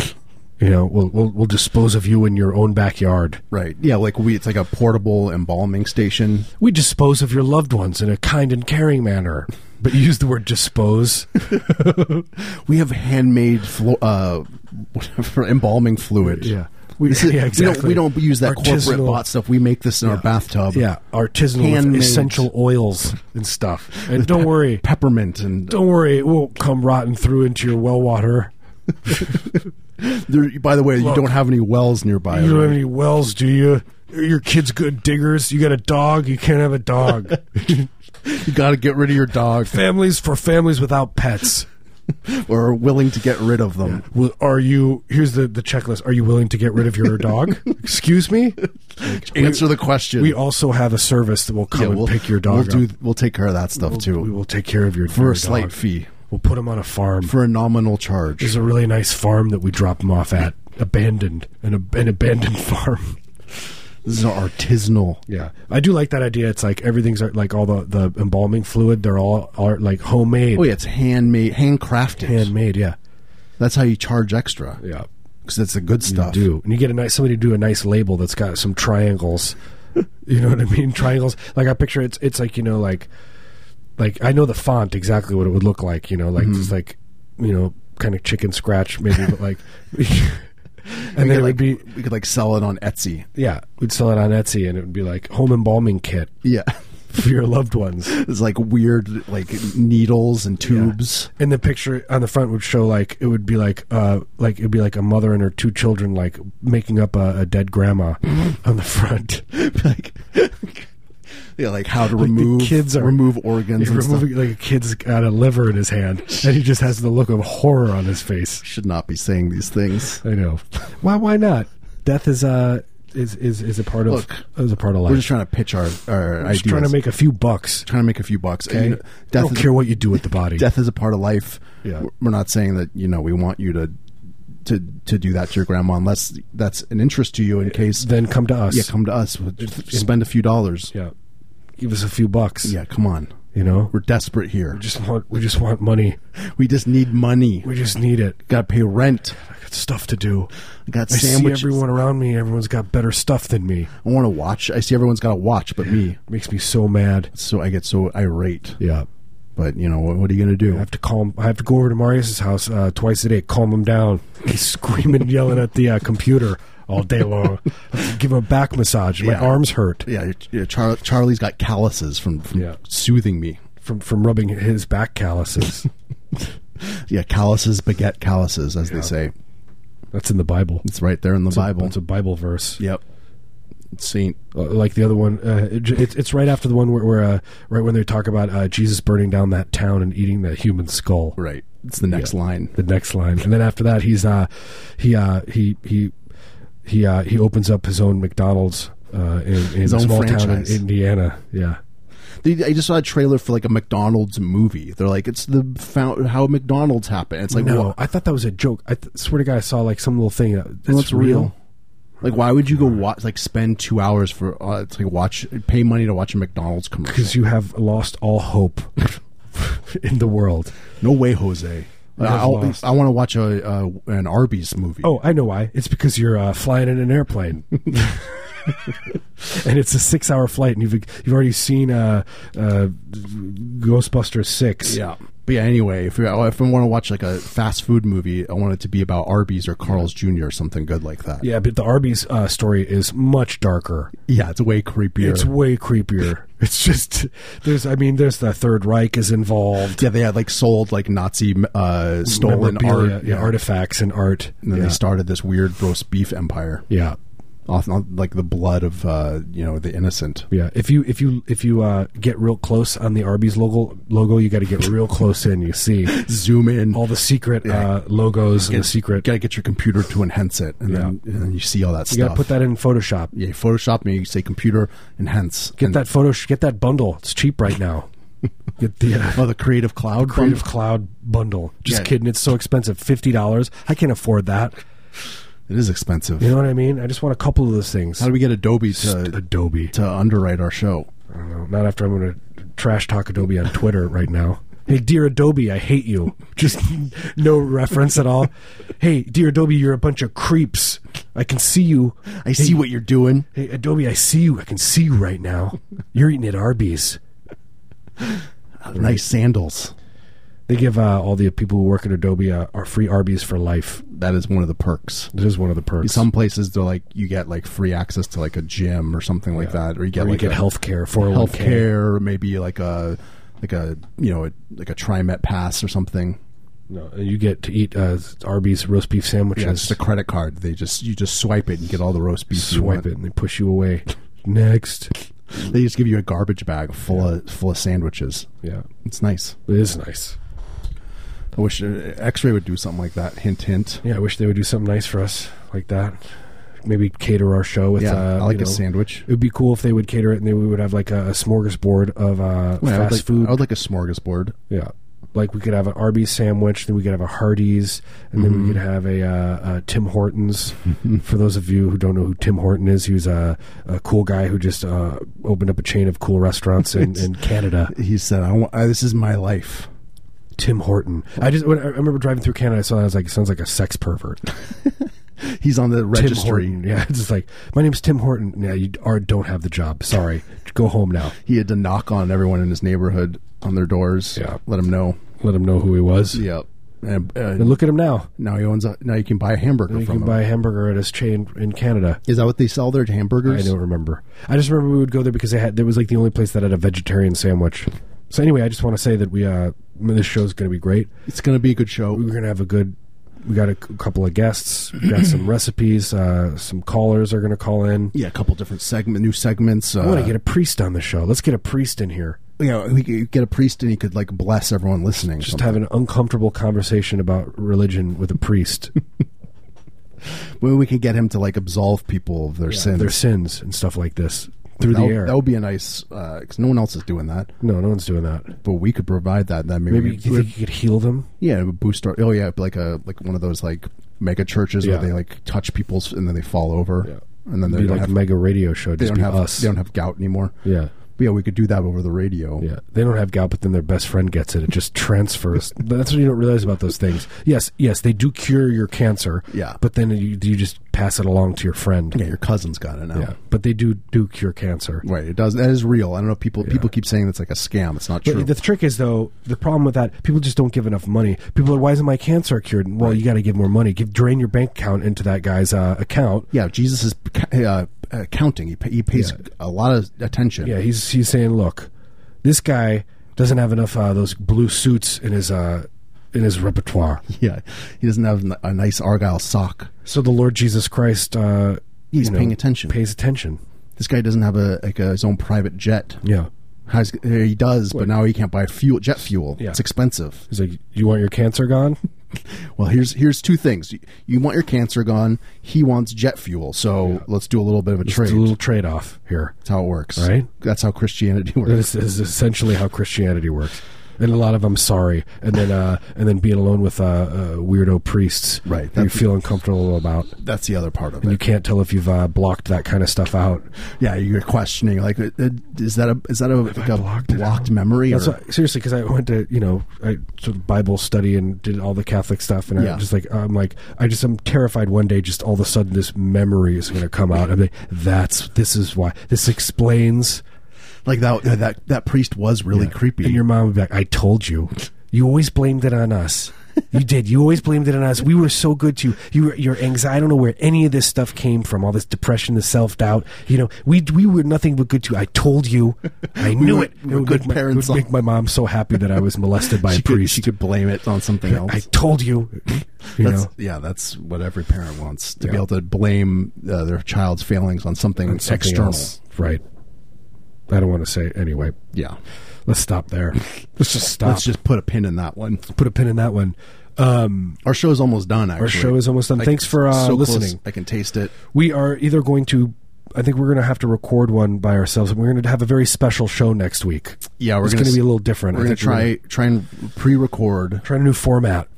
S1: You know, we'll we'll, we'll dispose of you in your own backyard.
S2: Right. Yeah. Like we, it's like a portable embalming station.
S1: We dispose of your loved ones in a kind and caring manner. But you use the word dispose.
S2: We have handmade flu- uh, whatever embalming fluid.
S1: we,
S2: This is-
S1: yeah, exactly.
S2: We don't, we don't use that corporate
S1: Artisanal-
S2: bought stuff. We make this in our bathtub.
S1: Yeah, artisanal with
S2: Handmade.
S1: essential oils and stuff. And don't worry,
S2: Peppermint and
S1: don't worry, it won't come rotting through into your well water.
S2: there, by the way, you
S1: Look.
S2: don't have any wells nearby.
S1: You don't
S2: right?
S1: have any wells, do you? Are Your kids good diggers. You got a dog. You can't have a dog.
S2: You got to get rid of your dog,
S1: families for families without pets.
S2: or are willing to get rid of them.
S1: Well, Are you? Here's the the checklist. Are you willing to get rid of your dog? Excuse me.
S2: Answer the question.
S1: We also have a service that will come
S2: Yeah,
S1: and pick your dog.
S2: We'll
S1: up.
S2: do. We'll take care of that stuff too
S1: We will take care of your
S2: for
S1: your
S2: a slight
S1: dog.
S2: fee,
S1: We'll put him on a farm.
S2: for a nominal charge.
S1: There's a really nice farm that we drop him off at. Abandoned, an, ab- an abandoned farm.
S2: This is artisanal.
S1: Yeah, I do like that idea. It's like everything's uh, like all the the embalming fluid. They're all are like homemade,
S2: Oh yeah, it's handmade, handcrafted.
S1: handmade. Yeah,
S2: That's how you charge extra.
S1: yeah.
S2: because it's the good
S1: You
S2: stuff.
S1: do and you get a nice somebody to do a nice label that's got some triangles. you know what I mean? Triangles. Like I picture it's it's like you know like like I know the font exactly what it would look like. You know,
S2: Mm-hmm.
S1: like just like you know kind of chicken scratch maybe, but like. And
S2: we
S1: then it
S2: could, like,
S1: would be
S2: we could like sell it on Etsy.
S1: Yeah, we'd sell it on Etsy, and it would be like home embalming kit
S2: Yeah,
S1: for your loved ones.
S2: it's like weird like needles and tubes.
S1: And the picture on the front would show like it would be like uh like it'd be like a mother and her two children like making up a, a dead grandma on the front.
S2: like, yeah, like how to
S1: the
S2: remove
S1: kids are-
S2: remove organs.
S1: You're
S2: And stuff.
S1: removing like a kid's got a liver in his hand, and he just has the look of horror on his face.
S2: Should not be saying these things.
S1: I know. Why? Why not? Death is uh is is is a part of
S2: Look,
S1: is a part of life.
S2: We're just trying to pitch our our
S1: Just
S2: ideas.
S1: trying to make a few bucks.
S2: trying to make a few bucks.
S1: Okay?
S2: You know,
S1: I
S2: death
S1: don't
S2: is
S1: care what you do with the body.
S2: death is a part of life.
S1: Yeah.
S2: We're not saying that you know we want you to to to do that to your grandma unless that's an interest to you. In case
S1: Then come to us.
S2: yeah, come to us. We'll Spend a few dollars.
S1: Yeah. Give us a few bucks.
S2: Yeah, come on.
S1: You know?
S2: We're desperate here.
S1: We just want we just want money.
S2: We just need money.
S1: We just need it.
S2: Got to pay rent.
S1: I got stuff to do.
S2: I got
S1: I
S2: sandwiches.
S1: see everyone around me. Everyone's got better stuff than me.
S2: I want to watch. I see everyone's got to watch, but me.
S1: Makes me so mad.
S2: So I get so irate.
S1: Yeah.
S2: But you know what, what are you going to
S1: I
S2: do?
S1: have to calm. I have to go over to Marius's house uh, twice a day. Calm him down. He's screaming, and yelling at the uh, computer all day long. I have to give him a back massage. My
S2: Yeah.
S1: arms hurt
S2: Yeah, yeah Char- Charlie's got calluses from, from
S1: Yeah.
S2: soothing me.
S1: from from rubbing his back calluses.
S2: Yeah, calluses beget calluses, as they say.
S1: That's in the Bible.
S2: It's right there in the Bible.
S1: It's a Bible verse.
S2: yep. Saint.
S1: Uh, like the other one. Uh, it, it's it's right after the one where, where uh, right when they talk about uh, Jesus burning down that town and eating the human skull.
S2: Right. It's the next line.
S1: The next line, and then after that, he's uh, he uh, he he he uh, he opens up his own McDonald's uh, in, in
S2: His
S1: a
S2: own
S1: small town in
S2: franchise.
S1: Indiana. Yeah,
S2: Dude, I just saw a trailer for like a McDonald's movie. They're like, it's the found, how McDonald's happened. It's like,
S1: no,
S2: what?
S1: I thought that was a joke. I th- swear to God, I saw like some little thing. That, that's
S2: Well, it's Like, why would you go watch? Like, spend two hours for uh, to watch, pay money to watch a McDonald's commercial?
S1: because you have lost all hope in the world.
S2: No way, Jose. I,
S1: have lost.
S2: I want to watch a uh, an Arby's movie.
S1: Oh, I know why. It's because you're uh, flying in an airplane. and it's a six-hour flight, and you've you've already seen uh, uh, Ghostbusters six.
S2: yeah. But yeah, anyway, if, you're, if I want to watch like a fast food movie, I want it to be about Arby's or Carl's Jr. or something good like that.
S1: yeah, but the Arby's uh, story is much darker.
S2: yeah, it's way creepier.
S1: It's way creepier. It's just there's. I mean, there's the Third Reich is involved.
S2: yeah, they had like sold like Nazi uh, stolen
S1: memorabilia,
S2: art,
S1: yeah, artifacts and art.
S2: and then
S1: yeah.
S2: they started this weird roast beef empire
S1: yeah,
S2: off on, like the blood of uh, you know the innocent.
S1: yeah. If you if you if you uh, get real close on the Arby's logo logo, you got to get real close in. You see
S2: Zoom in.
S1: all the secret uh, logos and the secret.
S2: gotta get your computer to enhance it, and, then, and then you see all that
S1: you
S2: stuff.
S1: got to put that in Photoshop.
S2: yeah, Photoshop me. You say computer enhance.
S1: Get that photo. Get that bundle. It's cheap right now. Get the uh,
S2: Oh, the Creative Cloud.
S1: Creative
S2: bundle?
S1: Cloud bundle. Just
S2: Yeah.
S1: kidding. It's so expensive. Fifty dollars. I can't afford that.
S2: It is expensive.
S1: You know what I mean? I just want a couple of those things.
S2: How do we get Adobe
S1: Just
S2: to
S1: Adobe.
S2: to underwrite our show?
S1: I don't know. Not after I'm going to trash talk Adobe on Twitter right now. Hey, dear Adobe, I hate you. Just no reference at all. Hey, dear Adobe, you're a bunch of creeps. I can see you.
S2: I see what you're doing.
S1: Hey, Adobe, I see you. I can see you right now. You're eating at Arby's.
S2: Nice sandals.
S1: They give uh, all the people who work at Adobe uh, are free Arby's for life.
S2: That is one of the perks.
S1: It is one of the perks.
S2: Some places they're like you get like free access to like a gym or something like that, or you get
S1: or you
S2: like
S1: get oh
S2: a
S1: health care, 401k.
S2: health care, or maybe like a like a you know like a TriMet pass or something.
S1: No, you get to eat uh, Arby's roast beef sandwiches.
S2: Yeah, it's just a credit card. They just you just swipe it and get all the roast beef. you
S1: Swipe
S2: want.
S1: it and they push you away. Next.
S2: They just give you a garbage bag full of full of sandwiches.
S1: Yeah,
S2: It's nice.
S1: it is nice.
S2: I wish uh, X-Ray would do something like that. Hint, hint.
S1: Yeah, I wish they would do something nice for us like that. Maybe cater our show with.
S2: Yeah,
S1: uh,
S2: I like
S1: you
S2: a
S1: know,
S2: sandwich.
S1: It would be cool if they would cater it, and then we would have like a, a smorgasbord of uh,
S2: Yeah, I would
S1: fast
S2: like,
S1: food.
S2: I would like a smorgasbord.
S1: yeah, like we could have an Arby's sandwich, then we could have a Hardee's, and then we could have a, uh, a Tim Hortons. for those of you who don't know who Tim Horton is, he was a, a cool guy who just uh, opened up a chain of cool restaurants in, in Canada.
S2: He said, "I want. I, this is my life."
S1: Tim Horton. I just when, I remember driving through Canada. I saw. That, I was like, it sounds like a sex pervert.
S2: He's on the
S1: Tim
S2: registry.
S1: Horton. Yeah, it's just like my name's Tim Horton. Yeah, you are, don't have the job. Sorry, go home now.
S2: He had to knock on everyone in his neighborhood on their doors.
S1: Yeah.
S2: let him know.
S1: Let him know who he was.
S2: Yeah, and, uh,
S1: And look at him now.
S2: now he owns. A, now you can buy a hamburger
S1: You
S2: from
S1: can
S2: him.
S1: buy a hamburger at his chain in Canada.
S2: is that what they sell their
S1: I
S2: hamburgers?
S1: don't remember. I just remember we would go there because they had there was like the only place that had a vegetarian sandwich. So anyway, I just want to say that we uh this show's going to be great.
S2: It's going to be a good show.
S1: We're going to have a good. We got a c- couple of guests. We got some recipes. Uh, some callers are going to call in.
S2: Yeah, a couple different segment, new segments. Uh,
S1: I want to get a priest on the show. Let's get a priest in here.
S2: you know, we could get a priest and he could like bless everyone listening.
S1: Just have an uncomfortable conversation about religion with a priest,
S2: Maybe we can get him to like absolve people of their sins
S1: their sins, and stuff like this through
S2: that,
S1: the air.
S2: That would be a nice because no one else is doing that,
S1: no, no one's doing that.
S2: but we could provide that. That maybe,
S1: Maybe
S2: we-
S1: you think you could heal them?
S2: yeah, it would boost our. Oh yeah, like a like one of those like mega churches
S1: Yeah.
S2: where they like touch people's and then they fall over,
S1: Yeah.
S2: and then they
S1: be
S2: don't
S1: like
S2: have
S1: a mega radio show.
S2: they
S1: Just
S2: don't
S1: be
S2: have
S1: us.
S2: they don't have gout anymore.
S1: yeah,
S2: But yeah, we could do that over the radio.
S1: yeah. They don't have gout, but then their best friend gets it. It just transfers. But that's what you don't realize about those things. Yes, yes, they do cure your cancer.
S2: Yeah.
S1: but then you you just pass it along to your friend.
S2: Yeah, your cousin's got it now.
S1: Yeah, but they do do cure cancer.
S2: Right, it does. That is real. I don't know. if People people keep saying that's like a scam. It's not true.
S1: But the trick is though the problem with that people just don't give enough money. People are why isn't my cancer cured? Well, you got to give more money. Give drain your bank account into that guy's uh, account.
S2: yeah, Jesus is ca- uh, uh, counting. He, pa- he pays
S1: Yeah.
S2: a lot of attention.
S1: Yeah, he's he's saying, look, this guy doesn't have enough uh, those blue suits in his uh, in his repertoire.
S2: Yeah, he doesn't have n- a nice argyle sock.
S1: So the Lord Jesus Christ, uh,
S2: He's paying attention.
S1: Pays attention.
S2: This guy doesn't have a like a, his own private jet.
S1: Yeah.
S2: Has, uh, he does, but now he can't buy fuel jet fuel.
S1: Yeah.
S2: It's expensive.
S1: He's like, you want your cancer gone?
S2: Well, here's here's two things. You, you want your cancer gone. He wants jet fuel. So let's do a little bit of a
S1: It's
S2: trade.
S1: a little trade off here.
S2: That's how it works.
S1: Right.
S2: That's how Christianity works.
S1: This is essentially how Christianity works. And a lot of I'm sorry, and then uh, and then being alone with uh, uh, weirdo priests,
S2: Right,
S1: That you
S2: that's-
S1: feel uncomfortable about.
S2: That's the other part of
S1: You
S2: it.
S1: can't tell if you've uh, blocked that kind of stuff out.
S2: Yeah, you're questioning like, uh, uh, is that a is that a, like a blocked, memory?
S1: That's
S2: or-
S1: why, seriously because I went to you know I sort of Bible study and did all the Catholic stuff, and
S2: Yeah.
S1: I'm just like I'm like I just I'm terrified one day just all of a sudden this memory is going to come out. I'm like that's this is why this explains.
S2: like that uh, that that priest was really creepy.
S1: And your mom would be like, I told you, you always blamed it on us. You did. You always blamed it on us. We were so good to you. you were, your anxiety. I don't know where any of this stuff came from. All this depression, the self doubt. You know, we we were nothing but good to you. I told you. I knew
S2: were-
S1: it.
S2: we
S1: It
S2: were
S1: would
S2: good
S1: make my- it
S2: parents.
S1: would make my mom so happy that I was molested by a
S2: she, could,
S1: priest.
S2: she could blame it on something else.
S1: I told you. You
S2: That's,
S1: know,
S2: yeah, that's what every parent wants to
S1: Yeah.
S2: be able to blame uh, their child's failings on something,
S1: something
S2: external.
S1: else. right? I don't want to say anyway.
S2: Yeah,
S1: Let's stop there. Let's just stop.
S2: let's just put a pin in that one.
S1: put a pin in that one. Um,
S2: Our show's almost done. Actually,
S1: show is almost done.
S2: I-
S1: Thanks for, uh,
S2: so close.
S1: listening.
S2: I can taste it.
S1: we are either going to I think we're going to have to record one by ourselves, and we're going to have a very special show next week.
S2: Yeah, we're
S1: it's
S2: gonna
S1: going to be
S2: s-
S1: a little different.
S2: We're
S1: I
S2: gonna
S1: think
S2: try
S1: gonna
S2: try and pre-record.
S1: try a new format.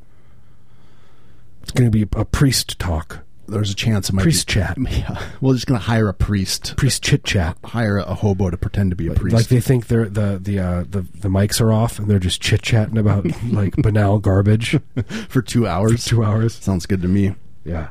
S1: It's going to be a priest talk.
S2: there's a chance it might
S1: Priest
S2: be,
S1: chat.
S2: Yeah, we're just gonna hire a priest,
S1: Priest chit chat.
S2: hire a hobo to pretend to be a priest.
S1: Like they think they're the the uh, the the mics are off and they're just chit chatting about like banal garbage
S2: for two
S1: for
S2: hours.
S1: two hours.
S2: Sounds good to me.
S1: Yeah.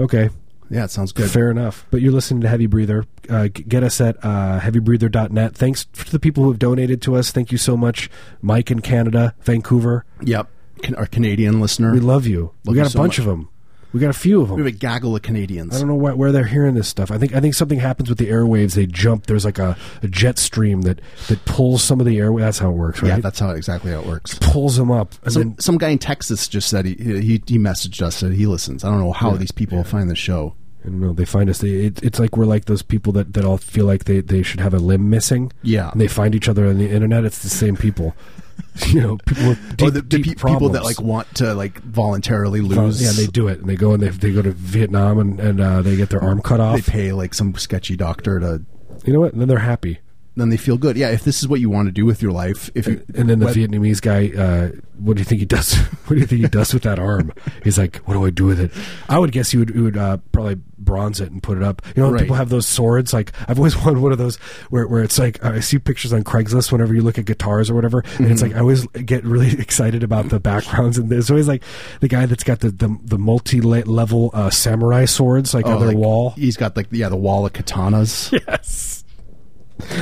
S1: Okay.
S2: Yeah, it sounds good.
S1: Fair enough. But you're listening to Heavy Breather. Uh, g- get us at uh, heavybreather.net. Thanks to the people who have donated to us. Thank you so much, Mike in Canada, Vancouver.
S2: Yep, Can, our Canadian listener.
S1: We love you.
S2: Love
S1: we
S2: you
S1: got a
S2: so
S1: bunch
S2: much.
S1: of them. We got a few of them.
S2: we have a gaggle of Canadians.
S1: I don't know why, where they're hearing this stuff. I think I think something happens with the airwaves. They jump. There's like a, a jet stream that, that pulls some of the airwaves. That's how it works, right?
S2: Yeah, that's how exactly how it works.
S1: pulls them up. And
S2: Some,
S1: then,
S2: some guy in Texas just said he, he he messaged us that he listens. I don't know how these people find the show.
S1: I don't know. They find us. They, it, it's like we're like those people that, that all feel like they, they should have a limb missing.
S2: Yeah.
S1: And they find each other on the internet. It's the same people. you know, people with deep,
S2: or the, the
S1: deep
S2: pe- people
S1: problems.
S2: that like want to like voluntarily lose.
S1: Yeah, they do it, and they go and they, they go to Vietnam and and uh, they get their arm cut
S2: they
S1: off.
S2: pay like some sketchy doctor to.
S1: you know what? And then they're happy.
S2: Then they feel good. Yeah, if this is what you want to do with your life, if you,
S1: And then the
S2: what-
S1: Vietnamese guy, uh, what do you think he does? what do you think he does with that arm? He's like, what do I do with it? I would guess he would, he would uh, probably bronze it and put it up. You know,
S2: Right.
S1: people have those swords. Like I've always wanted one of those where, where it's like I see pictures on Craigslist whenever you look at guitars or whatever, and
S2: Mm-hmm.
S1: it's like I always get really excited about the backgrounds and there's always like the guy that's got the the, the multi level uh, samurai swords like
S2: oh,
S1: on their
S2: like,
S1: wall.
S2: he's got like yeah the wall of katanas.
S1: Yes.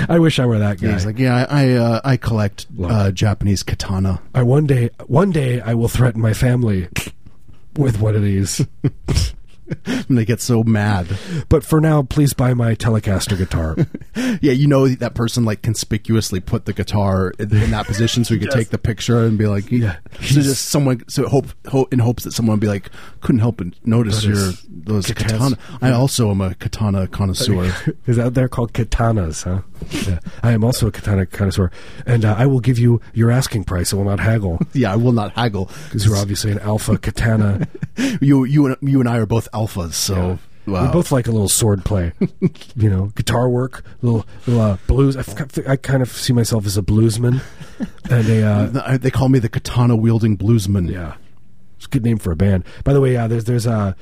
S1: I wish I were that guy.
S2: And he's like yeah I I, uh, I collect
S1: Love
S2: uh, Japanese katana.
S1: I one day, one day, I will threaten my family with one of these.
S2: And they get so mad.
S1: But for now, please buy my Telecaster guitar.
S2: Yeah, you know that person like conspicuously put the guitar in, in that position so he could take the picture and be like, yeah. So just someone, so hope, hope in hopes that someone would be like, couldn't help but notice your
S1: Notice
S2: those
S1: katanas."
S2: katana. I also am a katana connoisseur.
S1: Is out there called katanas, huh? Yeah. I am also a katana connoisseur, and uh, I will give you your asking price. I will not haggle
S2: yeah, I will not haggle.
S1: because you're obviously an alpha katana. Oh,
S2: You, you, and, you and I are both alphas. So wow.
S1: We both like a little sword play, you know, guitar work, little, little uh, blues. I, f- I kind of see myself as a bluesman, and a uh,
S2: I- they call me the katana wielding bluesman.
S1: Yeah, it's a good name for a band. By the way, yeah, there's there's uh,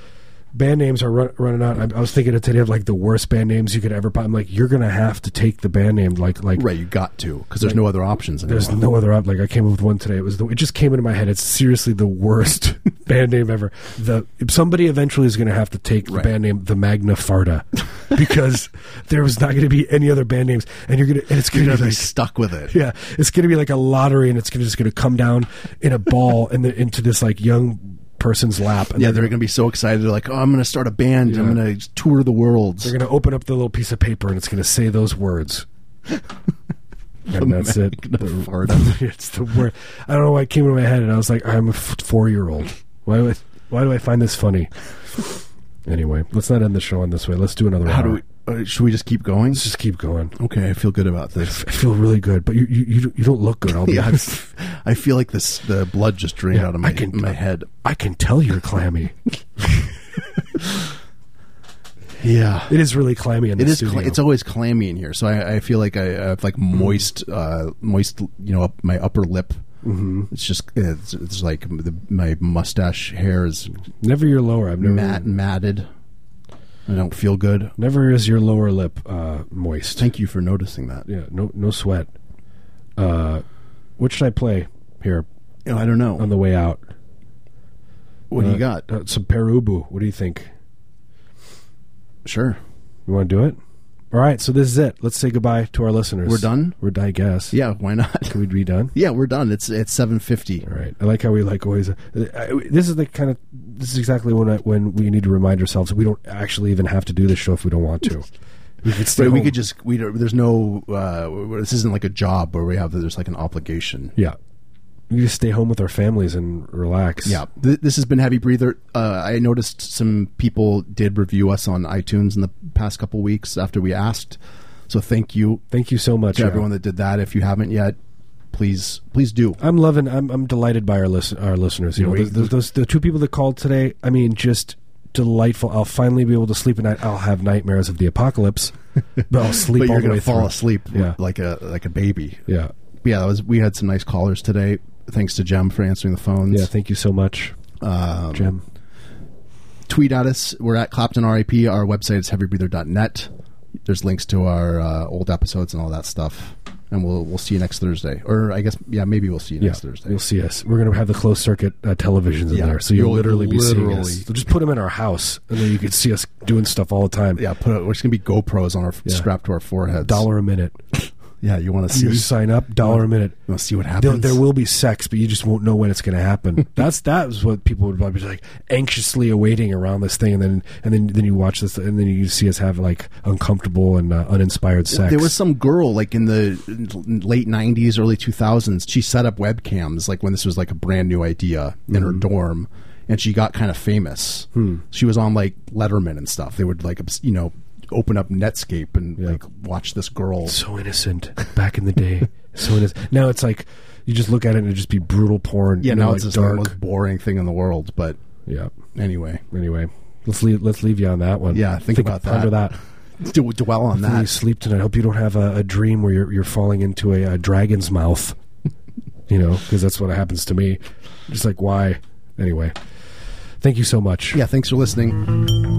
S1: band names are run, running out. I, I was thinking of today of like the worst band names you could ever. pop. I'm like, you're gonna have to take the band name like like.
S2: right. You got to because there's no other options. Anymore.
S1: There's no other op- like I came up with one today. It was the, it just came into my head. It's seriously the worst band name ever. The somebody eventually is going to have to take
S2: Right.
S1: the band name the Magna Farta because there was not going to be any other band names, and you're gonna and it's
S2: You're
S1: gonna be
S2: gonna be
S1: like
S2: stuck with it.
S1: yeah, it's going to be like a lottery, and it's gonna, just going to come down in a ball and then into this like young person's lap. And
S2: Yeah, they're going to be so excited. They're like, oh, I'm going to start a band. I'm going to tour the world.
S1: they're going to open up the little piece of paper, and it's going to say those words. and that's it.
S2: Magna Fart.
S1: it's the word. I don't know why it came into my head, and I was like, I'm a f- four year old. Why do I, why do I find this funny? Anyway, let's not end the show on this way. Let's do another. hour.
S2: How do we? Uh, should we just keep going?
S1: Let's just keep going.
S2: Okay, I feel good about this.
S1: I feel really good, but you you you, you don't look good. I'll be
S2: Yeah,
S1: honest.
S2: I- I feel like this. The blood just drained out of my,
S1: I can-
S2: my head.
S1: I can tell you're clammy.
S2: Yeah,
S1: It is really clammy in the
S2: it is.
S1: studio.
S2: Cl- it's always clammy in here, so I, I feel like I, I have like moist, uh, moist. You know, up my upper lip. Mm-hmm. It's just. It's, it's like the, my mustache hair is
S1: Never your lower. I've never.
S2: mat matted. I don't feel good.
S1: Never is your lower lip uh, moist.
S2: Thank you for noticing that.
S1: yeah, no, no sweat. Uh, what should I play here
S2: You know, I don't
S1: on
S2: know.
S1: the way out?
S2: What do you got?
S1: Uh, some Perubu. What do you think?
S2: Sure.
S1: You want to do it? All right. So this is it. Let's say goodbye to our listeners.
S2: We're done?
S1: We're done. I guess.
S2: Yeah. Why not?
S1: Can we be done?
S2: yeah, we're done. It's it's seven fifty.
S1: All right. I like how we like always. uh, I, this is the kind of. This is exactly when I, when we need to remind ourselves that we don't actually even have to do this show if we don't want to. We could stay.
S2: But we
S1: home.
S2: could just we don't, there's no uh, w- this isn't like a job where we have there's like an obligation.
S1: Yeah. We could just stay home with our families and relax.
S2: Yeah, Th- this has been heavy breather. Uh, I noticed some people did review us on iTunes in the past couple weeks after we asked. So thank you
S1: Thank you so much, uh,
S2: to
S1: yeah.
S2: everyone that did that. If you haven't yet, please please do.
S1: I'm loving. I'm I'm delighted by our listen our listeners. You know,
S2: we-
S1: those, those, those the two people that called today. I mean, just delightful. I'll finally be able to sleep at night. I'll have nightmares of the apocalypse, but I'll sleep. all
S2: But
S1: the
S2: you're gonna
S1: way
S2: fall
S1: through.
S2: asleep
S1: Yeah.
S2: like a like a baby.
S1: Yeah,
S2: Yeah, that was we had some nice callers today. Thanks to Jem for answering the phones.
S1: yeah. Thank you so much,
S2: um,
S1: Jim.
S2: tweet at us. We're at Clapton RIP. Our website is heavybreather.net. There's links to our uh, old episodes and all that stuff. And we'll we'll see you next Thursday, or I guess yeah, maybe we'll see you next Thursday.
S1: You'll see us. We're going to have the closed circuit uh, televisions in
S2: Yeah.
S1: there, so you'll,
S2: You'll
S1: literally be seeing
S2: literally-
S1: us. So just put them in our house, and then you can see us doing stuff all the time.
S2: yeah, put a, we're just gonna be GoPros on our strapped to our foreheads.
S1: dollar a minute.
S2: Yeah, you want to see?
S1: You sign up, dollar a minute.
S2: You want to see what
S1: There,
S2: happens?
S1: there will be sex, but you just won't know when it's going to happen. That's that was what people would probably be like anxiously awaiting around this thing, and then and then then you watch this, and then you see us have like uncomfortable and uh, uninspired sex.
S2: There was some girl like in the late '90s, early 2000s. She set up webcams like when this was like a brand new idea in
S1: Mm-hmm.
S2: her dorm, and she got kind of famous.
S1: Hmm.
S2: She was on like Letterman and stuff. They would like obs- you know open up Netscape and like watch this girl.
S1: so innocent back in the day. so innocent. Now it's like you just look at it and it just be brutal porn.
S2: Yeah,
S1: you
S2: now
S1: know,
S2: it's
S1: like
S2: just
S1: dark.
S2: the most boring thing in the world. But
S1: yeah.
S2: anyway,
S1: Anyway, let's leave. Let's leave you on that one.
S2: Yeah, think about that.
S1: Under that.
S2: d- dwell on
S1: When you
S2: that.
S1: sleep tonight, I hope you don't have a, a dream where you're, you're falling into a, uh dragon's mouth. you know, because that's what happens to me. Just like why? Anyway, thank you so much.
S2: Yeah, thanks for listening.